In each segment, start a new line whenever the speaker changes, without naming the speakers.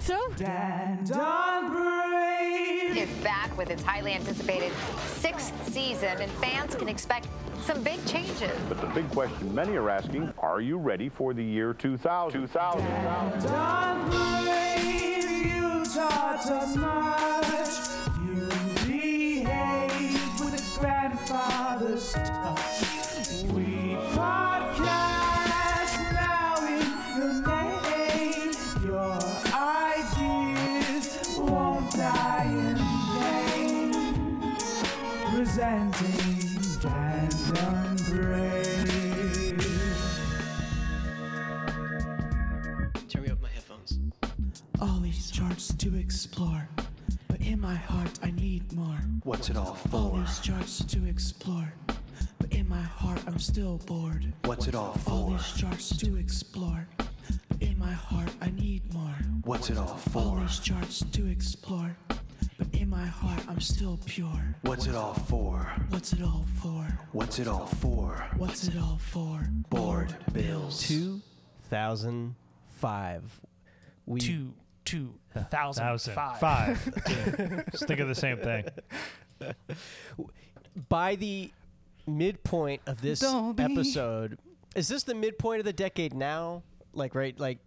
So?
Dan Don Brave.
is back with its highly anticipated sixth season, and fans can expect some big changes.
But the big question many are asking, are you ready for the year 2000? 2000.
Don Brave, you taught us much. You behave with a grandfather's touch. We podcast now in your name. Your ideas won't die in vain. Presenting Dan Don Brave.
Turn me up my headphones.
All these charts to explore, but in my heart I need more.
What's it all
All
for?
these charts to explore, but in my heart I'm still bored.
What's it all
All
for?
these charts to explore, but in my heart I need more.
What's it all
All
for?
these charts to explore, but in my heart I'm still pure.
What's it all for?
What's it all for?
What's it all for?
What's it all for?
Board bills.
2005. We,
two two thousand
Thousand
five.
Five. Stick of the same thing.
By the midpoint of this
Don't be-
episode, is this the midpoint of the decade now? Like, right? Like,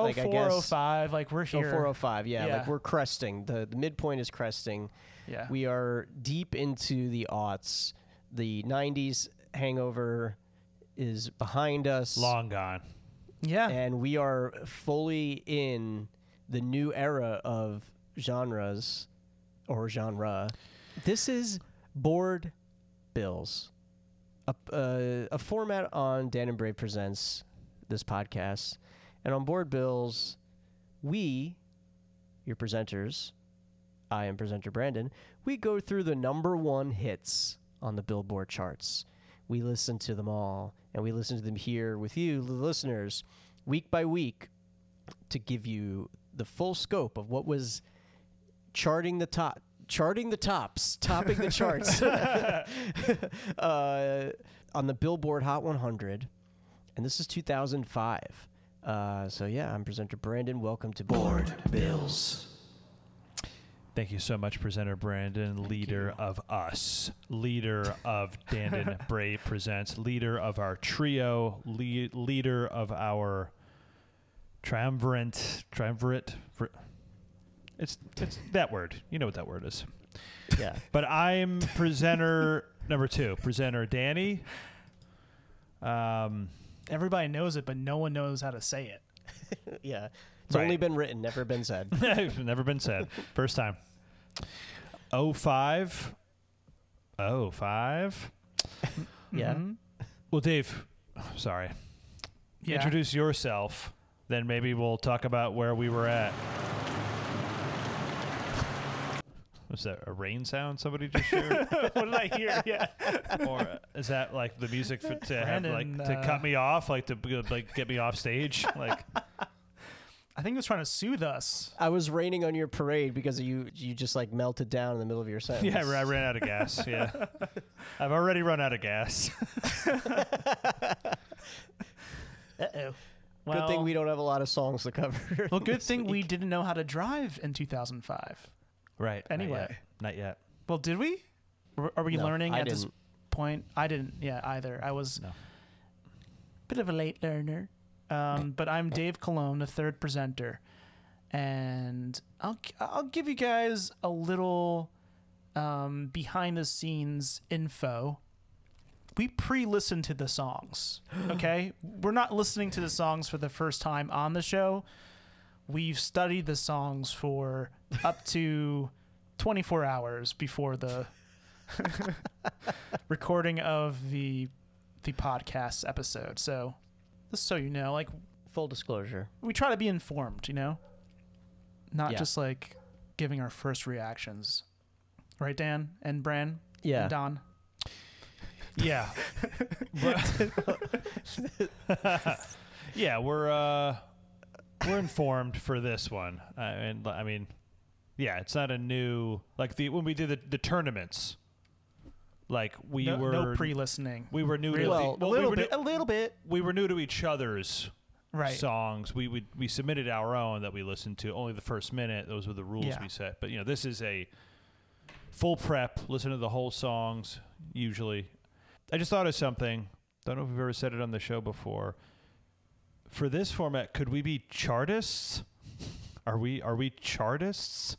Oh
like I
four oh
guess.
five. Like we're
Oh,
here.
405, yeah, Like,
Yeah.
we're cresting. The, the midpoint is cresting.
Yeah.
We are deep into the aughts. The 90s hangover is behind us.
Long gone.
yeah.
and we are fully in the new era of genres or genre. This is board bills, a, uh, a format on Dan and Brave presents this podcast, and on board bills, we, your presenters, I am presenter Brandon. We go through the number one hits on the Billboard charts. We listen to them all, and we listen to them here with you, the listeners, week by week to give you the full scope of what was charting the top. Charting the tops, topping the charts uh, on the Billboard Hot 100, and this is 2005. Uh, so yeah, I'm presenter Brandon. Welcome to
Board bills.
Thank you so much, presenter Brandon, leader of us, leader of Dandon Brave Presents, leader of our trio, lead, leader of our triumvirate, triumvirate. fr- It's it's that word. You know what that word is.
Yeah.
But I'm presenter number two, presenter Danny. Um,
Everybody knows it, but no one knows how to say it.
Yeah. It's
Right.
only been written, never been said.
Never been said. First time. Oh five. Oh five.
Yeah.
Well, Dave, sorry.
Yeah.
Introduce yourself. Then maybe we'll talk about where we were at. Was that a rain sound somebody just shared?
what did I hear? Yeah.
or uh, is that like the music for, to have like
Brandon,
to
uh,
cut me off, like to b- like get me off stage? Like
I think he was trying to soothe us.
I was raining on your parade because you you just like melted down in the middle of your sentence.
yeah, I ra- I ran out of gas. Yeah, I've already run out of gas.
Uh-oh.
Well,
Good thing we don't have a lot of songs to cover.
Well, good thing we didn't know how to drive in 2005.
Right.
Anyway.
not yet. Not yet.
Well, did we? Or Are we
No,
learning
I
at this
didn't.
point? I didn't. Yeah, either. I was
No.
bit of a late learner. Um, but I'm Dave Cologne, the third presenter, and I'll I'll give you guys a little um, behind the scenes info. We pre-listen to the songs. Okay, we're not listening to the songs for the first time on the show. We've studied the songs for up to 24 hours before the recording of the the podcast episode. So, just so you know, like
Full disclosure.
we try to be informed, you know, not
Yeah.
just like giving our first reactions, right, Dan and Bran,
Yeah.
and Don.
Yeah. But- yeah, we're uh, we're informed for this one. I mean, I mean, yeah, it's not a new like the when we did the, the tournaments. Like we
no,
were
pre listening.
we were new
Really?
to
Well,
a
well,
little
we were
bit,
New,
a little bit.
we were new to each other's
Right.
songs. We would we submitted our own that we listened to only the first minute. Those were the rules
Yeah.
we set. But you know, this is a full prep. Listen to the whole songs usually. I just thought of something. Don't know if we've ever said it on the show before. For this format, could we be chartists? Are we are we chartists?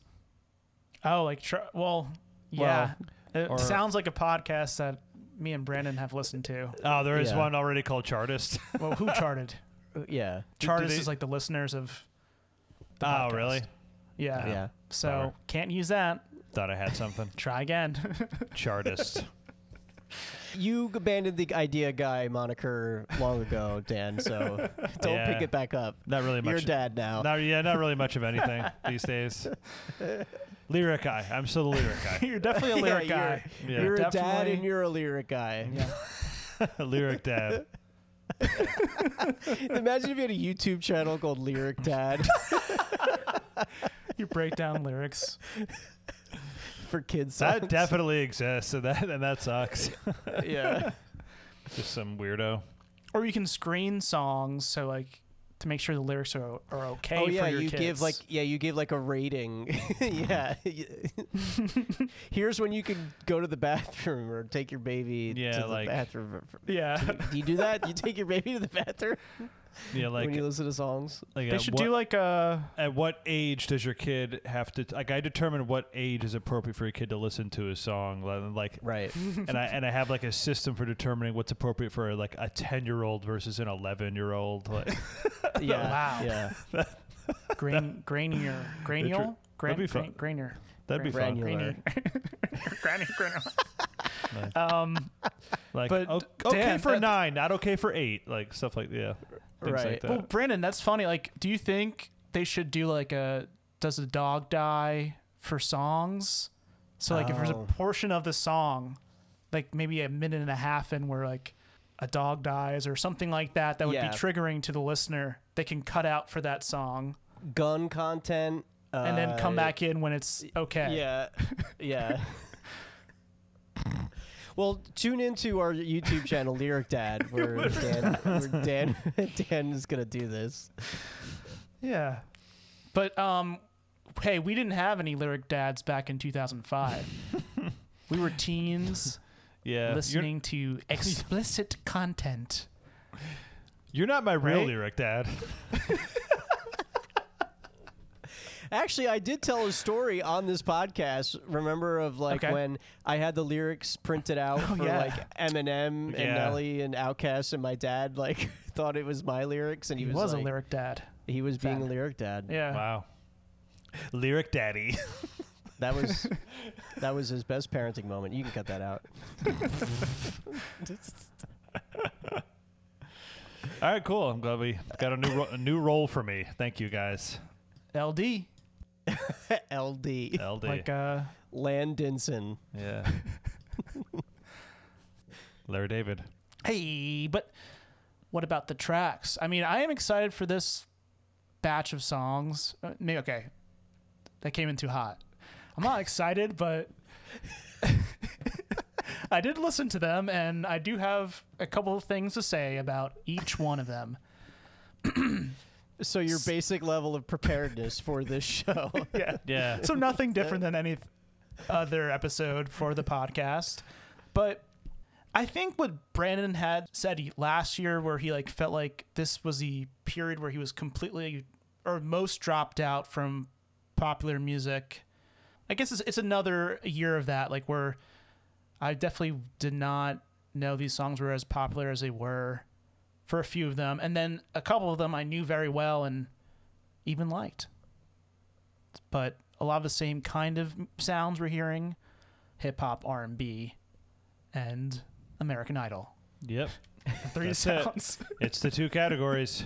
Oh, like tr- well, yeah. it
or-
sounds like a podcast that me and Brandon have listened to.
Oh, there is
Yeah.
one already called chartist.
Well, who charted?
Uh, Yeah.
Chartist
they-
is like the listeners of.
oh,
The podcast.
really?
Yeah.
Yeah.
So
Bummer.
can't use that.
Thought I had something.
Try again.
chartist.
You abandoned the idea guy moniker long ago, Dan. So don't
Yeah.
pick it back up.
Not really much.
You're dad now.
Not, yeah, not really much of anything these days. Lyric guy. I'm still the lyric guy.
you're definitely a
Yeah,
lyric
you're-
guy.
Yeah.
You're a dad
Definitely.
and you're a lyric guy.
Yeah.
lyric dad.
Imagine if you had a YouTube channel called Lyric Dad
You break down lyrics.
for kids.
That
songs.
definitely exists, and that and that sucks.
yeah.
Just some weirdo.
Or you can screen songs so like to make sure the lyrics are, are okay.
Oh yeah,
for your
you give
kids.
like yeah, you give like a rating. yeah. Here's when you can go to the bathroom or take your baby
Yeah,
to the
like-
bathroom.
yeah.
Do you do that? You take your baby to the bathroom
Yeah, like,
when you listen to songs.
like
They
at
should
what,
do like a
At what age does your kid have to? Like, I determine what age is appropriate for your kid to listen to a song. li- Like,
Right.
and I and I have like a system for determining what's appropriate for like a ten year old versus an eleven year old. Like,
Yeah.
Wow.
Yeah.
grain grainier granular
that'd be fun.
grain, grainier.
that'd be fun.
Granular.
Granny,
Nice.
Um,
Like,
But,
o- okay
Dan,
for
that-
nine, not okay for eight. Like stuff like yeah, things like
Right.
that.
well, Brandon, that's funny. Like, do you think they should do like a does a dog die for songs? So like, if there's a
Oh.
portion of the song, like maybe a minute and a half in where like a dog dies or something like that, that would
Yeah.
be triggering to the listener. They can cut out for that song
Gun content. Uh,
and then come back in when it's okay.
Yeah. Yeah. Well, tune into our YouTube channel, Lyric Dad, where Dan, where Dan, Dan is gonna do this.
Yeah. But um hey, we didn't have any lyric dads back in 2005. we were teens
yeah, You're-
listening to explicit content.
You're not my real
Right?
lyric dad.
Actually, I did tell a story on this podcast. Remember of like
Okay. Oh,
when I had the lyrics printed out for
yeah.
like Eminem and
Yeah.
Nelly and Outkast, and my dad like thought it was my lyrics, and he,
He was
like,
a lyric dad.
He was being a
fan.
lyric dad.
Yeah.
Wow. Lyric daddy.
That was that was his best parenting moment. You can cut that out.
All right, cool. I'm glad we got a new ro- a new role for me. Thank you guys.
LD
LD
LD.
like uh
Landinson.
yeah. Larry David.
hey, but what about the tracks? I mean, I am excited for this batch of songs. Uh, maybe okay. That came in too hot. I'm not excited, but I did listen to them and I do have a couple of things to say about each one of them.
So your basic level of preparedness for this show.
Yeah.
Yeah.
So nothing different than any other episode for the podcast. But I think what Brandon had said last year where he like felt like this was the period where he was completely or most dropped out from popular music. I guess it's, it's another year of that like where I definitely did not know these songs were as popular as they were for a few of them and then a couple of them I knew very well and even liked but a lot of the same kind of m- sounds we're hearing hip hop r&b and american idol
Yep.
three
That's it.
sounds
It's the two categories.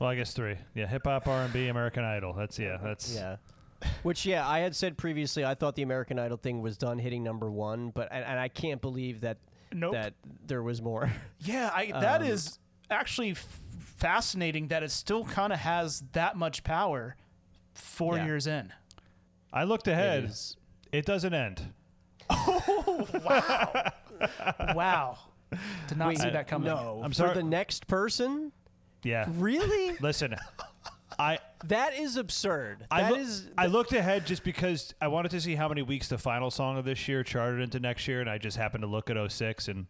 Well, I guess three. Yeah, hip hop, R and B, American Idol. That's yeah. That's
yeah. Which yeah, I had said previously I thought the American Idol thing was done hitting number 1, but and, and I can't believe that
Nope.
that there was more.
yeah I, that is actually f- fascinating that it still kind of has that much power four
Yeah.
years in
I looked
It
ahead. It,
is-
doesn't end.
wow did not
Wait,
see that coming
No.
I'm
for
sorry-
the next person
Yeah.
Really?
Listen, I
that is absurd.
I,
That
loo-
is
I looked ahead just because I wanted to see how many weeks the final song of this year charted into next year, and I just happened to look at 06, and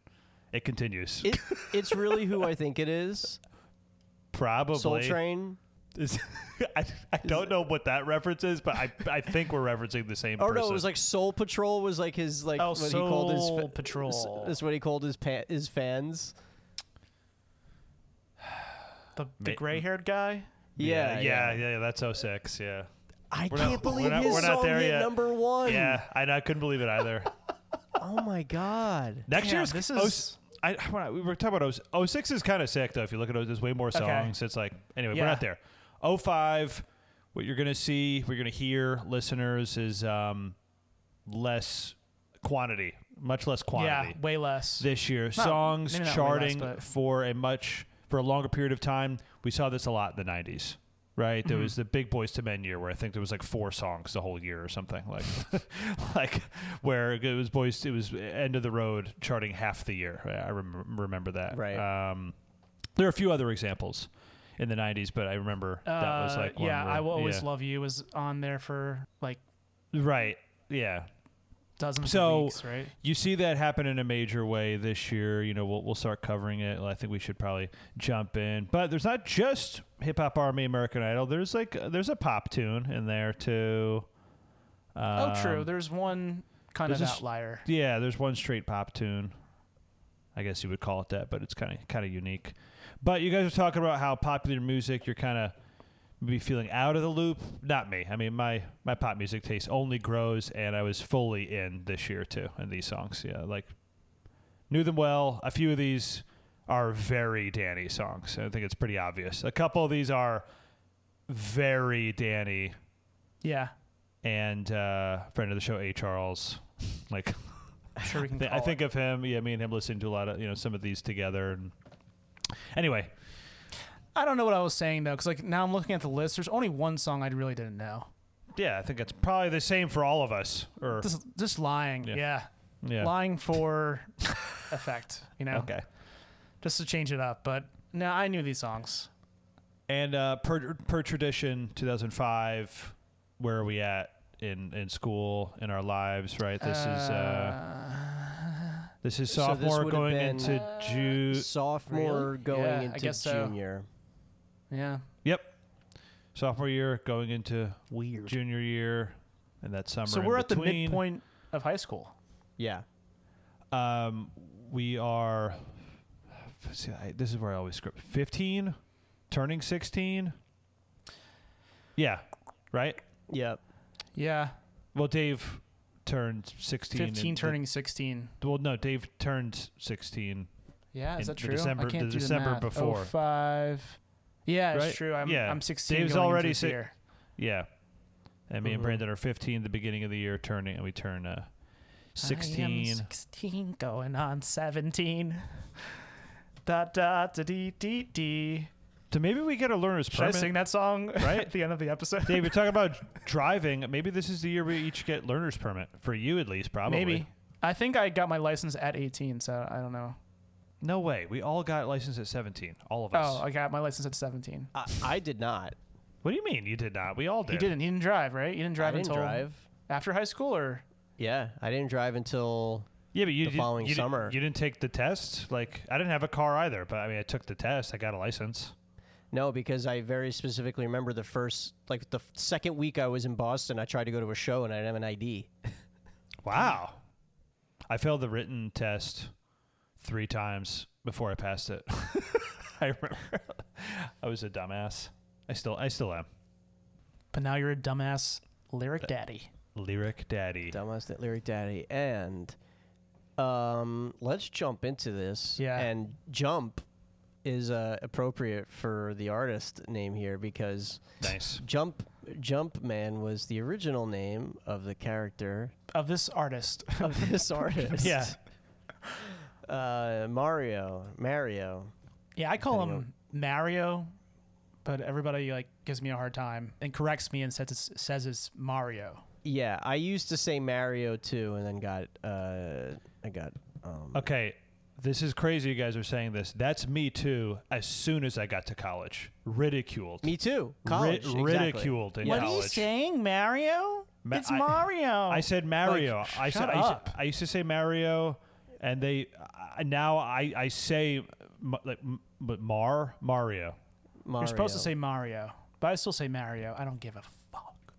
it continues.
it, it's really who I think it is.
Probably.
Soul Train.
Is- I, I don't know what that reference is, but I, I think we're referencing the same
Oh
person.
no, it was like Soul Patrol was like his like
Oh,
what he called his
Soul
fa-
Patrol.
That's what he called his pa- his fans.
The,
Ma-
the gray haired guy?
Yeah,
yeah, yeah, Uh, yeah, that's 06, yeah.
I
We're not-
can't
we're
believe
not-
his
we're not
song
there
hit
yet.
number one.
Yeah, I, I couldn't believe it either.
Oh my god.
Next
Damn,
year's
this
oh,
is-
I, I wanna- we were talking about 0, 06 is kind of sick though. If you look at it, there's way more songs. It's like anyway, we're
Yeah.
not there. 05, what you're gonna see, what you're gonna hear, listeners, is um, less quantity, much less quantity
Yeah, way less.
this year. songs
maybe not way less,
charting
but-
for a much for a longer period of time. We saw this a lot in the 90s. Right,
Mm-hmm.
there was the Big Boys to Men year where I think there was like four songs the whole year or something like, like where it was boys. It was End of the Road charting half the year. I rem- remember that.
Right.
Um, there are a few other examples in the '90s, but I remember that was
Uh,
like one
yeah,
where-
I will always
yeah.
love you was on there for like
Right. Yeah.
dozens
So
of weeks, right?
you see that happen in a major way this year. You know, we'll, we'll start covering it. I think we should probably jump in. But there's not just hip hop army American Idol. There's like there's a pop tune in there too. Um,
oh, true. There's one kind
there's
of
this-
outlier.
Yeah, there's one straight pop tune. I guess you would call it that, but it's kind of kind of unique. But you guys are talking about how popular music you're kind of maybe feeling out of the loop. Not me. I mean, my my pop music taste only grows, and I was fully in this year too in these songs. Yeah, like knew them well. A few of these are very Danny songs. I think it's pretty obvious. A couple of these are very Danny
Yeah,
and uh, friend of the show A Charles. Like
I'm sure we can.
Th- I
call
think
it.
of him. Yeah, me and him listened to a lot of you know some of these together. And anyway,
I don't know what I was saying though, because like now I'm looking at the list. There's only one song I really didn't know.
yeah, I think it's probably the same for all of us. Or
Just, just lying. Yeah.
yeah,
lying for effect. You know,
okay.
just to change it up. But no, I knew these songs.
And uh, per per tradition, 2005. Where are we at in in school in our lives? Right. This is uh, this is
so this
sophomore
would've
going
been-
into
uh,
June.
Sophomore going
Yeah, I
into
guess so.
junior.
yeah.
Yep. Sophomore year going into
Weird.
junior year, and that summer.
So
in
we're at the
between.
midpoint of high school.
Yeah.
Um, we are. See, I, this is where I always script. Fifteen, turning sixteen. Yeah, right.
Yep.
Yeah,
Well, Dave turned sixteen. in
15
the-
turning 16.
well, no, Dave turned sixteen.
Yeah,
in
is that
the
true?
December-
I can't
the
do
December
the math.
before.
05. Yeah,
Right?
it's true. I'm,
Yeah.
I'm 16.
Dave's
going into
already
this
si-
year.
Yeah, and me and
Mhm.
Brandon are fifteen. The beginning of the year turning, and we turn
Mm-hmm.
uh,
I am
sixteen.
16 going on 17. da da da dee dee dee.
So maybe we get a learner's
Should I
permit.
sing that song
Right?
at the end of the episode?
Dave, you're talking about driving. Maybe this is the year we each get learner's permit for you at least. Probably.
Maybe. I think I got my license at 18, so I don't know.
No way. We all got licensed at seventeen. All of us.
Oh, I got my license at 17.
I, I did not.
What do you mean you did not? We all did.
You didn't. You didn't drive, right? You didn't drive
I didn't
until
drive.
after high school, or
Yeah, I didn't drive until
Yeah, but you
the
did,
following
you did-
summer.
you didn't take the test. Like I didn't have a car either, but I mean I took the test. I got a license.
no, because I very specifically remember the first, like the f- second week I was in Boston. I tried to go to a show and I didn't have an ID.
Wow. I failed the written test three times before I passed it. I remember. I was a dumbass. I still I still am.
but now you're a dumbass lyric daddy.
Lyric daddy.
Dumbass that lyric daddy. And um, let's jump into this.
Yeah.
And jump is uh, appropriate for the artist name here because
Nice.
jump jump man was the original name of the character
Of this artist,
of this artist.
Yeah.
Uh, Mario. Mario.
yeah, I call
Depending
him Mario, but everybody like gives me a hard time and corrects me and says it's, says it's Mario.
Yeah, I used to say Mario too, and then got uh, I got um,
Okay. this is crazy you guys are saying this. That's me too as soon as I got to college. Ridiculed.
Me too.
Ri-
College. exactly.
ridiculed in
What
college.
are you saying, Mario?
Ma-
it's
I-
Mario.
I said Mario.
Oh, Like,
I said
shut
I used,
up.
I used to say Mario, and they I now I I say m- like m- but Mar Mario.
Mario.
You're supposed to say Mario, but I still say Mario. I don't give a fuck.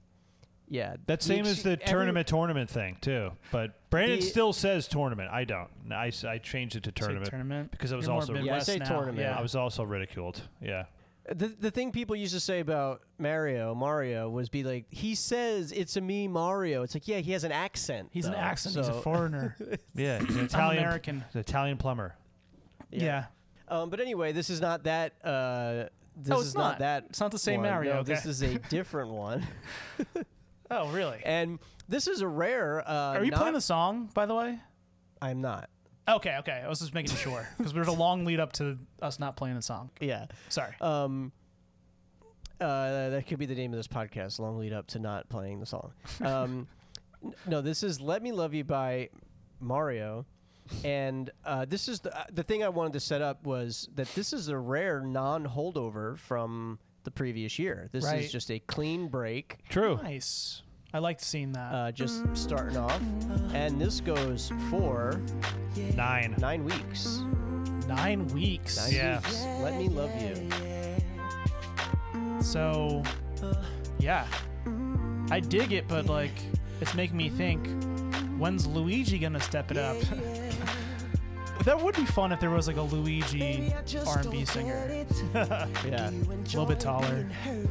yeah.
That same
ex-
as the
every-
tournament tournament thing too. But Brandon
The-
still says tournament. I don't. I, s- I changed it to tournament,
tournament?
because I was
You're more
also
Yeah, I say
now.
tournament.
Yeah.
I was also ridiculed. Yeah.
The, the thing people used to say about Mario, Mario, was be like, he says it's a me Mario. It's like, yeah, he has an accent.
He's an
though,
accent. He's a
so-
foreigner.
Yeah, he's an Italian
American.
he's an Italian plumber.
yeah.
Um, but anyway, this is not that. Uh, this
Oh, it's
is not,
not.
that.
It's not the same
one.
Mario,
No, This
okay.
is a different one,
Oh, really?
and this is a rare. Uh,
Are you
not-
playing the song, by the way?
I'm not.
Okay, okay. I was just making sure because there's a long lead up to us not playing the song.
Yeah.
Sorry.
Um, uh, that could be the name of this podcast. Long lead up to not playing the song. Um, n- no, this is "Let Me Love You" by Mario, and uh, this is the uh, the thing I wanted to set up was that this is a rare non holdover from the previous year. This
Right.
is just a clean break.
True.
nice. I liked seeing that.
uh, just starting off. And this goes for
Nine.
nine weeks.
Nine weeks.
Nine
Yeah.
weeks. Let me love you.
So, yeah, I dig it, but like, it's making me think, when's Luigi gonna step it up? that would be fun if there was like a Luigi R&B singer, a
Yeah.
little bit taller, and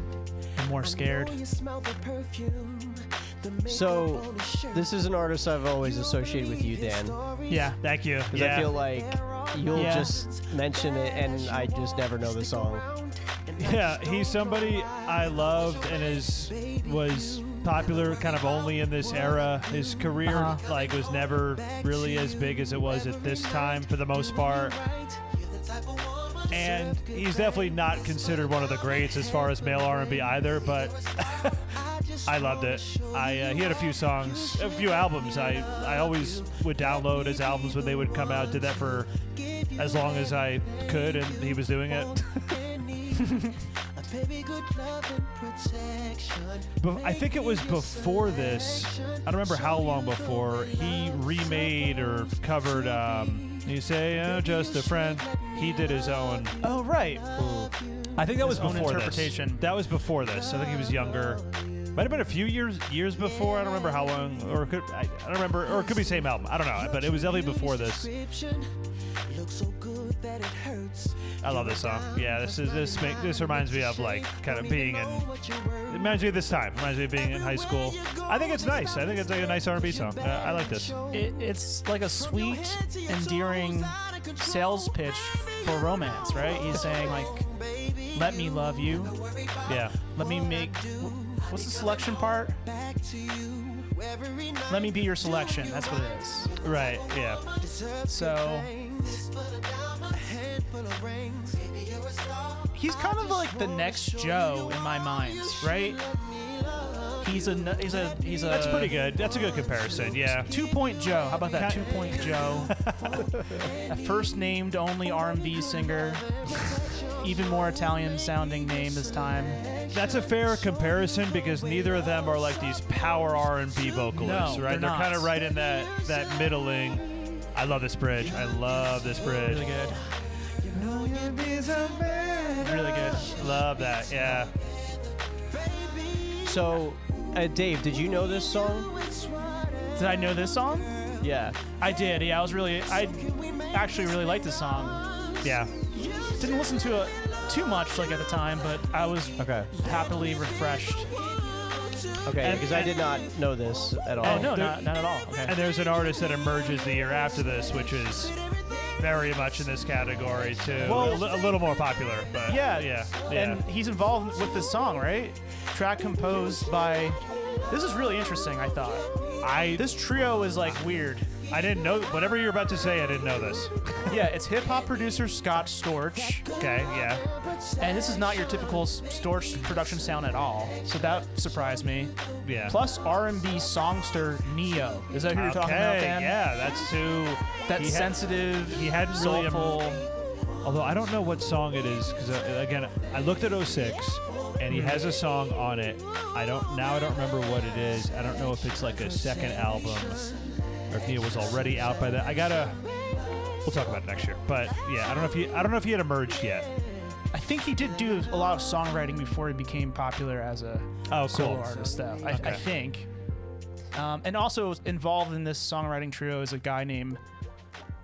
more scared.
So this is an artist I've always associated with you, Dan. Because
Yeah,
Thank you.
I
Yeah.
feel like you'll
Yeah.
just mention it and I just never know the song.
yeah, he's somebody I loved and is was popular kind of only in this era. His career
Uh-huh.
like was never really as big as it was at this time for the most part. And he's definitely not considered one of the greats as far as male R&B either, but I loved it. I uh, he had a few songs, a few albums. I I always would download his albums when they would come out. Did that for as long as I could, and he was doing it. But I think it was before this. I don't remember how long before he remade or covered. Um, you say oh, just a friend. He did his own.
Oh right.
I think that was
own
before
interpretation.
This. That was before this. I think he was younger. Might have been a few years years before. I don't remember how long, or it could I, I don't remember, or it could be same album. I don't know, but it was definitely before this. I love this song. Yeah, this is this make this reminds me of like kind of being in. It reminds me of this time. Reminds me of being in high school. I think it's nice. I think it's like a nice R&B song. Uh, I like this.
It, it's like a sweet, endearing sales pitch for romance, right? He's saying like, "Let me love you.
Yeah.
Let me make." What's the selection part? Let me be your selection. That's what it is.
Right. Yeah.
So he's kind of like the next Joe in my mind, right? He's a n- he's a he's a
That's pretty good. That's a good comparison. Yeah.
Two Point Joe, how about that?
Ki-
Two Point Joe, a first named only R&B singer, even more Italian sounding name this time.
That's a fair comparison because neither of them are like these power R and B vocalists,
No,
right?
they're
They're,
not.
kind of right in that that middling. I love this bridge. I love this bridge.
Really good, really good.
Love that. Yeah.
So, uh, Dave, did you know this song?
Did I know this song?
Yeah.
I did. Yeah, I was really I actually really liked this song.
Yeah.
didn't listen to it too much like at the time but i was
Okay.
happily refreshed
Oh,
Okay,
And-
because I did not know this at all.
oh no
there-
not, not at all okay
And there's an artist that emerges the year after this, which is very much in this category too.
Well-
a, li- a little more popular, but
yeah
yeah, yeah.
and he's involved with this song right track composed by this is really interesting i thought
I
this trio is like weird
I didn't know whatever you're about to say. I didn't know this.
Yeah, it's hip hop producer Scott Storch,
Okay, yeah.
and this is not your typical S- Storch production sound at all. So that surprised me.
Yeah.
Plus R&B songster Neo. Is that who you're
okay,
talking about, Dan?
yeah, that's who.
That
he had-
sensitive.
he had really a-
soulful.
although I don't know what song it is because again, I looked at 06 and he has a song on it. I don't now. I don't remember what it is. I don't know if it's like a second album or if Neo was already out by that. I gotta. We'll talk about it next year. But yeah, I don't know if he. I don't know if he had emerged yet.
I think he did do a lot of songwriting before he became popular as a
Oh,
solo
cool.
artist, though. I, I
Okay.
think. Um, and also involved in this songwriting trio is a guy named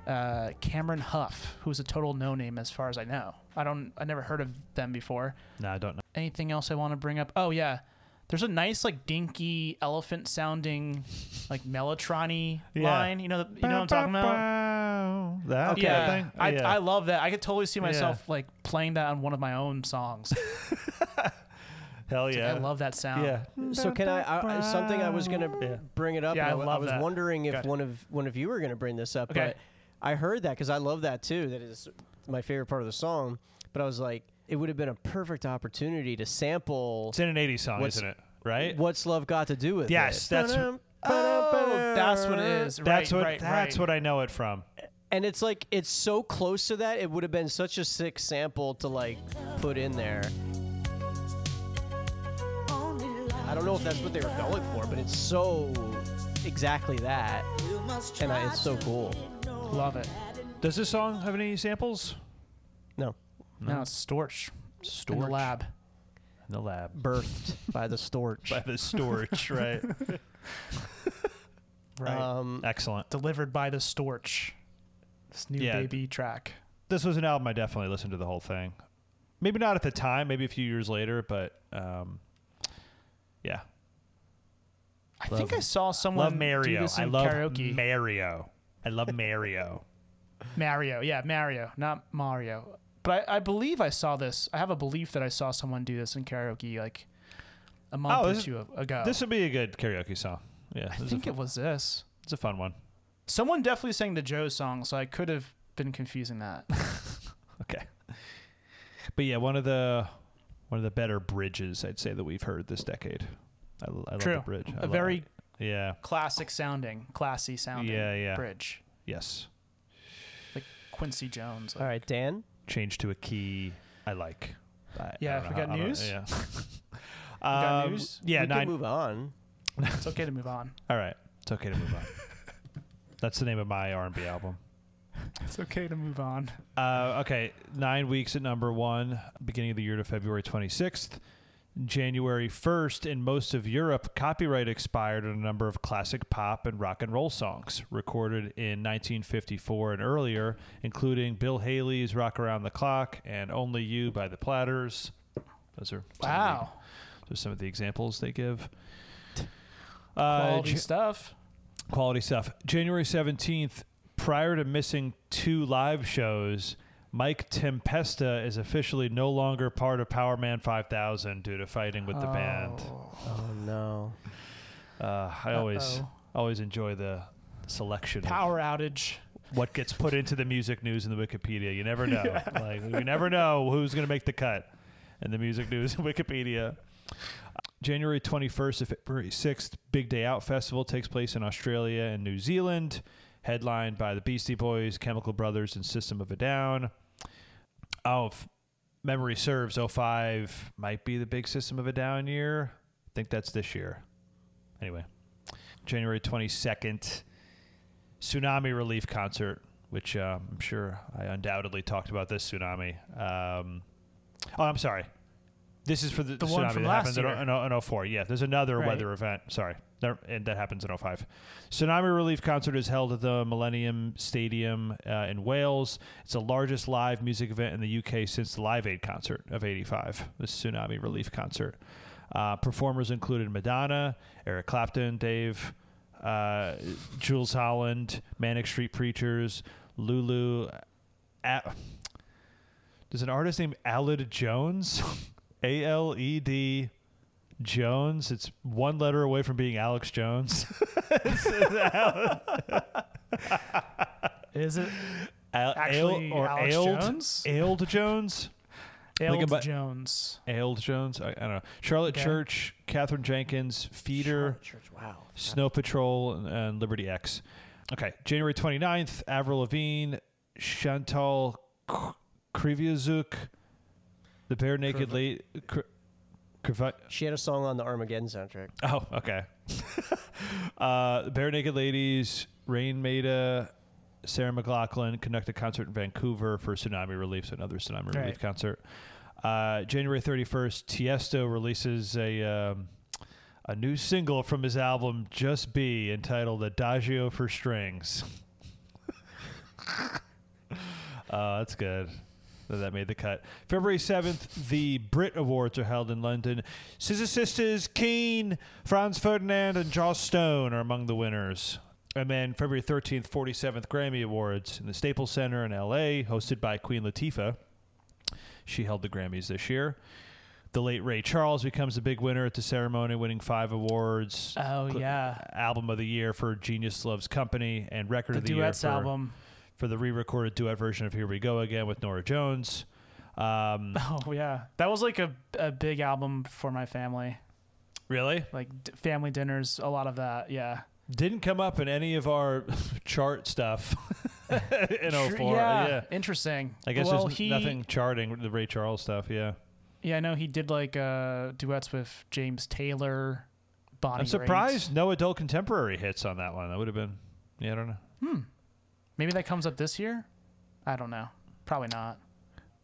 uh, Cameron Huff, who's a total no-name as far as I know. I don't. I never heard of them before.
No, I don't know.
Anything else I want to bring up? Oh yeah, there's a nice like dinky elephant sounding like mellotrony
Yeah.
line. You know. The, you know what I'm talking about.
about? That kind of
yeah,
thing?
I,
Yeah.
I love that. I could totally see myself like playing that on one of my own songs.
Hell yeah.
I love that sound.
Yeah.
So can I, I I- something I was gonna
Yeah.
bring it up.
Yeah,
and
I
w-
love
was
that.
wondering if
Good.
one of one of you were gonna bring this up,
Okay.
but I heard that because I love that too. That is my favorite part of the song. But I was like, it would have been a perfect opportunity to sample
It's in an 80s song,
What's-
isn't it? Right?
"What's Love Got to Do with
Yes,
It."
that's-
Oh, that's what it is.
That's
right,
what
Right,
that's
right.
what I know it from.
And it's like it's so close to that. It would have been such a sick sample to like put in there. I don't know if that's what they were going for, but it's so exactly that, and I, it's so cool.
love it.
Does this song have any samples?
No,
No, it's Storch in the
Storage.
lab.
In the lab.
birthed by the storch.
By the storage, right?
Right.
Uh,
Um,
Excellent.
Delivered by the Storch. This new
Yeah.
baby track.
This was an album I definitely listened to the whole thing. Maybe not at the time, maybe a few years later, but um, yeah.
I think I saw someone
Love
do
Mario.
this in
I love
karaoke.
Mario. I love Mario.
Mario, yeah, Mario, not Mario. But I, I believe I saw this. I have a belief that I saw someone do this in karaoke like a month
Oh,
or
this-
two ago.
This would be a good karaoke song. Yeah,
I
this is a
think
fun-
it was this.
it's a fun one.
Someone definitely sang the Joe song, so I could have been confusing that.
Okay. But yeah, one of the one of the better bridges I'd say that we've heard this decade. I, l- I love
True.
the bridge.
A
I love
very
it. yeah.
classic sounding, classy sounding
Yeah, yeah.
bridge.
Yes.
Like Quincy Jones.
all right, Dan.
Change to a key I like. I- I
Yeah,
don't
we
know
got
how- I don't-
news?
Yeah.
got
Um,
news?
Yeah,
we
nine.
can move on.
It's okay to move on.
All right. It's okay to move on. That's the name of my R&B album.
It's okay to move on.
Uh, okay, nine weeks at number one, beginning of the year to February 26th. January 1st, in most of Europe, copyright expired on a number of classic pop and rock and roll songs recorded in 1954 and earlier, including Bill Haley's Rock Around the Clock and Only You by the Platters. Those are some of the-
Wow.
those are some of the examples they give. Uh,
Quality
Ja-
stuff.
quality stuff. January 17th, prior to missing two live shows, Mike Tempesta is officially no longer part of Power Man 5000 due to fighting with the band.
Oh no.
Uh, I always
Uh-oh.
always enjoy the selection of
Power outage.
what gets put into the music news and the Wikipedia. You never know. Like you never know who's going to make the cut in the music news and Wikipedia. January 21st to February 6th, Big Day Out Festival takes place in Australia and New Zealand, headlined by the Beastie Boys, Chemical Brothers, and System of a Down. Oh, if memory serves, 05 might be the big System of a Down year. I think that's this year. Anyway, January 22nd, Tsunami Relief Concert, which uh, I'm sure I undoubtedly talked about this tsunami. Um, oh, I'm sorry. This is for the,
one
tsunami
from
that
last
happened in,
year.
in, in 04. Yeah, there's another
Right.
weather event. Sorry. There, and that happens in 05. Tsunami Relief Concert is held at the Millennium Stadium uh, in Wales. It's the largest live music event in the UK since the Live Aid concert of 85, the Tsunami Relief Concert. Uh, performers included Madonna, Eric Clapton, Dave, uh, Jules Holland, Manic Street Preachers, Lulu. A- There's an artist named Aled Jones. A L E D Jones. It's one letter away from being Alex Jones.
Is it
Al-
Actually,
Uh, ale, or
Alex
ailed,
Jones?
ailed Jones,
Ailed
about-
Jones?
ailed Jones. I, I don't know. Charlotte
Okay.
Church, Catherine Jenkins, Feeder,
Wow.
Snow Patrol, and, and Liberty X. Okay, January 29th, Avril Lavigne, Chantal K- Kreviazuk, the Bare Naked Lady. Kr- Krvi-
She had a song on the Armageddon soundtrack.
Oh, okay. uh, Bare Naked Ladies, Rain Maida, Sarah McLaughlin conduct a concert in Vancouver for tsunami relief, so another tsunami relief
Right.
concert. Uh, January 31st, Tiesto releases a. Um, a new single from his album Just Be entitled Adagio for Strings. Uh, that's good that that made the cut. February 7th, the Brit Awards are held in London. Scissor Sisters, Keane, Franz Ferdinand, and Joss Stone are among the winners. And then February 13th, 47th Grammy Awards in the Staples Center in LA, hosted by Queen Latifah. She held the Grammys this year. The late Ray Charles becomes a big winner at the ceremony, winning five awards.
Oh
Cl-
yeah,
Album of the year for Genius Loves Company and Record
the
of the Year
duets
for-
album.
for the re-recorded duet version of "Here We Go Again" with Nora Jones. Um,
Oh yeah, that was like a, a big album for my family.
really?
Like d- family dinners, a lot of that. Yeah.
Didn't come up in any of our chart stuff in
Sure,
04.
yeah.
Yeah.
Interesting.
I guess
well,
there's
he,
nothing charting the Ray Charles stuff. Yeah.
Yeah, I know he did like uh, duets with James Taylor. Bonnie
I'm
Raitt.
surprised no adult contemporary hits on that one. That would have been, yeah, I don't know.
Maybe that comes up this year. I don't know. Probably not.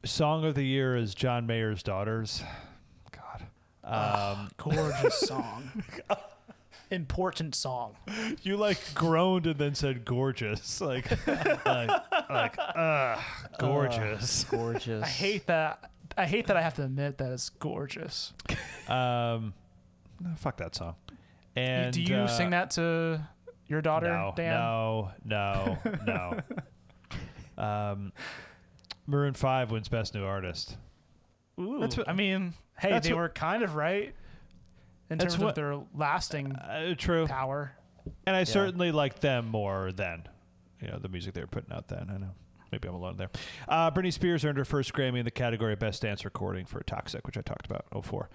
Song of the year is John Mayer's Daughters. God. Um,
Gorgeous song. Important song.
You like groaned and then said gorgeous. Like, like, like, ugh, gorgeous.
Gorgeous.
I hate that. I hate that I have to admit that it's gorgeous.
Um, no, fuck that song. And
Do you
uh,
sing that to your daughter,
No,
Dan?
no, no, no. um, Maroon Five wins Best New Artist.
Ooh,
That's what-
I mean, hey,
that's
they
what-
were kind of right in
That's
terms
what-
of their lasting
Uh, true,
power.
and I certainly liked them more then. You know the music they were putting out then. I know. Maybe I'm alone there. Uh, Britney Spears earned her first Grammy in the category of Best Dance Recording for Toxic, which I talked about. in 04.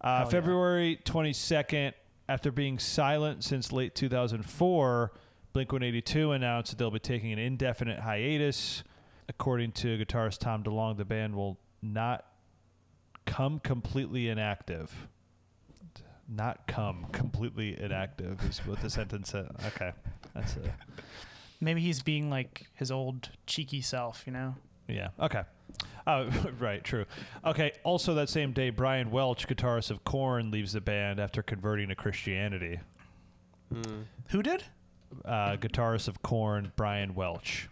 Uh, February 22nd, after being silent since late 2004, Blink 182 announced that they'll be taking an indefinite hiatus. According to guitarist Tom DeLonge, the band will not come completely inactive. Not come completely inactive is what the sentence said. Okay. That's it.
Maybe he's being like his old cheeky self, you know?
Yeah. Okay. Oh, right. True. Okay. Also, that same day, Brian Welch, guitarist of Korn, leaves the band after converting to Christianity.
Who did?
Uh, guitarist of Korn, Brian Welch.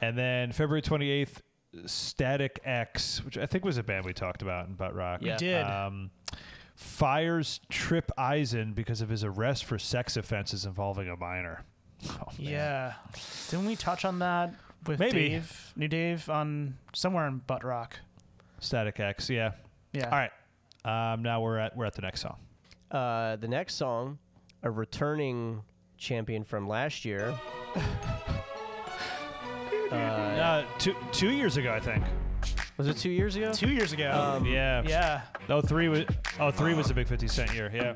and then February 28th, Static X, which I think was a band we talked about in Butt Rock.
Yeah. We
did.
Um, fires Trip Eisen because of his arrest for sex offenses involving a minor. Oh, man.
Yeah. Didn't we touch on that with
Maybe.
Dave, New Dave, on somewhere in Butt Rock?
Static X. Yeah.
Yeah.
All right. Um, now we're at we're at the next song.
Uh, the next song, a returning champion from last year.
Uh, two two years ago, I think.
Was it two years ago?
Two years ago.
yeah.
Um, yeah.
Oh, three was oh three was a big Fifty Cent year. Yeah.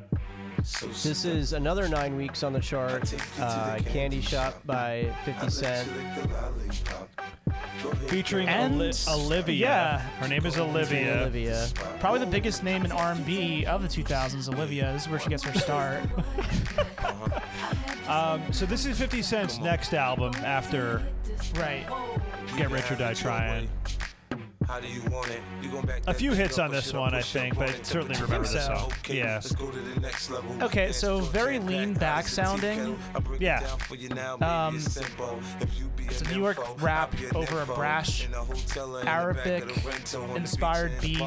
This is another nine weeks on the chart. Uh, Candy Shop by 50 Cent.
Featuring
And-
Oli- Olivia.
yeah.
Her name is Olivia.
Olivia.
Probably the biggest name in R&B of the 2000s, Olivia, is where she gets her start.
So this is Fifty Cent's next album after
right.
Get Rich or Die Trying.
How do you want it? You going back
A few hits on this one, I think, but I certainly remember this
so.
song. Yeah.
Okay, so very lean back sounding.
Yeah.
Um,
it's
it's a New York rap over a brash Arabic inspired beat,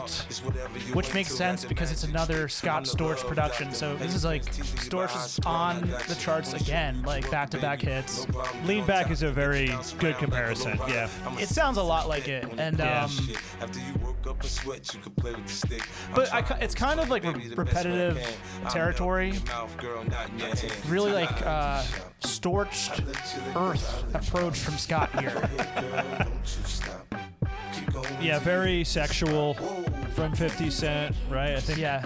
Which makes sense because it's another Scott Storch production. So this is like Storch is on the charts again, like back to back hits.
Lean Back is a very good comparison. Yeah.
It sounds a lot like it. And
Yeah.
um,
shit. After you woke up a sweat, you could play with the stick. I'm
But I
trying
ki- it's
to
kind of
explain,
like
baby, the best way I
repetitive
can. I'm melting
territory.
your mouth, girl, not in your hand.
Really
Time
like
to
uh,
let you shine.
scorched earth approach from Scott here.
Yeah, very sexual from 50 Cent, right? I think
Yeah,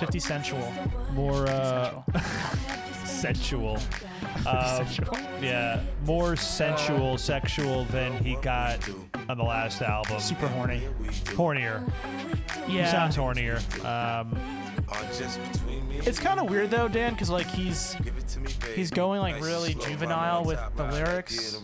50 sensual.
more uh,
Sensual.
um, yeah, more sensual, sexual than he got on the last album.
Super horny.
Hornier. He
Yeah.
sounds hornier. Um,
It's kind of weird though, Dan, because like he's he's going like really juvenile with the lyrics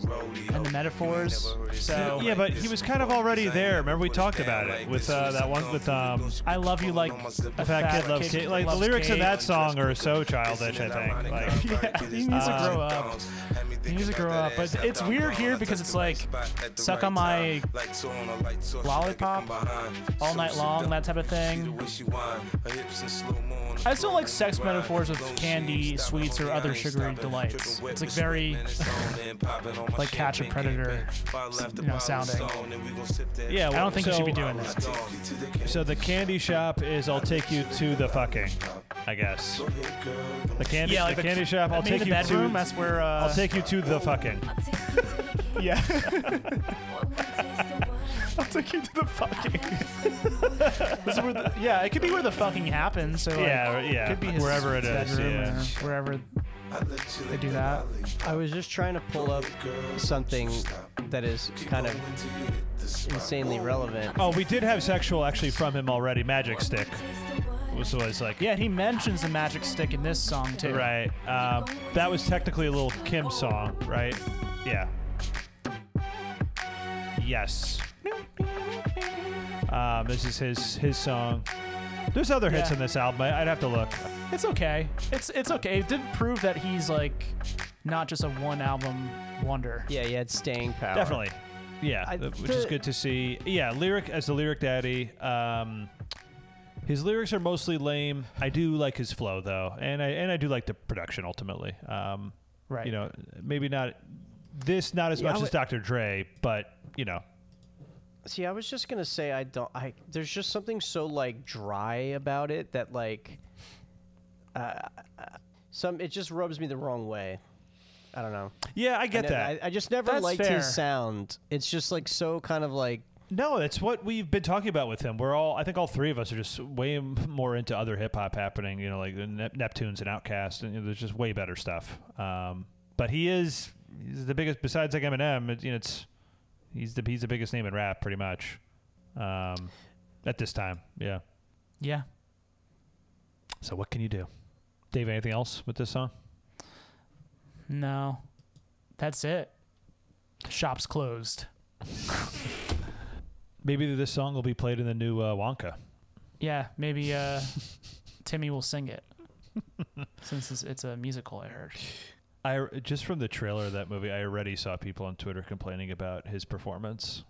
and the metaphors. So
yeah, but he was kind of already there. Remember we talked about it with uh, that one with um,
I love you like a
Fat Kid Loves Kid. Like the
loves
lyrics of
cake.
that song are so childish. I think. Like,
he needs to grow up. He needs to grow up. But it's weird here because it's like suck on my lollipop all night long, that type of thing. I
I
just don't like sex metaphors with candy, sweets, or other sugary delights. It's like very like catch a predator, you know, sounding.
yeah,
I don't think you
so-
should be doing that.
So the candy shop is I'll take you to the fucking, I guess. The candy, the, candy shop. I'll
maybe
take
the
you
bedroom.
to.
That's where. Uh,
I'll take you to the fucking.
Yeah. I'll take you to the fucking. this is where the, yeah, it could be where the fucking happens. So like,
Yeah, yeah,
could be his
wherever it is,
bedroom
yeah.
or wherever they do that.
I was just trying to pull up something that is kind of insanely relevant.
Oh, we did have sexual actually from him already. Magic stick was always like.
Yeah, he mentions the magic stick in this song too.
Right. Um, that was technically a little Kim song, right? Yeah. Yes. Um, this is his his song. There's other hits
Yeah.
on this album. I- I'd have to look.
It's okay. It's it's okay. It did prove that he's like not just a one album wonder.
Yeah, you had staying power.
Definitely. Yeah,
I
th- which is
thi-
good to see. Yeah, lyric as the lyric daddy. Um, his lyrics are mostly lame. I do like his flow though, and I and I do like the production ultimately. Um,
Right.
You know, maybe not this not as
Yeah, I
much as
would-
Dr. Dre, but you know,
See, I was just gonna say I don't. I there's just something so like dry about it that like, uh, some it just rubs me the wrong way. I don't know.
Yeah, I get
And
that.
I, I just never
That's
liked
fair.
his sound. It's just like so kind of like
no, that's what we've been talking about with him. We're all, I think all three of us are just way m- more into other hip hop happening, you know, like the Nep- Neptunes and Outkast, and you know, there's just way better stuff. Um, but he is he's the biggest, besides like Eminem, it, you know, it's, he's the, he's the biggest name in rap pretty much um, at this time. Yeah.
Yeah.
So what can you do? Dave, anything else with this song?
No. That's it. Shop's closed.
Maybe this song will be played in the new uh, Wonka.
Yeah, maybe uh, Timmy will sing it since it's, it's a musical. I heard.
I just from the trailer of that movie, I already saw people on Twitter complaining about his performance.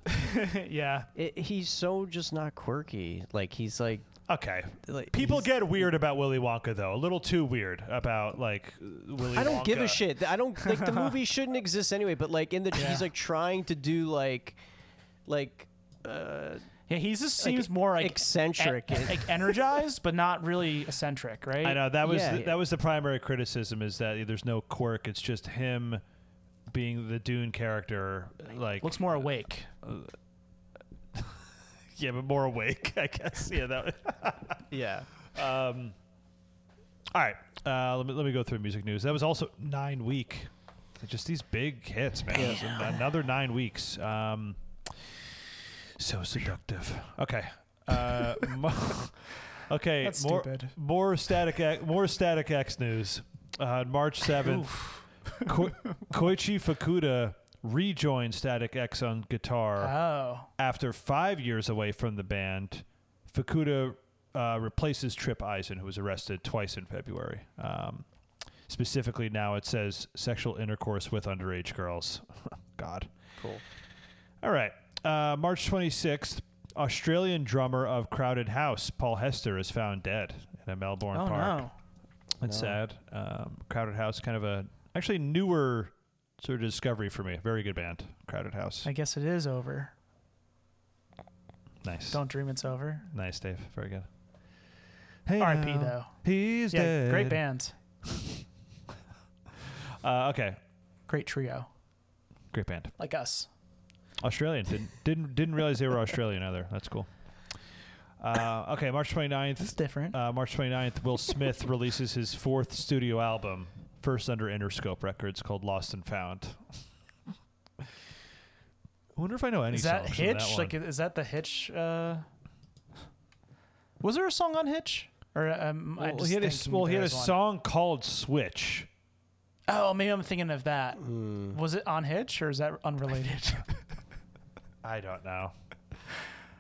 yeah.
it, he's so just not quirky. Like he's like
Okay,
like
People
he's-
get weird about Willy Wonka though, a little too weird about like Willy.
I don't give a
Wonka.
shit. I don't like the movie shouldn't exist anyway. But like in the
Yeah.
he's like trying to do like like
Yeah, he just seems more like
eccentric.
e- like energized, but not really eccentric, right?
I know that was
Yeah.
the, that was the primary criticism is that there's no quirk. It's just him being the Dune character, like
Looks more awake.
yeah, but more awake, I guess. Yeah, that.
yeah.
All right, uh, let me let me go through music news. That was also nine week. Just these big hits, man. It's Another nine weeks. Um, so seductive. Okay. Uh, mo- okay.
That's
more
stupid.
more static X, more static X news. Uh, March seventh, Ko- Koichi Fukuda rejoined Static X on guitar
Oh,
after five years away from the band, Fukuda uh, replaces Trip Eisen, who was arrested twice in February. Um, specifically, now it says sexual intercourse with underage girls. God. Cool. All right. Uh, March 26th, Australian drummer of Crowded House, Paul Hester, is found dead in a Melbourne
oh
park.
no.
That's sad. Um, Crowded House, kind of a actually newer sort of discovery for me. Very good band, Crowded House.
I guess it is over.
Nice.
Don't dream it's over.
Nice, Dave. Very good. Hey
R.I.P.
now,
though.
He's
Yeah,
dead.
great band,
Uh, okay,
great trio,
great band.
like us.
Australian didn't didn't didn't realize they were Australian either. That's cool. Uh, okay, March 29th.
It's different.
Uh, March 29th, Will Smith releases his fourth studio album, first under Interscope Records, called Lost and Found. I wonder if I know any
is that
songs
Hitch?
From that one.
like, is that the Hitch? Uh... Was there a song on Hitch? Or um, I
well,
just
he had a,
think
s- well, he
there
had a
was one.
song called Switch.
Oh, maybe I'm thinking of that. Was it on Hitch or is that unrelated?
I don't know.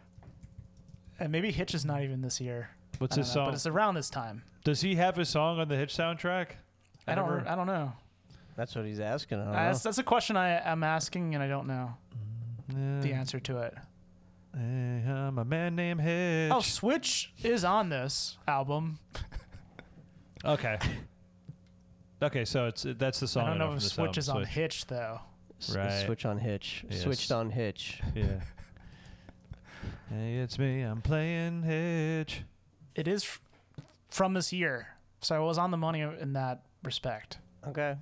and maybe Hitch is not even this year. I
What's
don't
his
know,
song?
But it's around this time.
Does he have a song on the Hitch soundtrack?
I, don't.
never-
I don't know.
That's what he's asking. I don't
That's,
know.
that's a question I am asking, and I don't know the
Hmm.
answer to it.
Hey, I'm a man named Hitch.
Oh, Switch is on this album.
Okay. Okay, so it's that's the song.
I don't know
from
if
this
Switch
album,
is on
Switch.
Hitch though.
S-
right.
Switch on Hitch.
Yes.
Switched on Hitch.
Yeah. hey, it's me. I'm playing Hitch.
It is f- from this year, so I was on the money in that respect.
Okay.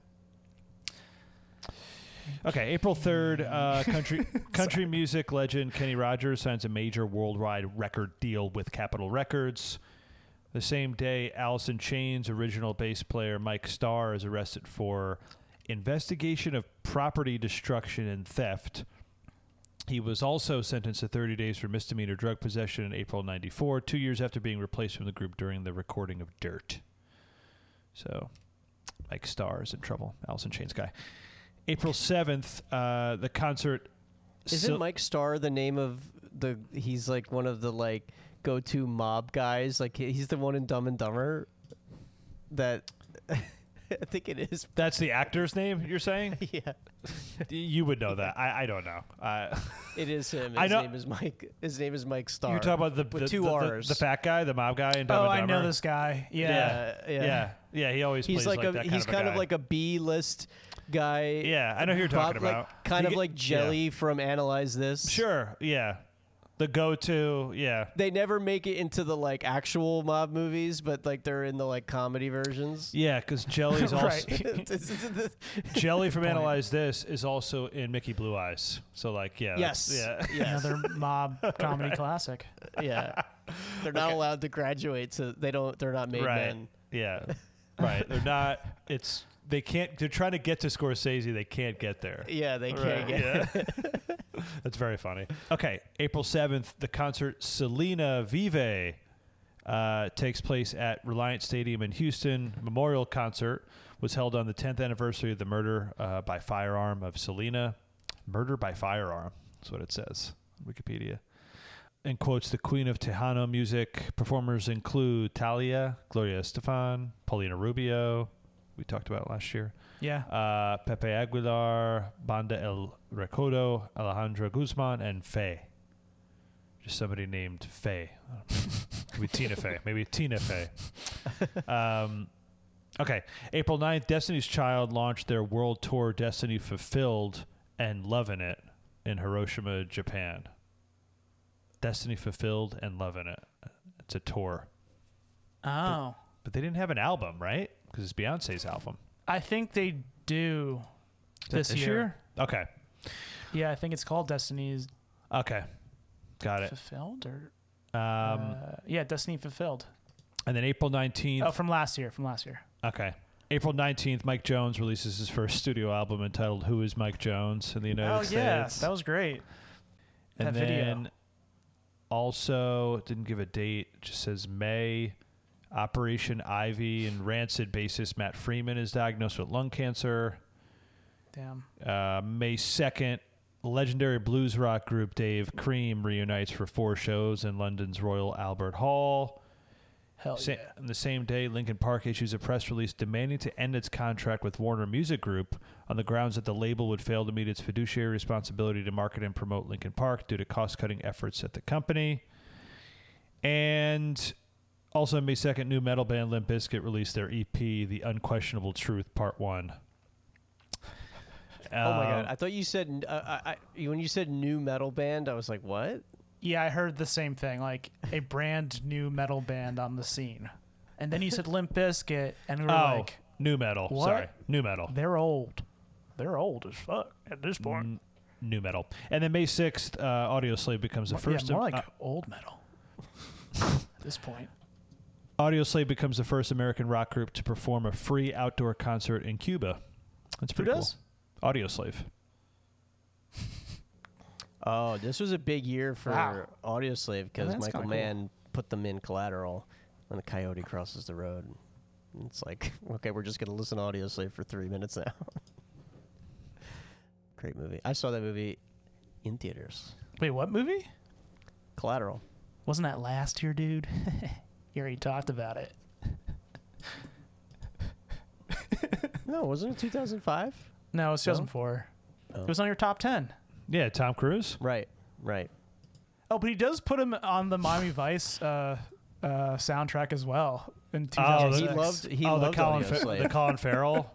Okay, April third. Uh, country country music legend Kenny Rogers signs a major worldwide record deal with Capitol Records. The same day, Alice in Chains original bass player Mike Starr is arrested for investigation of property destruction and theft. He was also sentenced to 30 days for misdemeanor drug possession in April 94, two years after being replaced from the group during the recording of Dirt. So, Mike Starr is in trouble. Alice in Chains guy. April 7th, uh, the concert.
Isn't
Sil-
Mike Starr the name of the? He's like one of the like go-to mob guys. Like he- he's the one in Dumb and Dumber. That I think it is.
That's the actor's name you're saying?
Yeah,
you would know that. I, I don't know. Uh,
it is him. His
I know-
name is Mike. His name is Mike Starr.
you're talking about the,
with
the-
two
the, the-
R's.
the fat guy, the mob guy, and Dumb
oh,
and
I know
Dumber?
this guy. Yeah.
Yeah.
Yeah, yeah.
yeah, yeah. He always
He's
plays like,
like, a
that kind
he's
of a
kind of
guy.
like a B-list guy.
Yeah, I know who you're talking
Bob- like,
about.
kind
You
of
get-
like
yeah.
Jelly from Analyze This.
Sure. Yeah. The go-to. Yeah.
They never make it into the like actual mob movies, but like they're in the like comedy versions.
Yeah, because Jelly's also
Right.
This is the-
Jelly from Analyze This is also in Mickey Blue Eyes. So like, yeah. that's-
yes.
Yeah.
Yes.
Another mob comedy classic.
yeah. They're not allowed to graduate, so they don't. They're not made
right.
men.
Yeah. Right. They're not. It's they can't. They're trying to get to Scorsese. They can't get there.
Yeah, they can't
Right,
get.
yeah. That's very funny. Okay, April 7th, the concert Selena Vive uh, takes place at Reliant Stadium in Houston. Memorial concert was held on the 10th anniversary of the murder uh, by firearm of Selena. Murder by firearm is what it says on Wikipedia. In quotes, the queen of Tejano music. Performers include Talia, Gloria Estefan, Paulina Rubio, we talked about last year
Yeah.
uh, Pepe Aguilar, Banda El Recodo, Alejandra Guzman, and Faye. Just somebody named Faye. Maybe Tina Faye. Maybe Tina Faye. Um, okay. April 9th, Destiny's Child launched their world tour, Destiny Fulfilled and Lovin' It, in Hiroshima, Japan. Destiny Fulfilled and Lovin' It. It's a tour.
Oh.
But they didn't have an album, right? Because it's Beyonce's album.
I think they do this,
Okay.
Yeah, I think it's called Destiny's
Okay. Got it.
Fulfilled or
Uh, Um,
uh, yeah, Destiny Fulfilled.
and then April 19th.
Oh, from last year. From last year.
okay. April 19th, Mike Jones releases his first studio album entitled Who is Mike Jones in the United
oh
States.
yeah, that was great.
and
that video.
then also it didn't give a date, it just says May. Operation Ivy and Rancid bassist Matt Freeman is diagnosed with lung cancer.
Damn.
Uh, May 2nd, legendary blues rock group Dave Cream reunites for four shows in London's Royal Albert Hall.
Hell
Sa-
yeah.
On the same day, Lincoln Park issues a press release demanding to end its contract with Warner Music Group on the grounds that the label would fail to meet its fiduciary responsibility to market and promote Lincoln Park due to cost cutting efforts at the company. And also on May 2nd, new metal band Limp Bizkit released their EP, The Unquestionable Truth, Part 1.
Oh
Um, Oh my god! I thought you said n- uh, I, I, when you said new metal band, I was like, what?
Yeah, I heard the same thing. Like a brand new metal band on the scene. And then you said Limp Bizkit, and we were
Oh,
like,
new metal.
What?
Sorry, new metal.
they're old. They're old as fuck at this point.
Mm, New metal. And then May sixth, uh, Audio Slave becomes the first.
yeah, more
Am-
like
uh,
old metal. at this point.
Audio Slave becomes the first American rock group to perform a free outdoor concert in Cuba. That's pretty
does?
cool. Audio Slave.
Oh, this was a big year for
Wow.
Audio Slave because
that's
Michael
kinda cool.
Mann put them in Collateral when the coyote crosses the road. And It's like, okay, we're just gonna listen to Audio Slave for three minutes now. Great movie. I saw that movie in theaters.
Wait, what movie?
Collateral.
Wasn't that last year, dude? you already talked about it.
No, wasn't it 2005?
No, it was 2004.
Oh.
It was on your top 10.
Yeah, Tom Cruise.
Right, right.
Oh, but he does put him on the Miami Vice uh, uh, soundtrack as well in
Oh,
2006.
the-
He loved. He
oh,
loved
the Colin,
Audio Slave.
the Colin Farrell,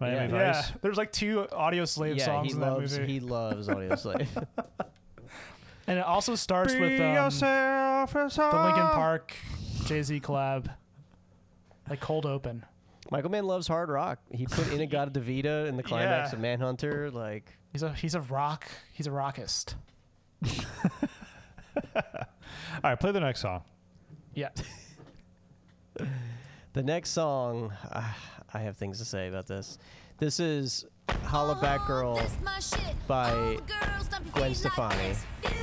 Miami
yeah,
Vice.
there's like two Audio Slave
yeah,
songs
he
in
loves.
that movie,
He loves Audio Slave.
and it also starts with um, the
yourself is
Lincoln
all-
Park Jay Z collab, like Cold Open.
Michael Mann loves hard rock. He put Inagata DeVita in the climax
Yeah.
of Manhunter. Like,
He's a he's a rock he's a rockist.
All right, play the next song.
Yeah,
The next song, ah, I have things to say about this. This is Holla Back Girl. by Gwen
Gwen
Stefani.
Stefani.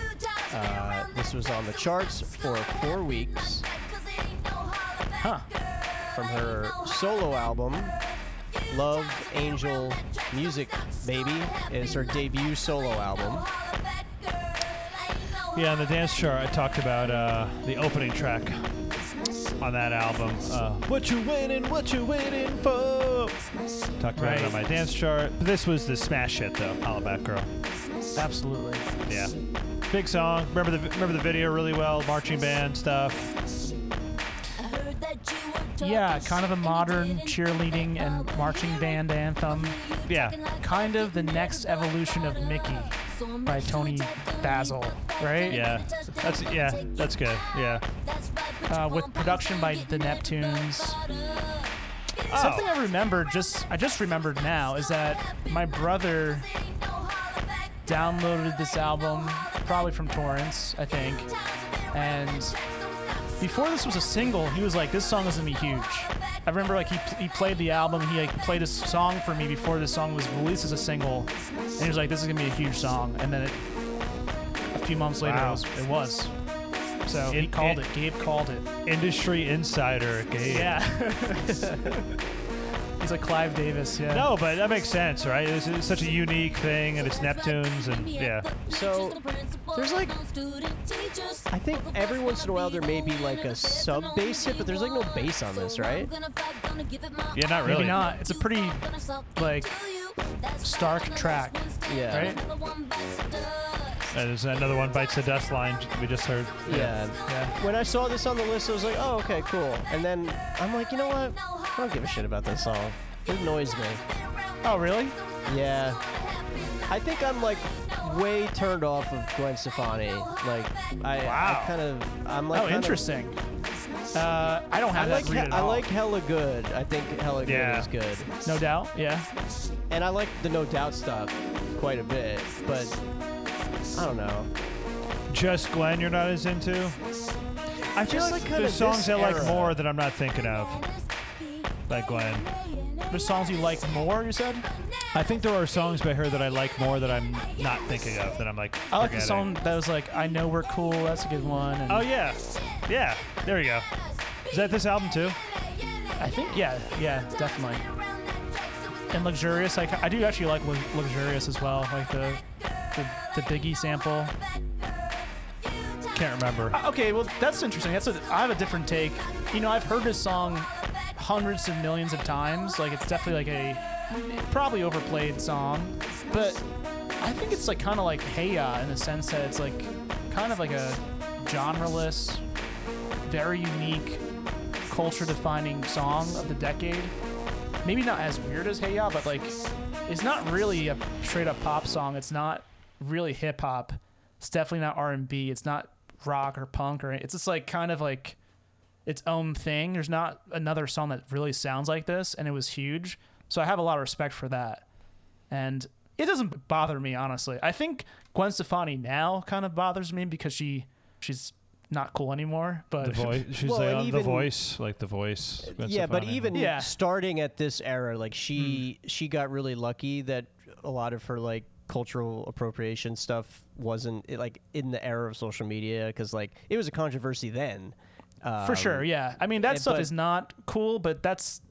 Uh,
this was on the charts for four weeks
Huh.
from her solo album, Love Angel Music Baby. It's her debut solo album.
Yeah, on the dance chart, I talked about uh, the opening track on that album. Uh, what you waiting? What you waiting for? Talked about it on my dance chart. But this was the smash hit, though. Hollaback Girl.
absolutely.
Yeah, big song. Remember the remember the video really well. Marching band stuff.
Yeah, kind of a modern cheerleading and marching band anthem.
Yeah,
Kind of the next evolution of Mickey by Tony Basil, right?
yeah. That's yeah. That's good. Yeah.
Uh, with production by the Neptunes.
Oh,
Something I remember just I just remembered now is that my brother downloaded this album probably from torrents, I think. And before this was a single, he was like, "This song is gonna be huge." I remember like he, pl- he played the album, and he like played a song for me before this song was released as a single, and he was like, "This is gonna be a huge song," and then it, a few months later,
Wow.
it, was, it was. So he
It-
called
it-
it. Gabe called it.
industry insider. Gabe.
Yeah. He's like Clive Davis. Yeah.
No, but that makes sense, right? This is such a unique thing, and it's Neptunes, and yeah.
So, there's like- I think every once in a while there may be like a sub bass hit, but there's like no bass on this, right?
Yeah,
Maybe
not really.
not. It's a pretty like stark track,
Yeah.
right?
Uh, there's another one, Bites the Dust line j- we just heard.
Yeah. When I saw this on the list, I was like, oh, okay, cool. And then I'm like, you know what? I don't give a shit about this song. It annoys me.
Oh, really?
Yeah. I think I'm like way turned off of Gwen Stefani. Like, I,
Wow.
I kind of, I'm like,
Oh,
kind of-
interesting. Uh, I don't have
I
that
like,
read at
I
all.
like Hella Good. I think Hella Good
Yeah.
is good.
No doubt. Yeah.
and I like the No Doubt stuff quite a bit, but I don't know.
Just Glenn, you're not as into. I feel
Just
like,
like kinda
there's songs
this
I like
era.
more that I'm not thinking of, like Glenn.
There's songs you like more. You said.
I think there are songs by her that I like more that I'm not thinking of, that I'm like.
I like the song
forgetting.
that was like, "I know we're cool." That's a good one. And
Oh yeah, yeah. There you go. Is that this album too?
I think yeah, yeah, definitely. And luxurious, like I do actually like Lu- luxurious as well, like the the, the Biggie sample.
Can't remember.
Uh, Okay, well that's interesting. That's a I have a different take. You know, I've heard this song hundreds of millions of times. Like it's definitely like a probably overplayed song, but I think it's like kind of like Hey Ya in the sense that it's like kind of like a genreless, very unique, culture-defining song of the decade. Maybe not as weird as Hey Ya, but like it's not really a straight-up pop song. It's not really hip hop. It's definitely not R and B. It's not rock or punk or any- it's just like kind of like its own thing. There's not another song that really sounds like this, and it was huge. So I have a lot of respect for that, and it doesn't bother me honestly. I think Gwen Stefani now kind of bothers me because she she's not cool anymore. But
The voice. She's
Well,
like
and
on
even-
the voice, like the voice. Gwen
yeah, but
Stefani.
even
Yeah.
starting at this era, like she she got really lucky that a lot of her like cultural appropriation stuff wasn't it, like in the era of social media because like it was a controversy then.
for sure,
Um,
yeah. I mean that
eh,
stuff
but-
is not cool, but that's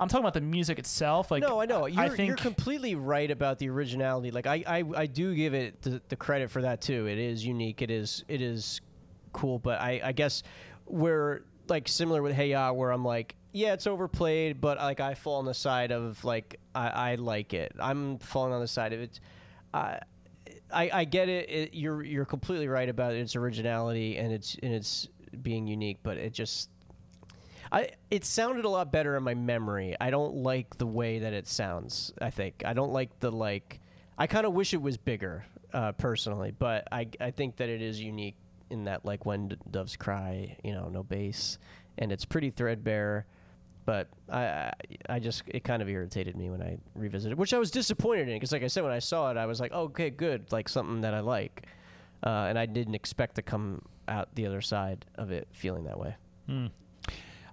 I'm talking about the music itself. Like
No, I know. You're,
I think
you're completely right about the originality. Like I, I, I do give it the, the credit for that too. It is unique. It is it is cool. But I, I guess we're like similar with Hey Ya, where I'm like, yeah, it's overplayed, but like I fall on the side of like I, I like it. I'm falling on the side of it. I, I, I get it. it. You're you're completely right about its originality and its and its being unique, but it just I it sounded a lot better in my memory. I don't like the way that it sounds. I think I don't like the like. I kind of wish it was bigger, uh, personally. But I I think that it is unique in that like when d- doves cry, you know, no bass, and it's pretty threadbare. But I I, I just it kind of irritated me when I revisited, which I was disappointed in because like I said when I saw it, I was like, okay, good, like something that I like, uh, and I didn't expect to come out the other side of it feeling that way.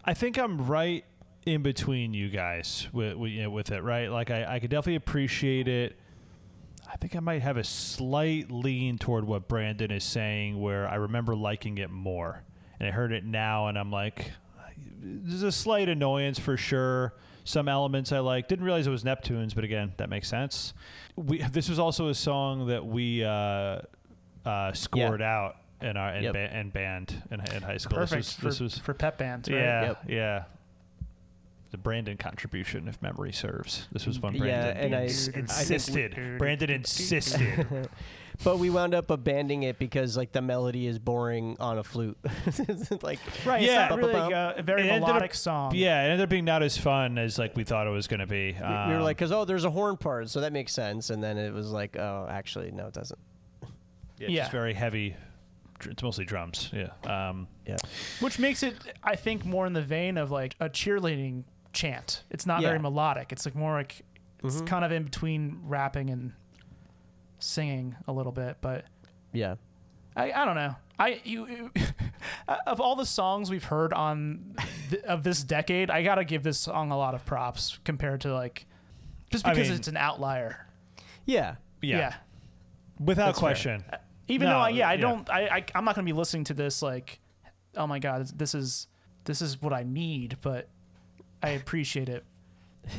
I think I'm right in between you guys with with, you know, with it, right? Like I, I could definitely appreciate it. I think I might have a slight lean toward what Brandon is saying, where I remember liking it more, and I heard it now, and I'm like, there's a slight annoyance for sure. Some elements I like. Didn't realize it was Neptune's, but again, that makes sense. We this was also a song that we uh, uh, scored out in our in,
Yep.
ba- in band in, in high school.
perfect
This was,
for,
this was
for pep bands. Right?
yeah,
Yep.
yeah. The Brandon contribution, if memory serves. This was one Brandon
Mm, Yeah, and I-
ins-
I think we-
insisted. Brandon insisted.
But we wound up abandoning it because like the melody is boring on a flute. like
Right.
Yeah.
it's not really like
Ba-ba-bum.
a very
It ended up-
melodic song.
yeah, it ended up being not as fun as like we thought it was going to be.
we- we were
Um,
like, because oh, there's a horn part, so that makes sense. And then it was like, oh, actually, no, it doesn't.
Um, yeah, it's
yeah.
just very heavy. dr- It's mostly drums. Yeah. Um,
Yeah,
Which makes it, I think, more in the vein of like a cheerleading chant. It's not very
Yeah. Mm-hmm.
melodic. It's like more like it's kind of in between rapping and singing a little bit, but
yeah.
I, I don't know. I you, you uh, of all the songs we've heard on th- of this decade, I gotta give this song a lot of props compared to like just
I
because
mean-
it's an outlier.
Yeah.
yeah. Without question.
Even
No,
though, I, yeah, I
yeah.
don't, I, I, I'm not gonna be listening to this like, oh my god, this is this is what I need, but I appreciate it.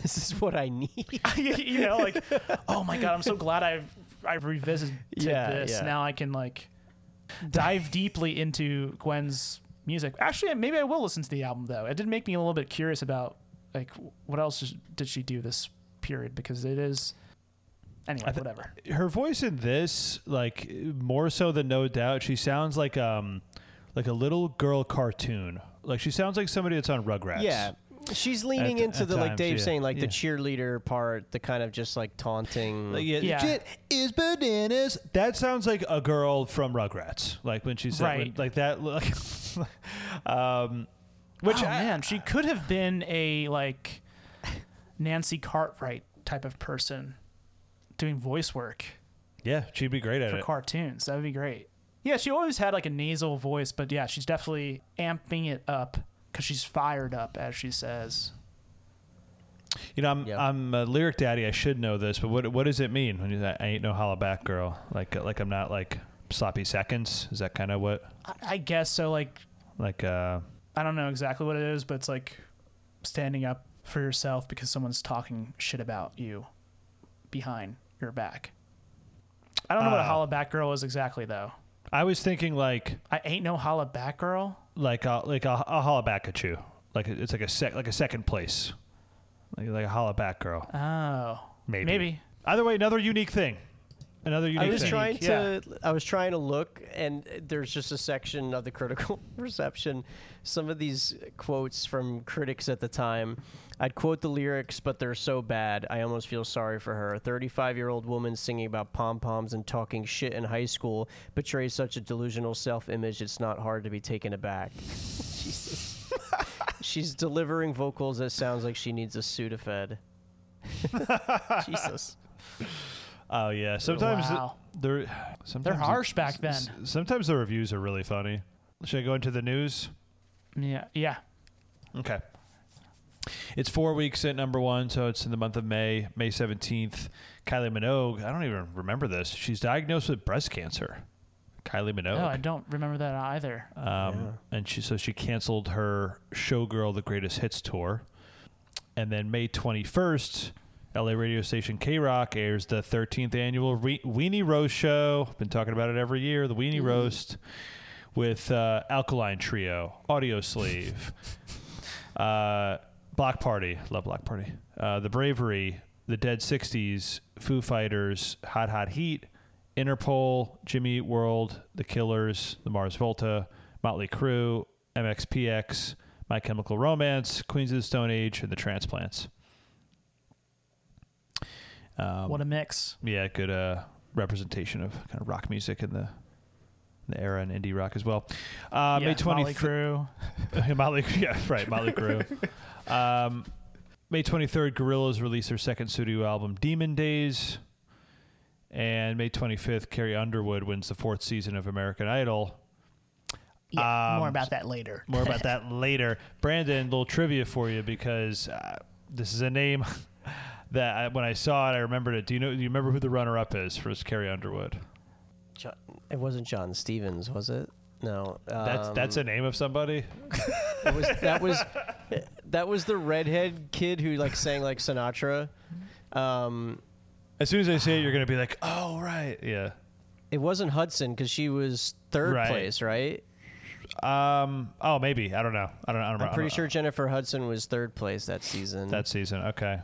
This is what I need.
you know, like, oh my god, I'm so glad I I revisited
Yeah,
this.
yeah.
Now I can like dive deeply into Gwen's music. Actually, maybe I will listen to the album though. It did make me a little bit curious about like what else is- did she do this period because it is. Anyway, whatever.
her voice in this like more so than no doubt she sounds like um like a little girl cartoon like she sounds like somebody that's on rugrats
yeah. She's leaning
At-
into
at
the like
times,
Dave
yeah.
saying like the
Yeah.
cheerleader part, the kind of just like taunting.
Like, yeah,
Yeah.
Shit is bananas. That sounds like a girl from Rugrats. Like when she said, when-
Right.
like that. Look, um,
Which Oh, man, she could have been a like Nancy Cartwright type of person doing voice work
yeah, she'd be great at
for
it.
cartoons. That would be great. Yeah, she always had like a nasal voice, but yeah, she's definitely amping it up because she's fired up, as she says.
you know, I'm
Yeah.
I'm a lyric daddy. I should know this, but what what does it mean when you say, I ain't no holla back girl? Like uh, like I'm not like sloppy seconds. Is that kind of what
I, I guess so. Like
like uh
I don't know exactly what it is, but it's like standing up for yourself because someone's talking shit about you behind your back. I don't know what a
Ah.
holla back girl is exactly though.
I was thinking like
I ain't no holla back girl.
like a, like a, a holla back at you. Like it's like a sec like a second place. Like like a holla back girl.
Oh,
Maybe.
maybe.
Either way, another unique thing. Another
I
unique
was
thing.
trying
Yeah.
to I was trying to look and there's just a section of the critical reception some of these quotes from critics at the time I'd quote the lyrics but they're so bad I almost feel sorry for her a 35-year-old woman singing about pom-poms and talking shit in high school betrays such a delusional self-image it's not hard to be taken aback Jesus. She's delivering vocals that sounds like she needs a Sudafed Jesus
Oh yeah. Sometimes
Wow.
the- they're sometimes
They're
the-
harsh back then.
s- Sometimes the reviews are really funny. Should I go into the news?
Yeah, yeah.
Okay. It's four weeks at number one, so it's in the month of May, May 17th. Kylie Minogue, I don't even remember this. She's diagnosed with breast cancer. Kylie Minogue.
No, Oh, I don't remember that either.
Oh, Um, And she so she canceled her Showgirl The Greatest Hits tour. And then May 21st, LA radio station K Rock airs the 13th annual Re- Weenie Roast Show. Been talking about it every year, the Weenie Roast with uh, Alkaline Trio, Audio Slave, uh, Block Party, love Block Party, uh, The Bravery, The Dead 60s, Foo Fighters, Hot Hot Heat, Interpol, Jimmy Eat World, The Killers, The Mars Volta, Motley Crue, MXPX, My Chemical Romance, Queens of the Stone Age, and The Transplants. Um,
what a mix.
yeah, good uh, representation of kind of rock music in the the era and indie rock as well. Uh, May
Yeah,
twenty
Motley Crue.
Motley, yeah, right, Motley Crue. um, May twenty third, Gorillaz released their second studio album, Demon Days, and May twenty fifth, Carrie Underwood wins the fourth season of American Idol.
Yeah,
Um,
more about that later.
More about that later. Brandon, little trivia for you because uh, this is a name that I, when I saw it, I remembered it. Do you know? Do you remember who the runner up is for Carrie Underwood?
John, it wasn't John Stevens, was it? No,
That's
um,
that's a name of somebody.
it was, that was that was the redhead kid who like sang like Sinatra. Um,
As soon as I say it, you're gonna be like, oh right, yeah.
it wasn't Hudson because she was third
Right.
place, right?
Um. Oh, maybe I don't know. I don't. I don't
I'm
I
pretty
don't-
sure Jennifer Hudson was third place that season.
that season. Okay.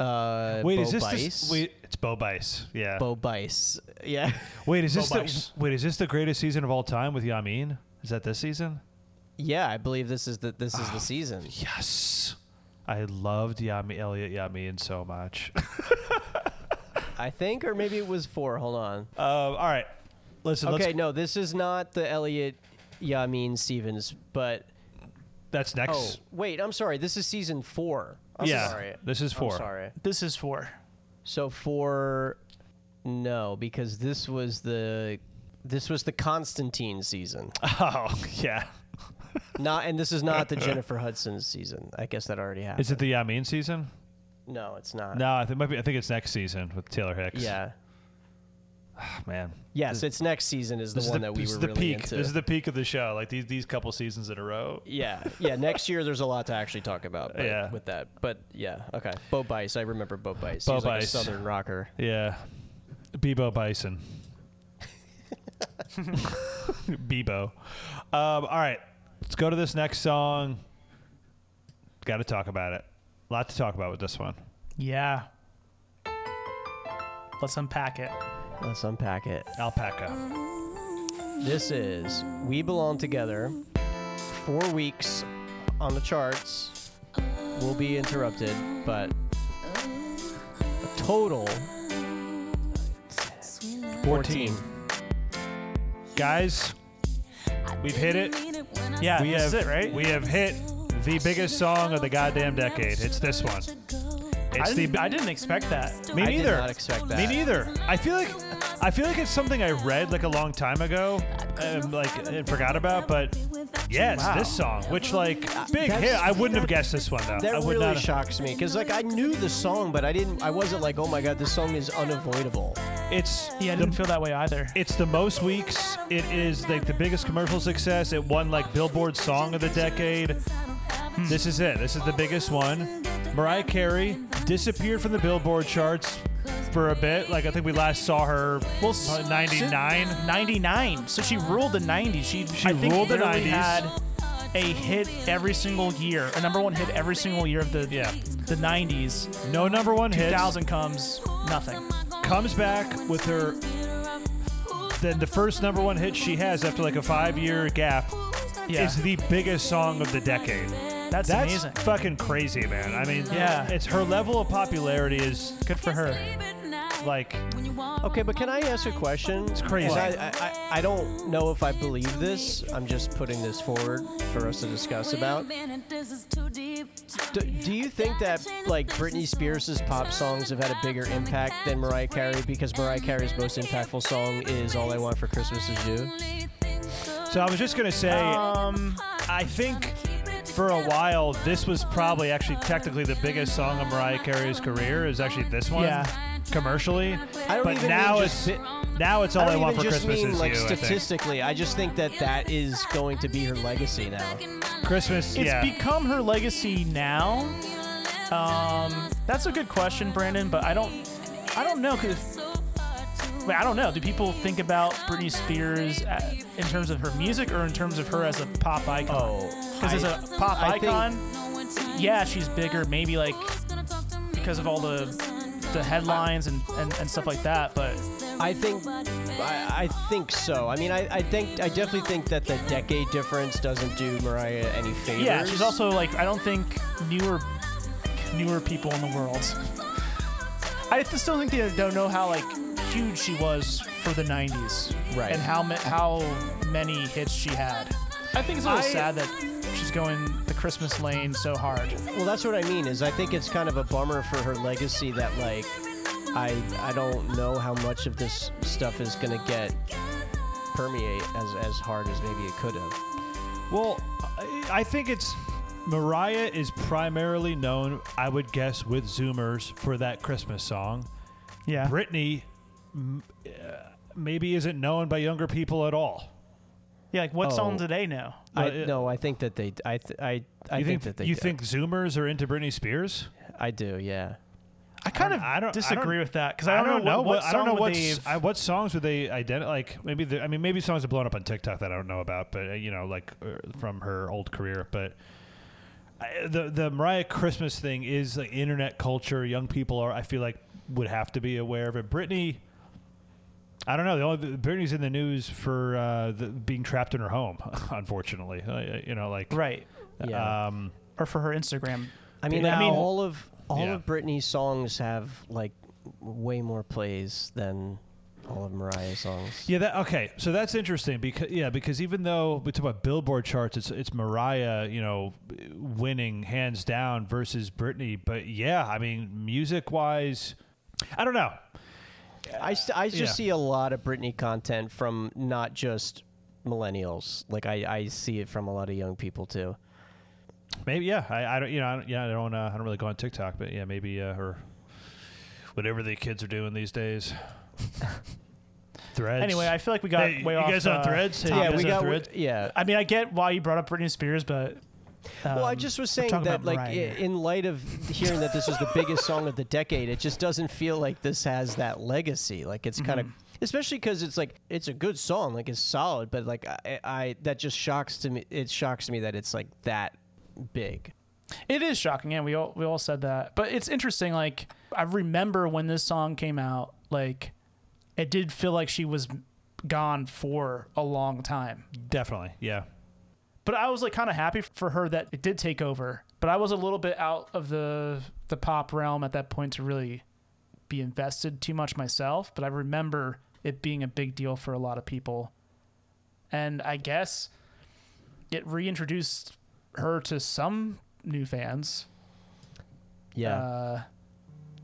uh,
Wait,
Bo
is this the-
Bice?
wait? It's Bo Bice. Yeah.
Bo Bice? Yeah,
wait, is this
Bo
the
Bice.
wait? Is this the greatest season of all time with Yamin? Is that this season?
yeah. I believe this is the this
Oh,
is the season.
Yes. I loved Yami Elliot Yamin so much.
I think, or maybe it was four. Hold on.
uh, all right. Listen.
okay,
Let's,
no, this is not the Elliot Yamin Stevens, but
That's
Oh,
next.
wait, I'm sorry. This is season four. I'm
Yeah,
sorry.
this is
I'm
four.
sorry.
This is for.
So four, no, because this was the this was the Constantine season.
Oh, yeah.
not and this is not the Jennifer Hudson season. I guess that already happened.
Is it the Yamin season?
No, it's not.
No, I think it might be. I think it's next season with Taylor Hicks.
Yeah.
man.
Yes, it's next season is the
This is
one
the,
that we
this
were
is the
really
peak.
into.
This is the peak of the show. Like these these couple seasons in a row.
yeah, yeah. Next year, there's a lot to actually talk about. But,
Yeah.
with that. But yeah, okay. Bo Bice, I remember Bo Bice.
Bo
he was like a
Bice.
Southern rocker.
Yeah. Bebo Bison. Bebo. Um, all right. Let's go to this next song. Got to talk about it. A lot to talk about with this one.
Yeah. Let's unpack it.
Let's unpack it.
Alpaca.
This is We Belong Together. Four weeks on the charts. We'll be interrupted, but a total 14.
Guys, we've hit it.
Yeah,
We
this
have
is it, right?
We have hit the biggest song of the goddamn decade. It's this one. It's
I,
the
didn't, I didn't expect that.
Me
I
neither.
did not expect that.
Me neither. I feel like I feel like it's something I read like a long time ago, um, like and forgot about. But yeah, it's
Wow.
this song, which like big
that's-
hit. I wouldn't have guessed this one though.
That
I would
really
not.
shocks me because like I knew the song, but I didn't. I wasn't like, oh my god, this song is unavoidable.
It's
Yeah, I
the,
didn't feel that way either.
it's the most weeks. It is like the biggest commercial success. It won like Billboard Song of the Decade. This is it. This is the biggest one. Mariah Carey disappeared from the Billboard charts for a bit. Like I think we last saw her
Well, s-
probably 99.
99. So she ruled the 90s. She,
She
I think
ruled the
literally
90s.
had a hit every single year, a number one hit every single year of the
Yeah.
the 90s.
No number one hits.
2000 comes, nothing.
comes back with her then the first number one hit she has after like a five year gap
Yeah.
is the biggest song of the decade.
That's,
That's
amazing.
fucking crazy, man. I mean,
Yeah.
it's her level of popularity is
Good for her.
like
Okay, but can I ask a question? It's
crazy.
I, I, I- I don't know if I believe this. I'm just putting this forward for us to discuss about. Do, do you think that like Britney Spears' pop songs have had a bigger impact than Mariah Carey because Mariah Carey's most impactful song is All I Want for Christmas Is You?
So I was just gonna say,
Um,
I think for a while this was probably actually technically the biggest song of Mariah Carey's career is actually this one.
Yeah.
Commercially,
I don't
but
even
now
mean
it's
just
now it's all
I
I,
don't
want
even
for
just
Christmas
mean
is
like
you. I think.
statistically. I just think that that is going to be her legacy now.
Christmas,
it's
yeah.
become her legacy now. Um, that's a good question, Brandon. But I don't, I don't know. Cause wait, I don't know. Do people think about Britney Spears uh, in terms of her music or in terms of her as a pop icon? because as
Oh, I-
a pop
I think-
icon, yeah, she's bigger. Maybe like because of all the the headlines and, and, and stuff like that. But
I think, I, I think so. I mean, I, I think I definitely think that the decade difference doesn't do Mariah any favors.
yeah, she's also like I don't think newer newer people in the world. I th- still think they don't know how like huge she was for the '90s,
Right.
And how ma- how many hits she had. I think it's a little
I-
sad that she's going the Christmas lane so hard.
well. That's what I mean. Is I think it's kind of a bummer for her legacy that like, I I don't know how much of this stuff is gonna get permeate as as hard as maybe it could have.
Well, I- I think it's Mariah is primarily known, I would guess, with Zoomers for that Christmas song.
Yeah,
Britney m- uh, maybe isn't known by younger people at all.
yeah. Like what's
Oh.
on today now?
I
Well, uh,
no, I think that they I th- I I
You
think, that they
you
do.
think Zoomers are into Britney Spears?
I do. Yeah.
I kind of
I don't- I
disagree
don't-
with that because I, don't know what, what
I
song
don't know
would
what
they
s- I- what songs would they identify. Like maybe the, I mean maybe songs have blown up on TikTok that I don't know about, but uh, you know like uh, from her old career. But I, the the Mariah Christmas thing is like internet culture. Young people are I feel like would have to be aware of it. Britney. I don't know. The only, Britney's in the news for uh, the, being trapped in her home, unfortunately. Uh, you know, like
right
Yeah.
Um,
or for her Instagram.
I mean,
Now-
I mean, all of all
Yeah.
of Britney's songs have like way more plays than all of Mariah's songs.
Yeah, that okay. So that's interesting because yeah, because even though we talk about Billboard charts, it's it's Mariah, you know, winning hands down versus Britney. But yeah, I mean, music wise, I don't know.
I, st- I just
Yeah.
see a lot of Britney content from not just millennials. Like I, I see it from a lot of young people too.
Maybe yeah, I, I don't you know I don't, yeah I don't uh, I don't really go on TikTok, but yeah maybe uh, or whatever the kids are doing these days. threads.
Anyway, I feel like we got
Hey,
way
you
off.
guys on
uh,
Threads? Hey,
topic.
you guys on
w-
Threads?
yeah.
I mean, I get why you brought up Britney Spears, but
well, I
um,
just was
we're
saying
talking
that
about
like i-
Mariah here.
in light of hearing that this was the biggest song of the decade, it just doesn't feel like this has that legacy. Like it's kind of
Mm-hmm.
especially because it's like it's a good song, like it's solid, but like I, I that just shocks to me. It shocks me that it's like that big.
it is shocking. Yeah, we all we all said that, but it's interesting. Like I remember when this song came out, like it did feel like she was gone for a long time.
definitely yeah.
But I was like kind of happy for her that it did take over. But I was a little bit out of the the pop realm at that point to really be invested too much myself. But I remember it being a big deal for a lot of people, and I guess it reintroduced her to some new fans.
Yeah.
Uh,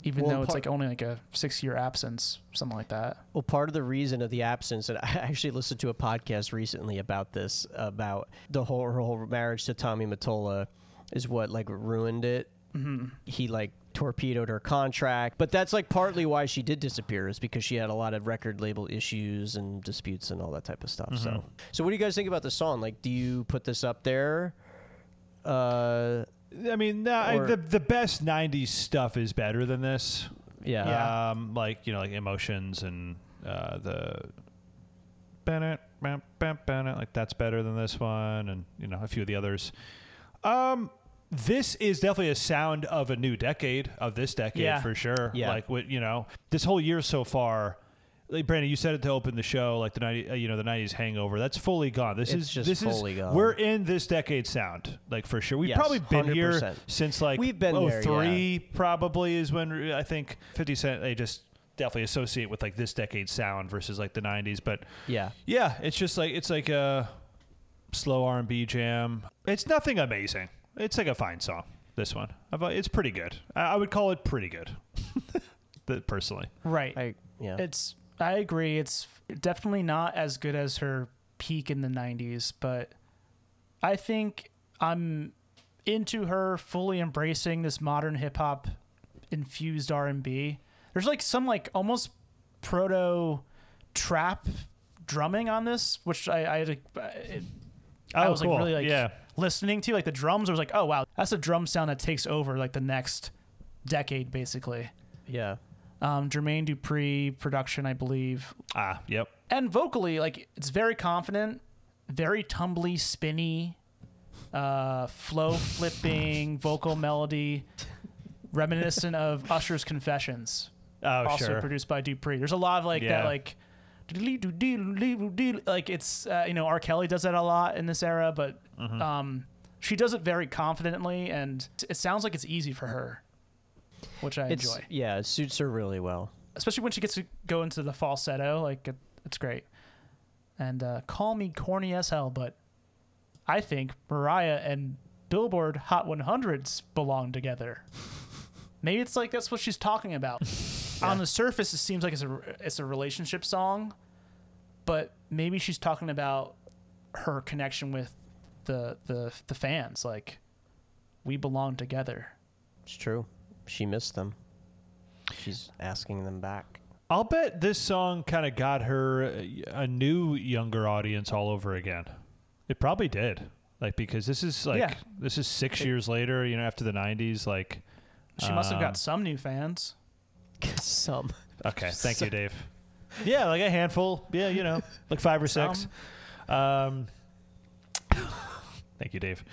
even
Well,
though it's
part-
like only like a six year absence, something like that.
Well, part of the reason of the absence, and I actually listened to a podcast recently about this, about the whole her whole marriage to Tommy Mottola, is what like ruined it.
Mm-hmm.
He like torpedoed her contract, but that's like partly why she did disappear is because she had a lot of record label issues and disputes and all that type of stuff.
Mm-hmm.
So, so what do you guys think about the song? Like, do you put this up there? Uh,
I mean, nah, I-
Or-
the the best '90s stuff is better than this.
yeah.
Um, like you know, like emotions and uh, the Bennett, Bennett, Bennett, like that's better than this one, and you know a few of the others. Um, this is definitely a sound of a new decade of this decade
Yeah.
for sure.
Yeah.
Like what you know, this whole year so far. Like Brandon, you said it to open the show, like the ninety, uh, you know, the nineties hangover. That's fully gone. This
It's
is
just
this
fully
is,
gone.
We're in this decade sound, like for sure. We've
Yes,
probably been here
100%.
since like oh,
We've been there,
03 probably is when re- I think Fifty Cent they just definitely associate with like this decade sound versus like the nineties. But
Yeah.
yeah, it's just like it's like a slow R and B jam. It's nothing amazing. It's like a fine song. This one, I've- it's pretty good. I, I would call it pretty good, Th- personally.
Right.
I yeah.
it's I agree. It's definitely not as good as her peak in the '90s, but I think I'm into her fully embracing this modern hip hop infused R and B. There's like some like almost proto trap drumming on this, which I I, had a- it- I
Oh,
was
cool.
like really like
Yeah.
listening to like the drums. I was like, oh wow, that's a drum sound that takes over like the next decade basically.
yeah.
Um, Jermaine Dupri production, I believe,
Ah, yep.
and vocally like it's very confident very tumbly spinny uh flow flipping vocal melody reminiscent of usher's confessions
Oh,
also
sure.
produced by dupree there's a lot of like
Yeah.
that like like it's uh, you know r kelly does that a lot in this era but
Mm-hmm.
um she does it very confidently and it sounds like it's easy for her which i
It's
enjoy
yeah, it suits her really well.
especially when she gets to go into the falsetto. Like it, it's great. And uh, call me corny as hell, but I think Mariah and Billboard Hot 100s belong together. Maybe it's like that's what she's talking about. On the surface, it seems like it's a it's a relationship song, but maybe she's talking about her connection with the the the fans. Like we belong together.
It's true. She missed them. She's asking them back.
I'll bet this song kind of got her uh, a new younger audience all over again. It probably did. Like because this is like
Yeah.
this is 6 years later, you know, after the 90s like
She must have
Um,
got some new fans.
Some.
Okay, thank you, Dave. Yeah, like a handful. Yeah, you know, like five or six. Um, thank you, Dave.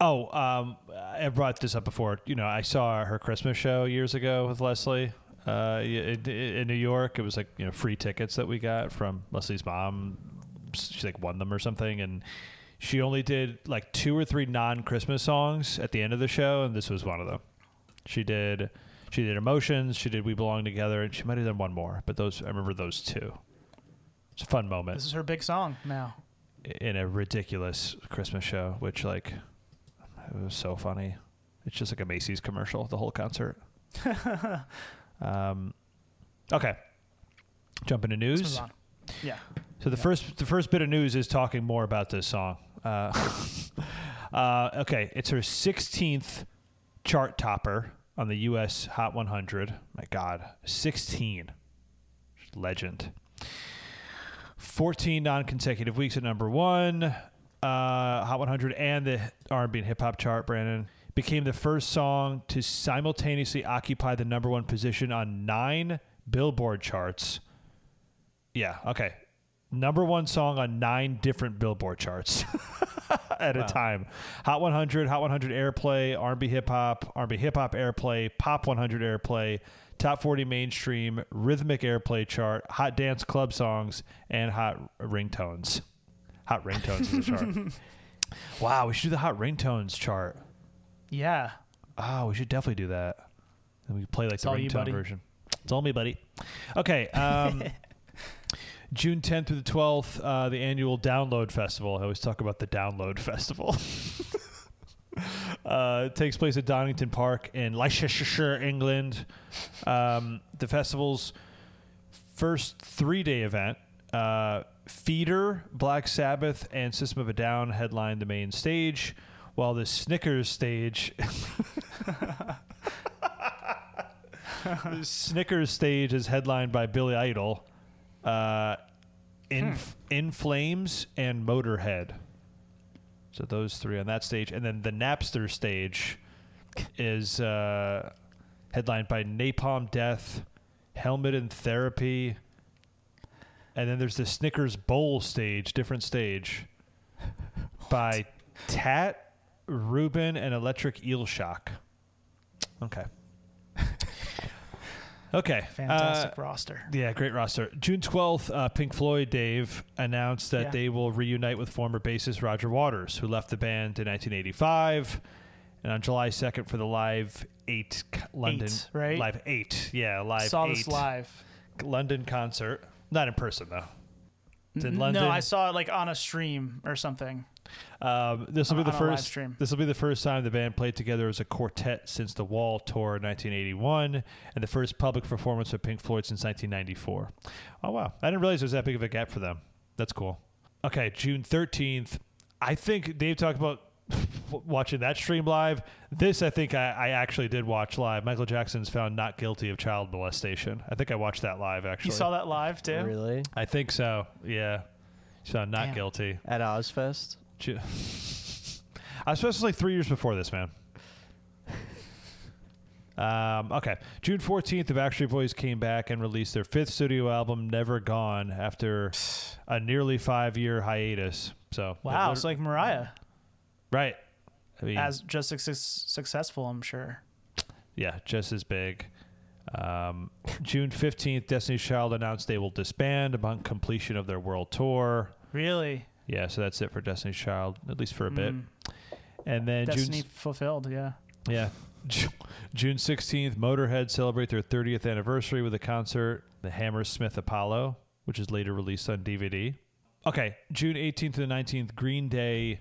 oh, um, I brought this up before. You know, I saw her Christmas show years ago with Leslie uh, in, in New York. It was like you know free tickets that we got from Leslie's mom. She like won them or something, and she only did like two or three non-Christmas songs at the end of the show, and this was one of them. She did she did emotions, she did We Belong Together, and she might have done one more, but those I remember those two. It's a fun moment
This is her big song now.
in a ridiculous Christmas show, which like it was so funny. It's just like a Macy's commercial, the whole concert. um, okay. Jump into news.
Move on. Yeah.
So the first the first bit of news is talking more about this song. Uh, uh, okay, it's her 16th chart topper on the U.S. Hot 100. My God, 16, legend. 14 non-consecutive weeks at number one, uh, Hot 100, and the R&B and hip hop chart. Brandon became the first song to simultaneously occupy the number one position on nine Billboard charts. Yeah. Okay. Number one song on nine different Billboard charts at a time. Hot 100, Hot 100 Airplay, R&B Hip Hop, R&B Hip Hop Airplay, Pop 100 Airplay, Top 40 Mainstream, Rhythmic Airplay Chart, Hot Dance Club Songs, and Hot Ringtones. Hot Ringtones is the chart. Wow, we should do the Hot Ringtones chart.
Yeah.
Oh, we should definitely do that. And we play like the
all you,
ringtone
buddy.
version. It's all me, buddy. Okay. Um, June 10th through the 12th, uh, the annual Download Festival. I always talk about the Download Festival. uh, it takes place at Donington Park in Leicestershire, England. Um, the festival's first three day event. Uh, Feeder, Black Sabbath, and System of a Down headlined the main stage, while the Snickers stage Snickers stage is headlined by Billy Idol, uh, in in flames and Motorhead. So those three on that stage, and then the Napster stage is uh, headlined by Napalm Death, Helmet and Therapy, and then there's the Snickers Bowl stage, different stage, by Tat Ruben and Electric Eel Shock. Okay. okay.
Fantastic
uh,
roster.
yeah, great roster. June 12th, uh, Pink Floyd Dave announced that
Yeah.
they will reunite with former bassist Roger Waters, who left the band in 1985. And on July 2nd for the Live 8 c- London.
Eight, right?
Live 8. Yeah, Live
Saw
8.
this live.
London concert. Not in person, though. It's in London.
No, I saw it like on a stream or something.
Um, this will
On-
be the
on a live
first.
stream.
This will be the first time the band played together as a quartet since the Wall tour in 1981, and the first public performance of Pink Floyd since 1994. Oh wow! I didn't realize there was that big of a gap for them. That's cool. Okay, June 13th. I think Dave talked about watching that stream live. This I think I, I actually did watch live. Michael Jackson's found not guilty of child molestation. I think I watched that live actually.
You saw that live too?
Really?
I think so. Yeah. He's found not
Damn.
guilty.
At Ozfest?
Ju- I was supposed to like three years before this, man. Um, okay. June 14th, the Backstreet Boys came back and released their fifth studio album, Never Gone, after a nearly five year hiatus. So,
Wow,
they're-
it's like Mariah.
right. I mean,
As just success successful, I'm sure.
yeah, just as big. Um, June 15th, Destiny's Child announced they will disband upon completion of their world tour.
Really?
Yeah, so that's it for Destiny's Child, at least for a bit. And then June
Mm. Destiny
s-
fulfilled, yeah.
Yeah. Ju- June 16th, Motorhead celebrate their 30th anniversary with a concert, the Hammersmith Apollo, which is later released on DVD. Okay, June 18th to the 19th, Green Day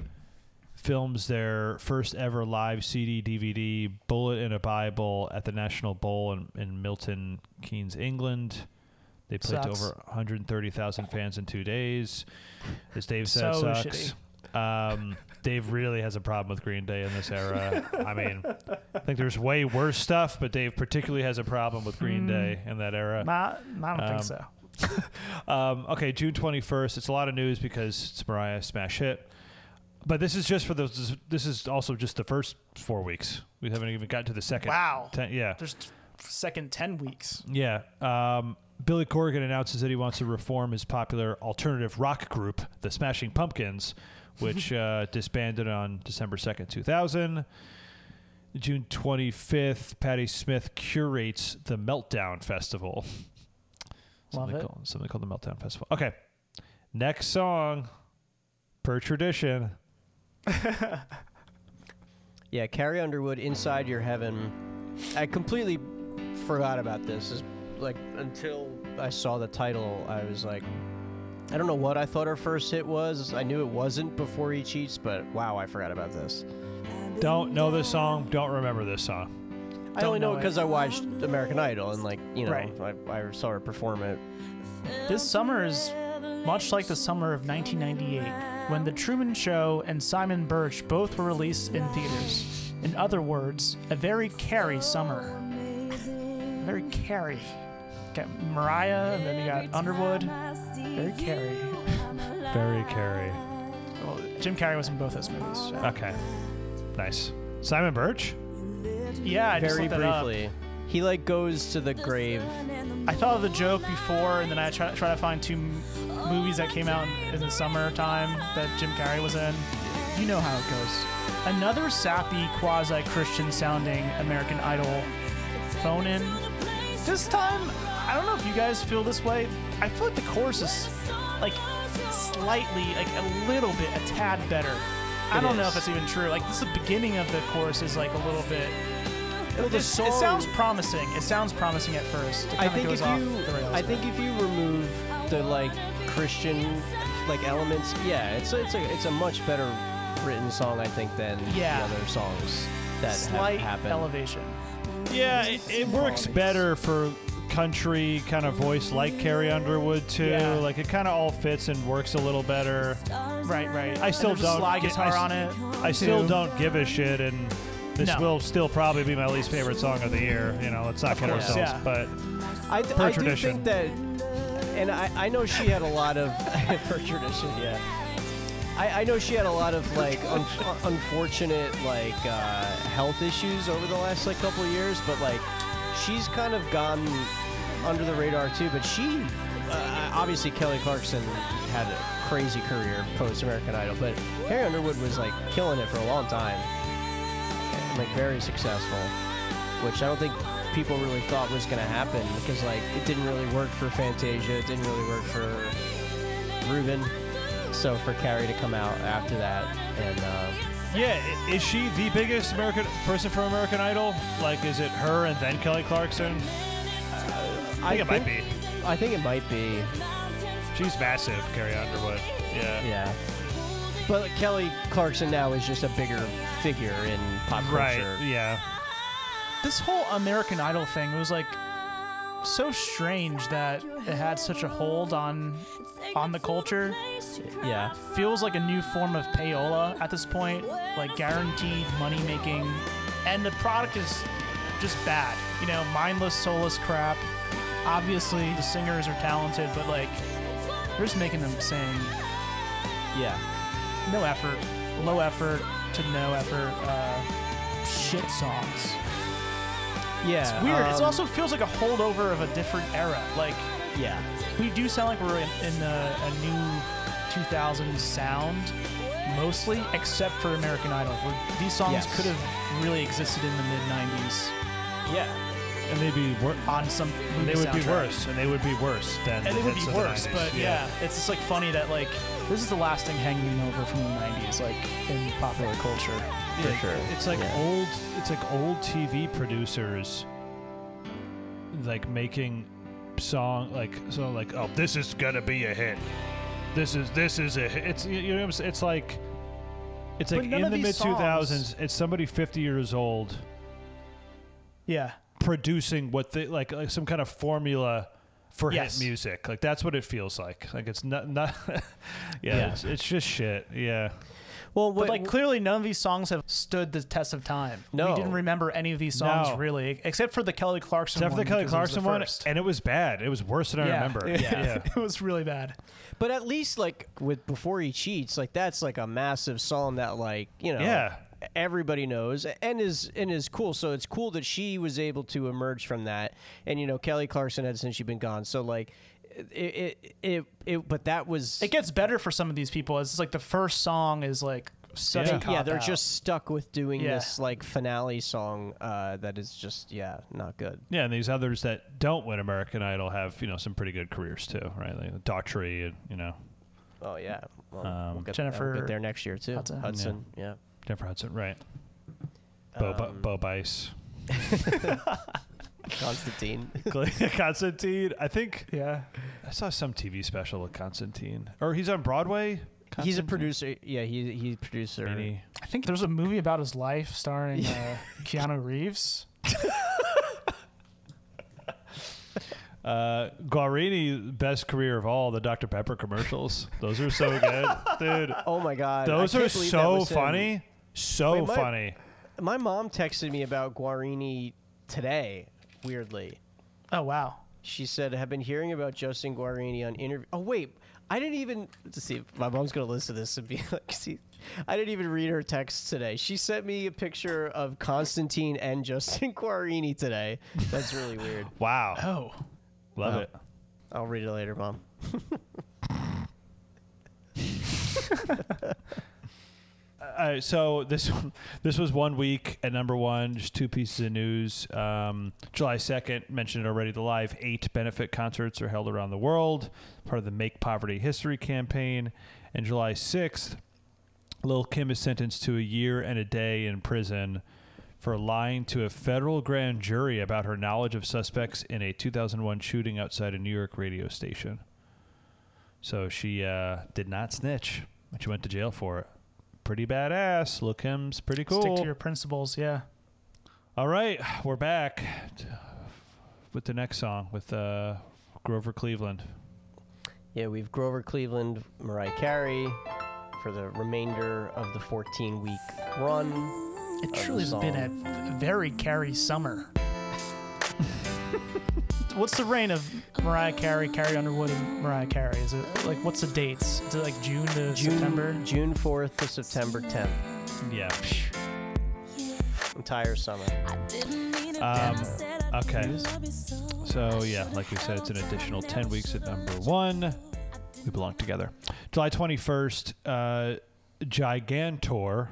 films their first ever live CD DVD, Bullet in a Bible, at the National Bowl in, in Milton Keynes, England. They played to
Sucks.
over 130,000 fans in two days. As Dave said,
So
sucks. Um, Dave really has a problem with Green Day in this era. I mean, I think there's way worse stuff, but Dave particularly has a problem with Green Day in that era.
Ma- I don't
Uh, Um,
think so.
Um, okay, June 21st. It's a lot of news because it's Mariah smash hit. But this is just for those. This is also just the first four weeks. We haven't even gotten to the second.
Wow.
ten- yeah.
There's t- second 10 weeks.
Yeah. Um, Billy Corgan announces that he wants to reform his popular alternative rock group, the Smashing Pumpkins, which uh, disbanded on December 2nd, 2000. June 25th, Patti Smith curates the Meltdown Festival. something,
it.
Called, something called the Meltdown Festival. Okay. Next song, per tradition.
Yeah, Carrie Underwood, Inside Your Heaven. I completely forgot about this. It's like until I saw the title, I was like, I don't know what I thought her first hit was. I knew it wasn't Before He Cheats, but wow, I forgot about this.
Don't know this song. Don't remember this song.
I only know
know
it
it.
because I watched American Idol and like you know
Right.
I, I saw her perform it.
This summer is much like the summer of 1998, when The Truman Show and Simon Birch both were released in theaters. In other words, a very carry summer. Very carry. Got Mariah, and then you got Underwood. Very carry.
Very Carey.
Well, Jim Carrey was in both those movies. so-
Okay. Nice. Simon Birch?
Yeah, I just
Very
looked that up.
briefly, he like goes to the grave.
I thought of the joke before, and then I try, try to find two m- movies that came out in the summertime that Jim Carrey was in. You know how it goes. Another sappy, quasi Christian sounding American Idol phone in. This time, I don't know if you guys feel this way. I feel like the chorus is like slightly, like a little bit, a tad better. I
It
don't know
is.
if that's even true. Like, this is the beginning of the chorus is like a little bit.
the
It,
song-
it sounds promising. It sounds promising at first. It
I
kinda
think
goes
if
off
you
the rails
I
there.
think if you remove the like Christian like elements, yeah, it's a, it's a it's a much better written song I think than
Yeah.
the other songs that
slight
have happened.
elevation.
Yeah, it, it works better for country kind of voice like Carrie Underwood too.
Yeah.
Like it kind of all fits and works a little better.
Right, right.
I still
and there's a
don't
slide
get-
guitar
I s-
on it.
I still
too.
don't give a shit, and this
No.
will still probably be my least favorite song of the year. You know, let's not kid
course,
ourselves.
yeah.
But
I, d-
per
I
tradition.
do think that, and I, I know she had a lot of per tradition, yeah. I, I know she had a lot of like un- unfortunate like uh, health issues over the last like couple of years, but like she's kind of gone under the radar too. But she uh, obviously Kelly Clarkson had a crazy career post American Idol, but Carrie Underwood was like killing it for a long time, and, like very successful, which I don't think people really thought was going to happen because like it didn't really work for Fantasia, it didn't really work for Ruben. So for Carrie to come out after that and uh,
Yeah, i- is she the biggest American person from American Idol? Like, is it her and then Kelly Clarkson? I think it might be.
I think it might be.
She's massive, Carrie Underwood. Yeah.
Yeah. But Kelly Clarkson now is just a bigger figure in pop
Right.
culture.
Yeah.
This whole American Idol thing was like so strange that it had such a hold on on the culture.
Yeah.
Feels like a new form of payola at this point, like guaranteed money making, and the product is just bad. You know, mindless, soulless crap. Obviously, the singers are talented, but like they're just making them sing
Yeah.
no effort, low effort to no effort uh, shit songs.
Yeah.
It's weird. it
um,
also feels like a holdover of a different era. Like
yeah.
we do sound like we're in, in a, a new 2000s sound, mostly, except for American Idol, where these songs
Yes.
could have really existed in the mid 90s
Yeah.
And they'd be wor-
on some.
and
movie
they would be
soundtrack.
worse, and they would be worse than
And
the
it would
hits
be
of the
worse,
90s.
but yeah. it's just like funny that like this is the last thing hanging over from the 90s, like in popular culture.
for sure. It's like old. It's like old TV producers, like making song like so like oh this is gonna be a hit. This is this is a hit. It's you know what I'm saying? It's like it's like
But none
in
of
the mid
these
two thousands. It's somebody fifty years old
Yeah.
producing what they like like some kind of formula for
Yes.
hit music. Like that's what it feels like. Like it's not not. yeah, It's, it's just shit. Yeah.
Well, what,
But like clearly, none of these songs have stood the test of time. we
No.
didn't remember any of these songs
No.
really, except for the Kelly Clarkson.
Except for the
one,
Kelly
because it was
Clarkson
the
one,
first.
and it was bad. It was worse than I remember. yeah.
it was really bad.
but at least like with before he cheats, like that's like a massive song that like you know.
Yeah.
Everybody knows and is and is cool. So it's cool that she was able to emerge from that. And you know Kelly Clarkson had since she'd been gone. So like, it it it, it but that was
It gets better for some of these people. It's just, like the first song is like such
They-
a
yeah,
cop
they're
out.
just stuck with doing
Yeah.
this like finale song uh, that is just yeah not good.
Yeah, and these others that don't win American Idol have you know some pretty good careers too, right? Like Daughtry and you know
Oh yeah, well,
Um,
we'll get,
Jennifer
we'll get there next year too.
Hudson.
Hudson,
Yeah.
yeah.
Jennifer Hudson, right? Bo, Bo,
Um,
Bo Bice,
Constantine.
Constantine. I think
yeah.
I saw some TV special of Constantine, or he's on Broadway.
he's a
Constantine?
producer. Yeah, he he's a producer.
Any-
I think there's a movie about his life starring uh, Keanu Reeves.
Uh, Guarini, best career of all the Dr Pepper commercials. Those are so good, dude.
Oh my god, I
Those
can't
are
believe that
so
was him.
funny, so
Wait, my-
funny.
My mom texted me about Guarini today. Weirdly,
Oh wow.
she said, "Have been hearing about Justin Guarini on interview." Oh wait, I didn't even to see. My mom's gonna listen to this and be like, "See, I didn't even read her text today." She sent me a picture of Constantine and Justin Guarini today. That's really weird.
Wow,
Oh.
love
Wow.
it.
I'll read it later, mom.
Uh, so this this was one week at number one. Just two pieces of news. Um, July second mentioned it already. The live eight benefit concerts are held around the world, part of the Make Poverty History campaign. And July sixth, Lil Kim is sentenced to a year and a day in prison for lying to a federal grand jury about her knowledge of suspects in a 2001 shooting outside a New York radio station. So she uh, did not snitch, but she went to jail for it. Pretty badass. Look, him's pretty cool.
Stick to your principles. Yeah.
All right, we're back t- with the next song with uh, Grover Cleveland.
Yeah, we've Grover Cleveland, Mariah Carey for the remainder of the 14 week run.
It truly has been a very Carey summer. what's the reign of Mariah Carey, Carrie Underwood, and Mariah Carey? Is it like what's the dates? Is it like June to
June,
September?
June 4th to September 10th.
Yeah.
Entire summer.
Um, Okay. So, yeah, like we said, it's an additional 10 weeks at number one. We belong together. July 21st, uh, Gigantor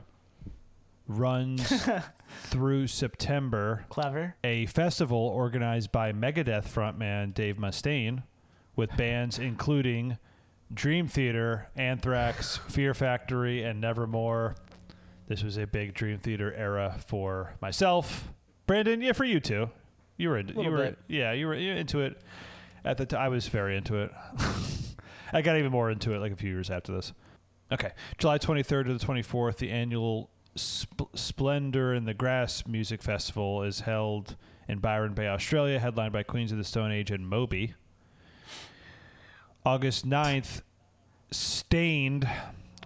runs through September,
Clever.
a festival organized by Megadeth frontman Dave Mustaine with bands including Dream Theater, Anthrax, Fear Factory, and Nevermore. This was a big Dream Theater era for myself, Brandon. Yeah, for you too. You were into, you
Little
were
bit.
yeah you were you were into it at the time. I was very into it. I got even more into it like a few years after this. Okay, July 23rd to the 24th, the annual Sp- Splendor in the Grass Music Festival is held in Byron Bay, Australia, headlined by Queens of the Stone Age and Moby. August 9th, Stained.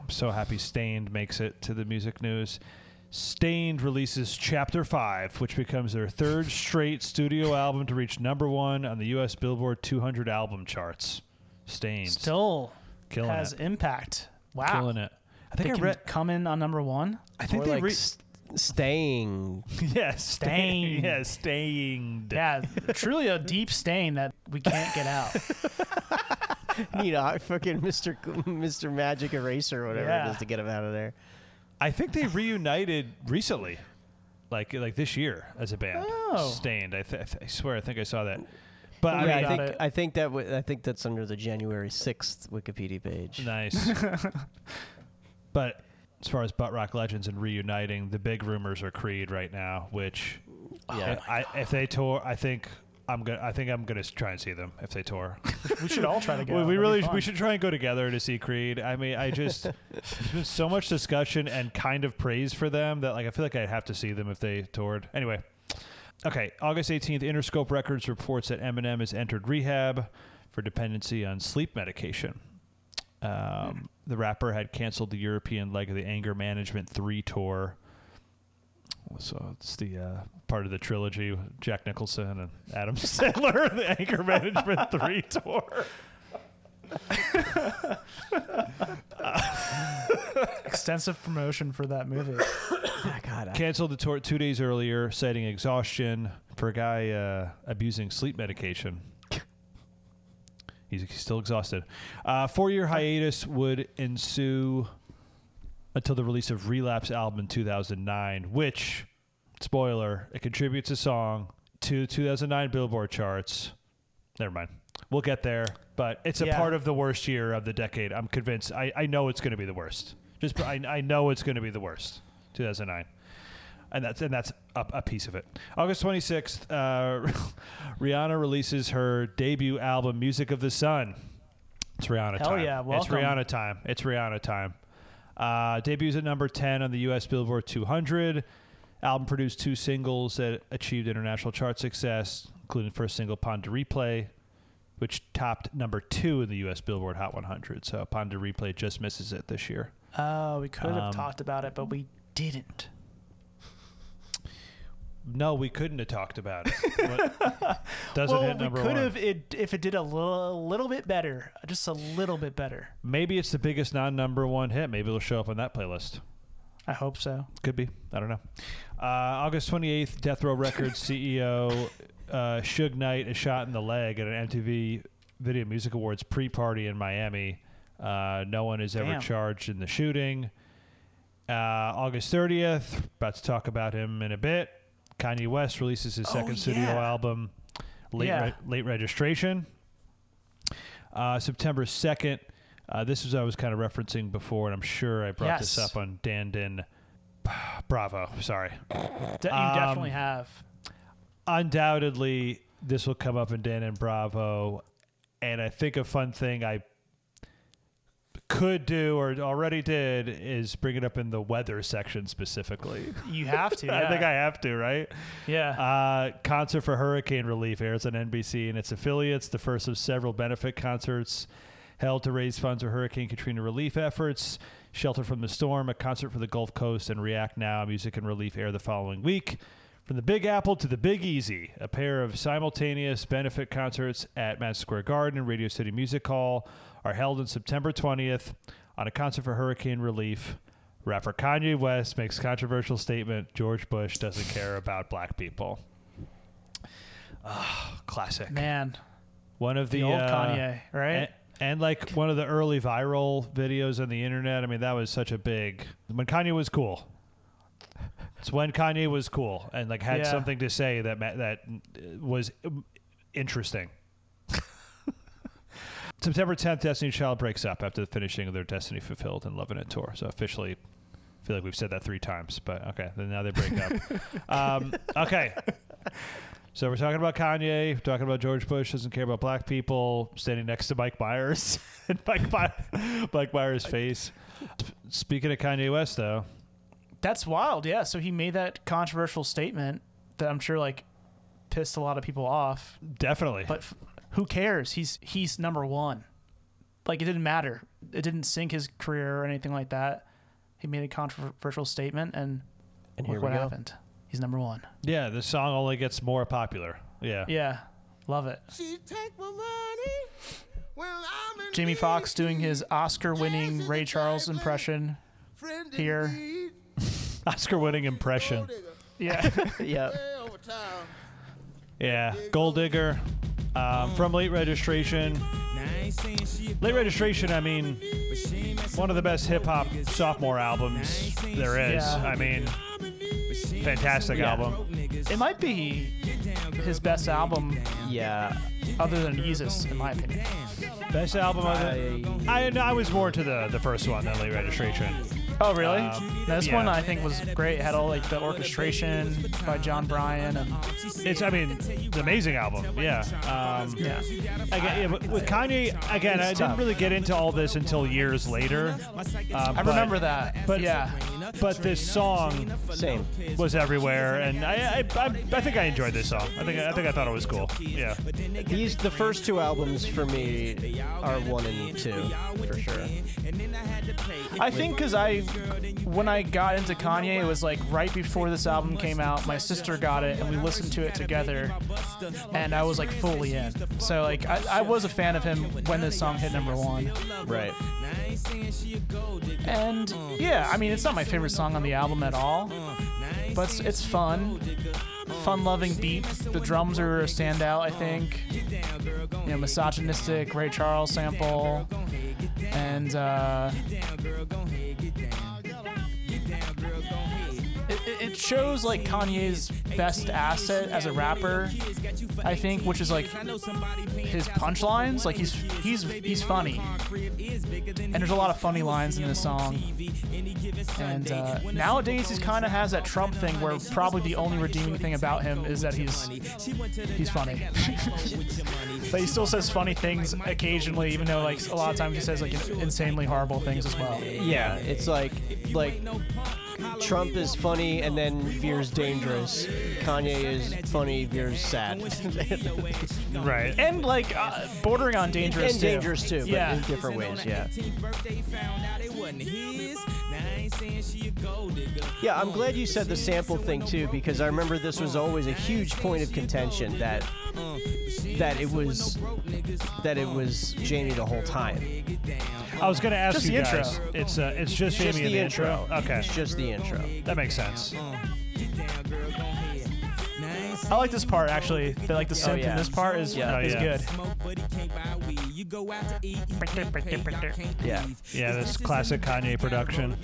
I'm so happy Stained makes it to the music news. Stained releases Chapter 5, which becomes their third straight studio album to reach number one on the U.S. Billboard 200 album charts. Stained.
Still
Killing
has
it.
impact. Wow.
Killing it. Ah, I
They
think I
can
read.
come in on number one.
I think
Or
they
like
re-
s- staying.
yeah, staying.
Stained.
Yeah, staying.
Yeah, truly a deep stain that we can't get out.
you know, fucking Mr. Cl- Mr. Magic Eraser or whatever
Yeah.
it is to get him out of there.
I think they reunited recently, like like this year as a band.
Oh.
Stained. I, th- I, th- I swear, I think I saw that. But I
yeah,
mean,
I think
it.
I think that w- I think that's under the January sixth Wikipedia page.
nice. but as far as butt rock legends and reuniting, the big rumors are Creed right now, which
Yeah.
I, I, if they tour, I think. I'm gonna. I think I'm gonna s- try and see them if they tour.
We should all try to get.
we,
out.
we
That'd "Oh, be
really
fun.
we should try and go together to see Creed. I mean, I just there's been so much discussion and kind of praise for them that like I feel like I'd have to see them if they toured. Anyway, okay, August 18th, Interscope Records reports that Eminem has entered rehab for dependency on sleep medication. Um, the rapper had canceled the European leg of the Anger Management Three tour. So it's the uh, part of the trilogy: Jack Nicholson and Adam Sandler, and the Anger Management Three tour.
extensive promotion for that movie.
Ah, God, I-
canceled the tour two days earlier, citing exhaustion for a guy uh, abusing sleep medication. He's he's still exhausted. Uh, Four year hiatus would ensue until the release of Relapse album in 2009, which, spoiler, it contributes a song to 2009 Billboard charts. Never mind. We'll get there, but it's a
Yeah.
part of the worst year of the decade. I'm convinced. I, I know it's going to be the worst. Just I, I know it's going to be the worst. 2009 and that's and that's a, a piece of it. August 26th, uh, Rihanna releases her debut album, Music of the Sun. It's Rihanna
Hell
time.
yeah,
It's
welcome.
Rihanna time. It's Rihanna time. Uh, debuts at number 10 on the U.S. Billboard 200. Album produced two singles that achieved international chart success, including first single "Pond to Replay," which topped number two in the U.S. Billboard Hot 100. So "Pond to Replay" just misses it this year.
Oh, we could have
Um,
talked about it, but we didn't.
No, we couldn't have talked about it. What- Doesn't
well,
hit
we
number
could
one.
have it if it did a little, little bit better, just a little bit better.
Maybe it's the biggest non-number one hit. Maybe it'll show up on that playlist.
I hope so.
Could be. I don't know. Uh, August 28th, Death Row Records CEO uh, Suge Knight is shot in the leg at an MTV Video Music Awards pre-party in Miami. Uh, no one is ever
Damn.
charged in the shooting. Uh, August 30th, about to talk about him in a bit. Kanye West releases his second studio
Oh, yeah.
album, Late,
Yeah.
Re- late Registration. Uh, September 2nd, uh, this is what I was kind of referencing before, and I'm sure I brought this
Yes.
up on Dandin. Bravo, sorry.
De- you definitely
Um,
have.
Undoubtedly, this will come up in Dandin Bravo. And I think a fun thing I could do or already did is bring it up in the weather section specifically.
You have to.
I
yeah.
think I have to, right?
Yeah.
Uh, concert for Hurricane Relief airs on NBC and its affiliates. The first of several benefit concerts held to raise funds for Hurricane Katrina relief efforts. Shelter from the Storm, a concert for the Gulf Coast, and React Now music and relief air the following week. From the Big Apple to the Big Easy, a pair of simultaneous benefit concerts at Madison Square Garden and Radio City Music Hall are held on September 20th on a concert for Hurricane Relief. Rapper Kanye West makes controversial statement George Bush doesn't care about black people. Ah, Classic.
Man,
One of the,
old
uh,
Kanye, right?
And, and like one of the early viral videos on the internet. I mean, that was such a big when Kanye was cool. It's when Kanye was cool and like had
Yeah.
something to say that ma- that uh, was um, interesting. September 10th, Destiny Child breaks up after the finishing of their Destiny Fulfilled and Loving It tour. So officially, I feel like we've said that three times, but okay. Then now they break up. um, okay. So we're talking about Kanye, we're talking about George Bush doesn't care about black people, standing next to Mike Myers and Mike, My- Mike Myers' face. Speaking of Kanye West, though,
That's wild. Yeah. So he made that controversial statement that I'm sure like pissed a lot of people off.
definitely.
But f- who cares? He's he's number one. Like it didn't matter. It didn't sink his career or anything like that. He made a controversial statement, and, look
And here we
what
go.
happened. He's number one.
yeah, the song only gets more popular. Yeah.
Yeah, love it. Jamie Foxx doing his Oscar-winning Ray Charles impression here.
Oscar winning impression.
Yeah,
yeah.
Yeah. Gold Digger. Um, from Late Registration. Late Registration, I mean, one of the best hip hop sophomore albums there is.
Yeah.
I mean, fantastic
Yeah.
album.
it might be his best album
Yeah.
other than Jesus, in my opinion.
Best album of the.
I,
I, I was more to the, the first one than Late Registration.
Oh, really?
Um,
this
yeah.
one I think was great. It had all like the orchestration by John Bryan and
It's, I mean, it's an amazing album. Yeah. Um,
yeah,
Again, yeah, but with Kanye, again, I didn't
tough.
really get into all this until years later. Um,
I remember that.
but-
But yeah,
But this song
Same.
was everywhere, and I, I, I, I think I enjoyed this song. I think I think I thought it was cool. Yeah,
These the first two albums for me are one and two for sure.
I think because I when I got into Kanye, it was like right before this album came out. My sister got it, and we listened to it together, and I was like fully in. So like I, I was a fan of him when this song hit number one.
Right.
And yeah, I mean, it's not my favorite song on the album at all, but it's, it's fun. Fun loving beat. The drums are a standout, I think. You know, misogynistic Ray Charles sample. And, uh. It, it- it shows like Kanye's best asset as a rapper, I think, which is like his punchlines. Like he's he's he's funny, and there's a lot of funny lines in this song. And uh, nowadays, he kind of has that Trump thing where probably the only redeeming thing about him is that he's he's funny. but he still says funny things occasionally, even though like a lot of times he says like insanely horrible things as well.
Yeah. It's like like Trump is funny and then veers dangerous. Kanye is funny, veers sad.
right.
And like uh, bordering on dangerous
and
too.
dangerous too, but
Yeah.
in different ways. Yeah. Yeah, I'm glad you said the sample thing too, because I remember this was always a huge point of contention that that it was that it was Jamie the whole time.
I was gonna ask
Just
you
the intro.
guys. It's uh, it's just,
Just
Jamie in
the intro.
Okay,
It's just the intro.
that makes sense.
I like this part actually. The, like the synth
Oh, yeah.
in this part is
Yeah. Oh,
is
yeah.
good.
Yeah.
Yeah, this classic Kanye production.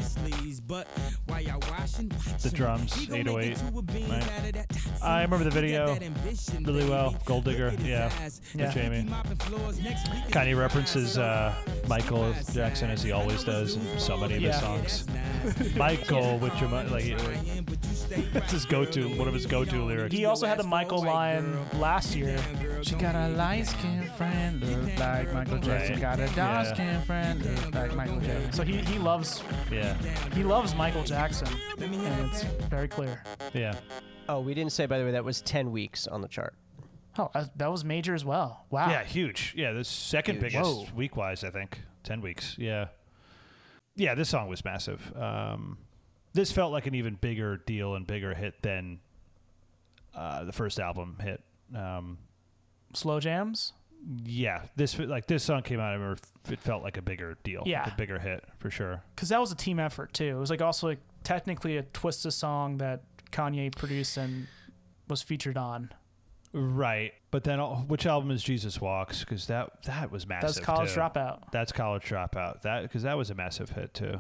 The drums, 808. Right. I remember the video really well. Gold Digger, yeah,
Yeah.
with Jamie. Kanye references uh, Michael Jackson as he always does in so many of his
Yeah.
songs. Michael, with your mo- like, it's his go-to, one of his go-to lyrics.
He also had the Michael line last year. She got a light skinned friend look like Michael Jackson.
Right.
Got a dark
Yeah.
skinned friend look like Michael Jackson. So he, he loves
Yeah,
he loves Michael Jackson, and it's very clear.
yeah.
Oh, we didn't say by the way that was 10 weeks on the chart.
Oh, I- that was major as well. Wow.
Yeah, huge. Yeah, the second
Huge.
biggest
Whoa.
week wise, I think. 10 weeks. Yeah. Yeah, this song was massive. Um, this felt like an even bigger deal and bigger hit than uh, the first album hit. Um,
Slow jams.
yeah, this like this song came out. I remember f- it felt like a bigger deal, like
Yeah.
a bigger hit for sure.
because that was a team effort too. It was like also like technically a Twista song that Kanye produced and was featured on.
Right, but then all, which album is Jesus Walks? Because that that was massive.
College
too.
Dropout.
That's College Dropout. That because that was a massive hit too.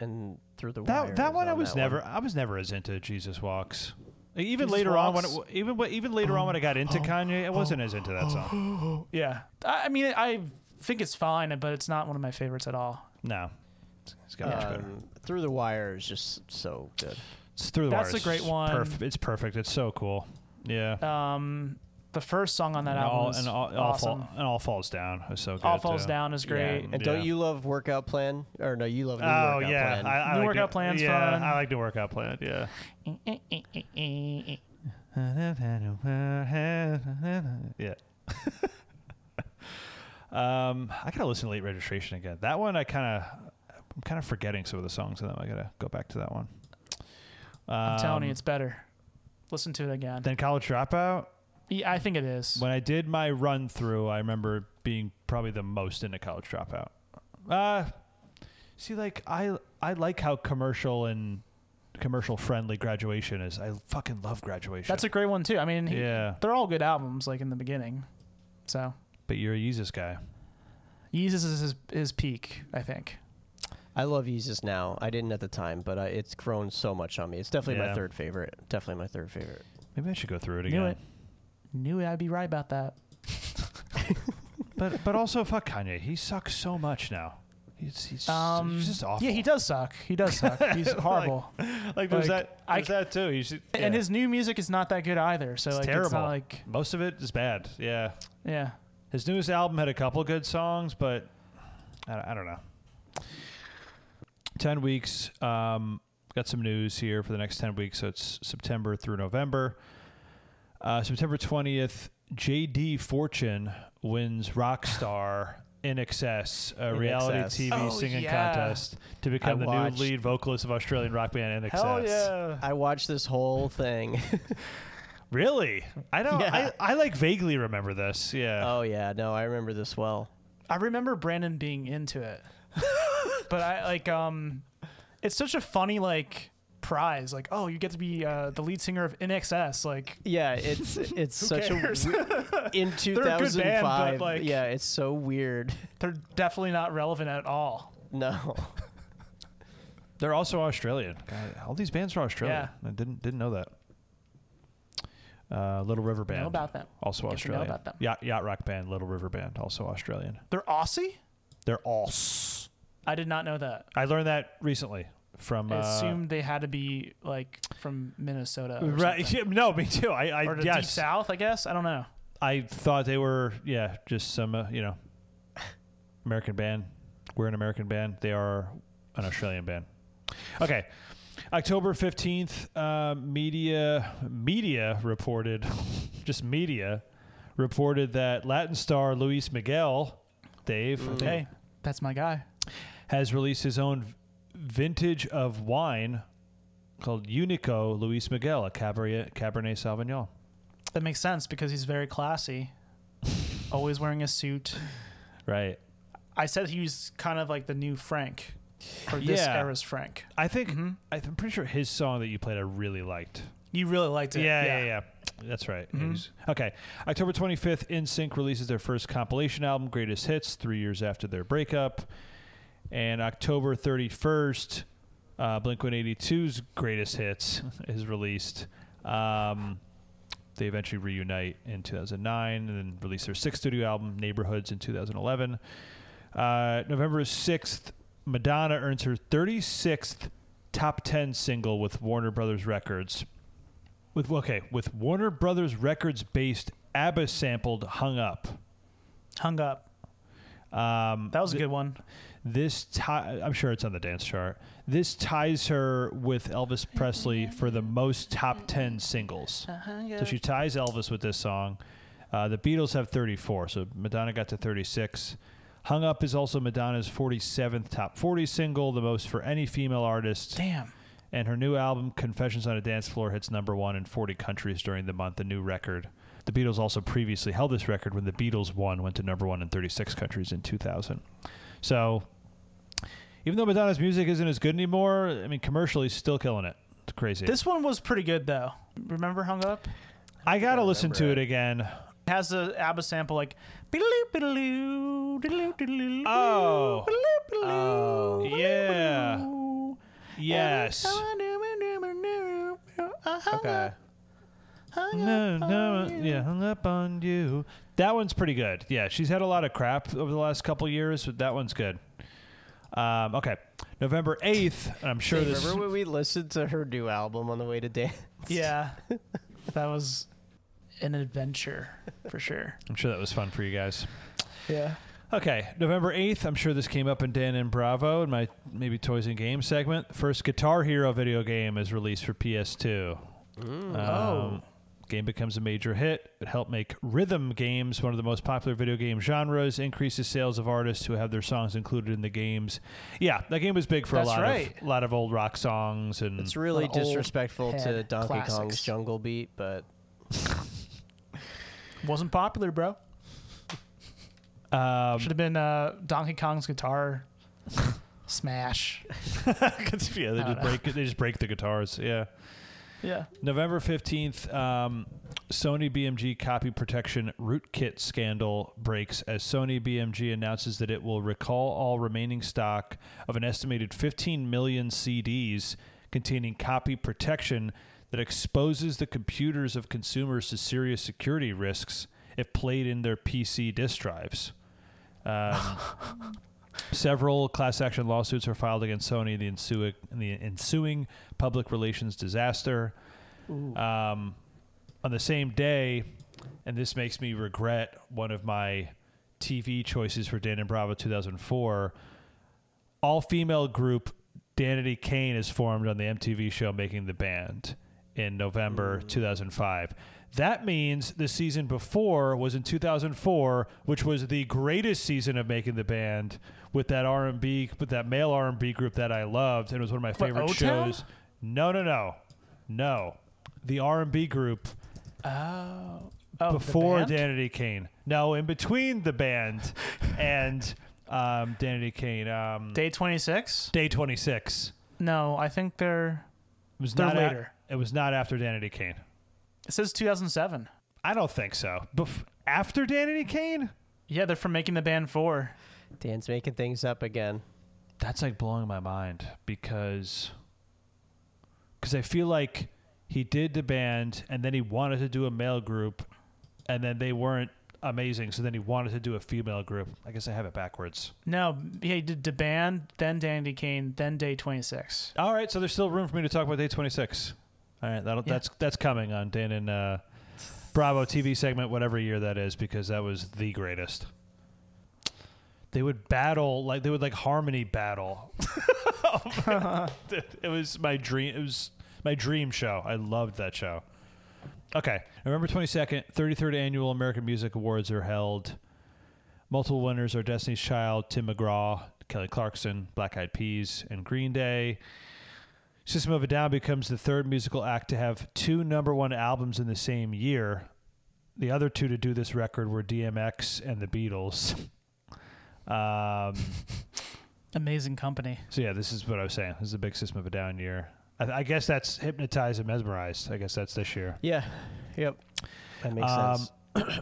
and through the
That
wire
that one
on
I was
that one.
never I was never as into Jesus Walks. Even
Jesus
later on when
Walks. Um, uh,
it, even when- even later on when I got into Kanye, I wasn't as into that song.
Yeah. I, I mean, I think it's fine, but it's not one of my favorites at all.
No, it's got much oh, better.
Um, through the wire is just so good.
It's through the
That's
Wires.
a great
It's
one.
Perf- it's perfect. It's so cool. Yeah.
Um, the first song on that
and
album
all
is
and all,
awesome.
all fall, and all falls down. It's so good.
All Falls
too.
Down is great.
Yeah,
And
yeah.
don't you love workout plan? Or no, you love new
Oh
workout
yeah,
plan.
I, I
New
like
workout
to,
plan's
yeah,
fun.
I like the workout plan. Yeah. yeah. um, I gotta listen to late registration again. That one I kind of, I'm kind of forgetting some of the songs in them. I gotta go back to that one.
I'm telling you,
Um,
it's better. Listen to it again.
then college dropout.
yeah, I think it is.
When I did my run through, I remember being probably the most into college dropout. Uh see like I I like how commercial and commercial friendly graduation is. I fucking love graduation.
That's a great one too. I mean, he-
Yeah.
they're all good albums. Like in the beginning, so
But you're a Yeezus guy.
Yeezus is his, his peak, I think.
I love Yeezus now. I didn't at the time, but I, it's grown so much on me. It's definitely
Yeah.
my third favorite. Definitely my third favorite.
Maybe I should go through it
Knew
again.
it. Knew I'd be right about that.
But but also fuck Kanye. He sucks so much now. He's he's,
Um,
he's just awful.
Yeah, he does suck. He does suck. He's horrible.
Like there's
like,
that
I
there's
c-
that too. You should,
And
yeah.
his new music is not that good either. So
It's
like,
terrible.
it's not like
Most of it is bad. Yeah.
yeah.
His newest album had a couple good songs, but I, I don't know. Ten weeks. Um, got some news here for the next ten weeks, so it's September through November. Uh, September twentieth, JD Fortune wins Rockstar in excess, a
In
reality
Excess.
TV
Oh,
singing
yeah.
contest to become the
watched-
new lead vocalist of Australian rock band In Excess.
Hell yeah.
I watched this whole thing.
Really? I don't.
Yeah.
I, I like vaguely remember this. Yeah.
oh yeah, no, I remember this well.
I remember Brandon being into it, but I like um, it's such a funny like prize. Like oh, you get to be uh, the lead singer of NXS. Like
Yeah, it's it's such
cares?
a we- in
good band, but,
2005.
like-
yeah, it's so weird.
they're definitely not relevant at all.
no.
They're also Australian. God, all these bands are Australian.
Yeah.
I didn't didn't know that. Uh, Little River Band.
about them.
Also
Get to know
Australian.
about them.
Yacht, Yacht Rock Band, Little River Band, also Australian.
They're Aussie.
They're all.
I did not know that.
I learned that recently from.
I
uh,
assumed they had to be like from Minnesota. Or
Right.
something.
yeah, no, me too. I, I
Or the deep
yes.
south, I guess. I don't know.
I thought they were yeah, just some uh, you know, American band. We're an American band. They are an Australian band. Okay, October fifteenth. Uh, media media reported, just media reported that Latin star Luis Miguel, Dave,
Mm. Hey, that's my guy.
has released his own v- vintage of wine called Unico Luis Miguel, a Cabernet Cabernet Sauvignon.
That makes sense because he's very classy. Always wearing a suit.
Right.
I said he was kind of like the new Frank, or this
Yeah.
era's Frank.
I think I th- I'm pretty sure his song that you played I really liked.
You really liked it. Mm-hmm.
Yeah, yeah, yeah. That's right. He's- Okay, October 25th, NSYNC releases their first compilation album, Greatest Hits, three years after their breakup, and October 31st, uh, Blink 182's Greatest Hits is released. Um, they eventually reunite in 2009 and then release their sixth studio album, Neighborhoods, in 2011. Uh, November 6th, Madonna earns her 36th top 10 single with Warner Brothers Records. With okay, with Warner Brothers Records based ABBA sampled "Hung Up."
Hung up.
Um,
That was a good one.
this tie, I'm sure it's on the dance chart. This ties her with Elvis Presley for the most top ten singles. So she ties Elvis with this song. Uh, the Beatles have 34, so Madonna got to 36. "Hung Up" is also Madonna's 47th top 40 single, the most for any female artist.
Damn.
And her new album, Confessions on a Dance Floor, hits number one in 40 countries during the month, a new record. The Beatles also previously held this record when the Beatles won, went to number one in 36 countries in 2000. So, even though Madonna's music isn't as good anymore, I mean, commercially, she's still killing it. It's crazy.
This one was pretty good though. Remember Hung Up?
I gotta listen to it
remember
again.
It has a ABBA sample like. Oh.
Oh. Yeah. Yes.
Okay.
No, no, uh, yeah, hung up on you. That one's pretty good. Yeah, she's had a lot of crap over the last couple years, but that one's good. Um, okay, November eighth. I'm sure this.
Remember when we listened to her new album on the way to dance?
Yeah. That was an adventure for sure.
I'm sure that was fun for you guys.
Yeah.
Okay, November 8th. I'm sure this came up in Dan and Bravo in my maybe Toys and Games segment. First Guitar Hero video game is released for PS2. oh. Game becomes a major hit. It helped make rhythm games one of the most popular video game genres, increases sales of artists who have their songs included in the games. Yeah, that game was big for
That's
a lot
right.
of lot of old rock songs and
It's really
An old
disrespectful to
head
Donkey
classics.
Kong's Jungle Beat, but
Wasn't popular, bro.
um,
Should have been uh, Donkey Kong's guitar smash.
yeah, they just break they just break the guitars. Yeah.
Yeah.
November 15th, um, Sony BMG copy protection rootkit scandal breaks as Sony BMG announces that it will recall all remaining stock of an estimated 15 million CDs containing copy protection that exposes the computers of consumers to serious security risks if played in their PC disk drives. Um, Several class action lawsuits were filed against Sony in the ensuing, in the ensuing public relations disaster. Um, on the same day, and this makes me regret one of my TV choices for Dan and Bravo 2004, all female group Danity Kane is formed on the MTV show Making the Band in November 2005. That means the season before was in 2004, which was the greatest season of Making the Band with that R&B, with that male R&B group that I loved, and it was one of my favorite
O-Town?
shows. No, no, no, no. The R&B group
Oh, the
before
band?
Danity Kane. No, in between the band and um, Danity Kane. Um,
Day 26?
Day 26.
No, I think they're.
It was
They're
not a-
later.
it was not after Danity Kane.
It says 2007.
I don't think so. Bef- after Danity Kane?
Yeah, they're from Making the Band 4.
Dan's making things up again.
That's like blowing my mind because cause I feel like he did the band and then he wanted to do a male group and then they weren't amazing. So then he wanted to do a female group. I guess I have it backwards.
No, he did the band, then Dandy Kane, then Day 26.
All right, so there's still room for me to talk about day 26. All right, that'll, that's that's coming on Dan and uh, Bravo TV segment, whatever year that is, because that was the greatest. They would battle like they would like harmony battle. Oh, man. it was my dream. It was my dream show. I loved that show. Okay, November 22nd, 33rd annual American Music Awards are held. Multiple winners are Destiny's Child, Tim McGraw, Kelly Clarkson, Black Eyed Peas, and Green Day. System of a Down becomes the third musical act to have two number one albums in the same year. The other two to do this record were DMX and the Beatles. Um,
Amazing company.
so yeah, this is what I was saying. This is a big System of a Down year. I, I guess that's hypnotized and mesmerized. I guess that's this year.
Yeah. Um, Yep. That makes sense.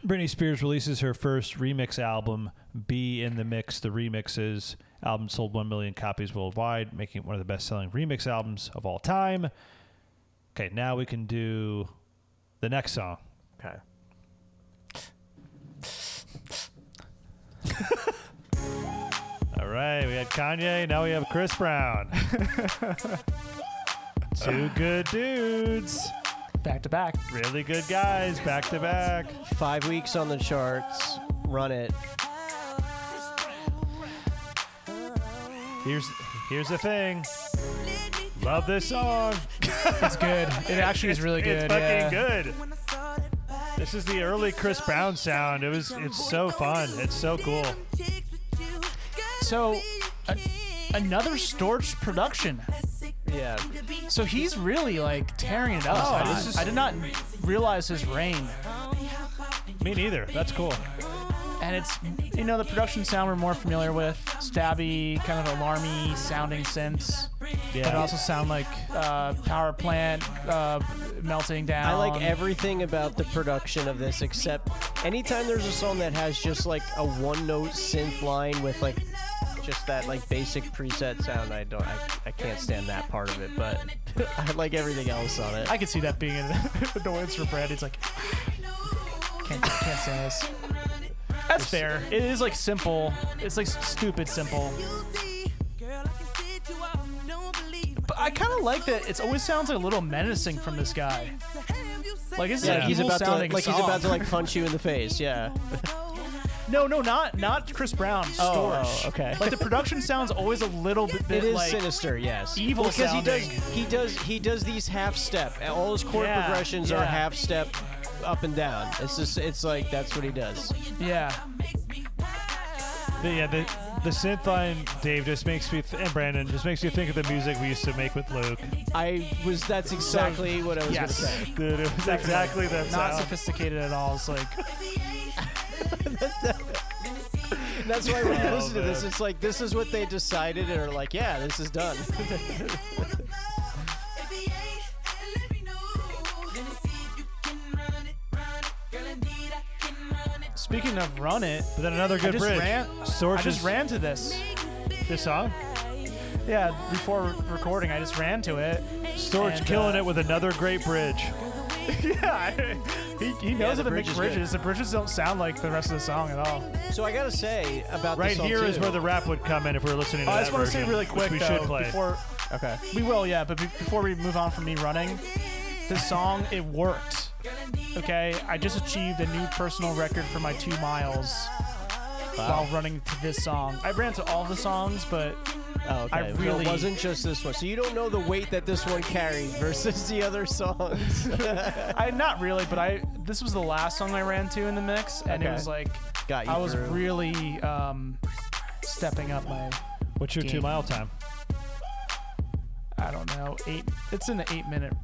Britney Spears releases her first remix album, Be in the Mix, the remixes. Album sold 1 million copies worldwide, making it one of the best selling remix albums of all time. Okay, now we can do the next song.
Okay.
All right, we had Kanye, now we have Chris Brown. Two good dudes,
Back to back.
really good guys, back to back.
Five weeks on the charts. Run it.
Here's here's the thing. Love this song.
It's good. It actually is really good.
It's fucking
yeah.
good. This is the early Chris Brown sound. It was it's so fun. It's so cool.
So, a- another Storch production.
Yeah.
So he's really like tearing it up. I,
Oh, this is-
I did not realize his reign.
Me neither. That's cool.
And it's, you know, the production sound we're more familiar with stabby, kind of alarmy sounding synths.
Yeah.
It also sound like uh, power plant, uh, melting down.
I like everything about the production of this, except anytime there's a song that has just like a one-note synth line with like just that like basic preset sound. I don't, I, I can't stand that part of it, but I like everything else on it.
I could see that being an annoyance for Brad. It's like can't can't say this. That's fair. It is like simple. It's like s- stupid simple. But I kind of like that. It always sounds like a little menacing from this guy. Like this is
yeah,
like
like he's about to
sounding
like, like he's about to
song.
like punch you in the face. Yeah.
No, no, not not Chris Brown.
Oh,
Storch.
oh, okay.
Like the production sounds always a little bit, bit
It is
like
sinister, yes.
evil
because
sounding.
he does he does he does these half step. All his chord
Yeah,
progressions are
yeah.
half step up and down. It's just it's like that's what he does.
yeah.
The, yeah, the, the synth line, Dave, just makes me, th- and Brandon, just makes me think of the music we used to make with Luke.
I was that's exactly what I was
Yes.
gonna say.
Dude, it was exactly that
Not
sound.
sophisticated at all. It's like
That's why when you
Oh,
listen to this,
man.
it's like this is what they decided and are like, yeah, this is done.
speaking of run it.
But then another good
just
bridge.
ran-
Sorge
I just
is-
ran to this.
this song.
Yeah, before re- recording, I just ran to it.
Storage
And,
killing
uh,
it with another great bridge.
Yeah, he, he knows how to
the bridge
make
is
bridges. The bridges don't sound like the rest of the song at all.
So I gotta say about
Right
this song
here is
too.
where the rap would come in if we were listening to
Uh, Oh, I
that
just want to say
version,
really
which
quick
we
though,
should play.
before
okay.
we will, yeah, but be- before we move on from me running, this song it worked. Okay, I just achieved a new personal record for my two miles while running to this song. I ran to all the songs, but
Oh, okay.
I
So
really-
it wasn't just this one. So you don't know the weight that this one carried versus the other songs.
I not really, but I this was the last song I ran to in the mix, and it
Okay.
was like
Got you
I was
through.
really um, stepping up my
What's your two mile time?
I don't know eight. It's in the eight minute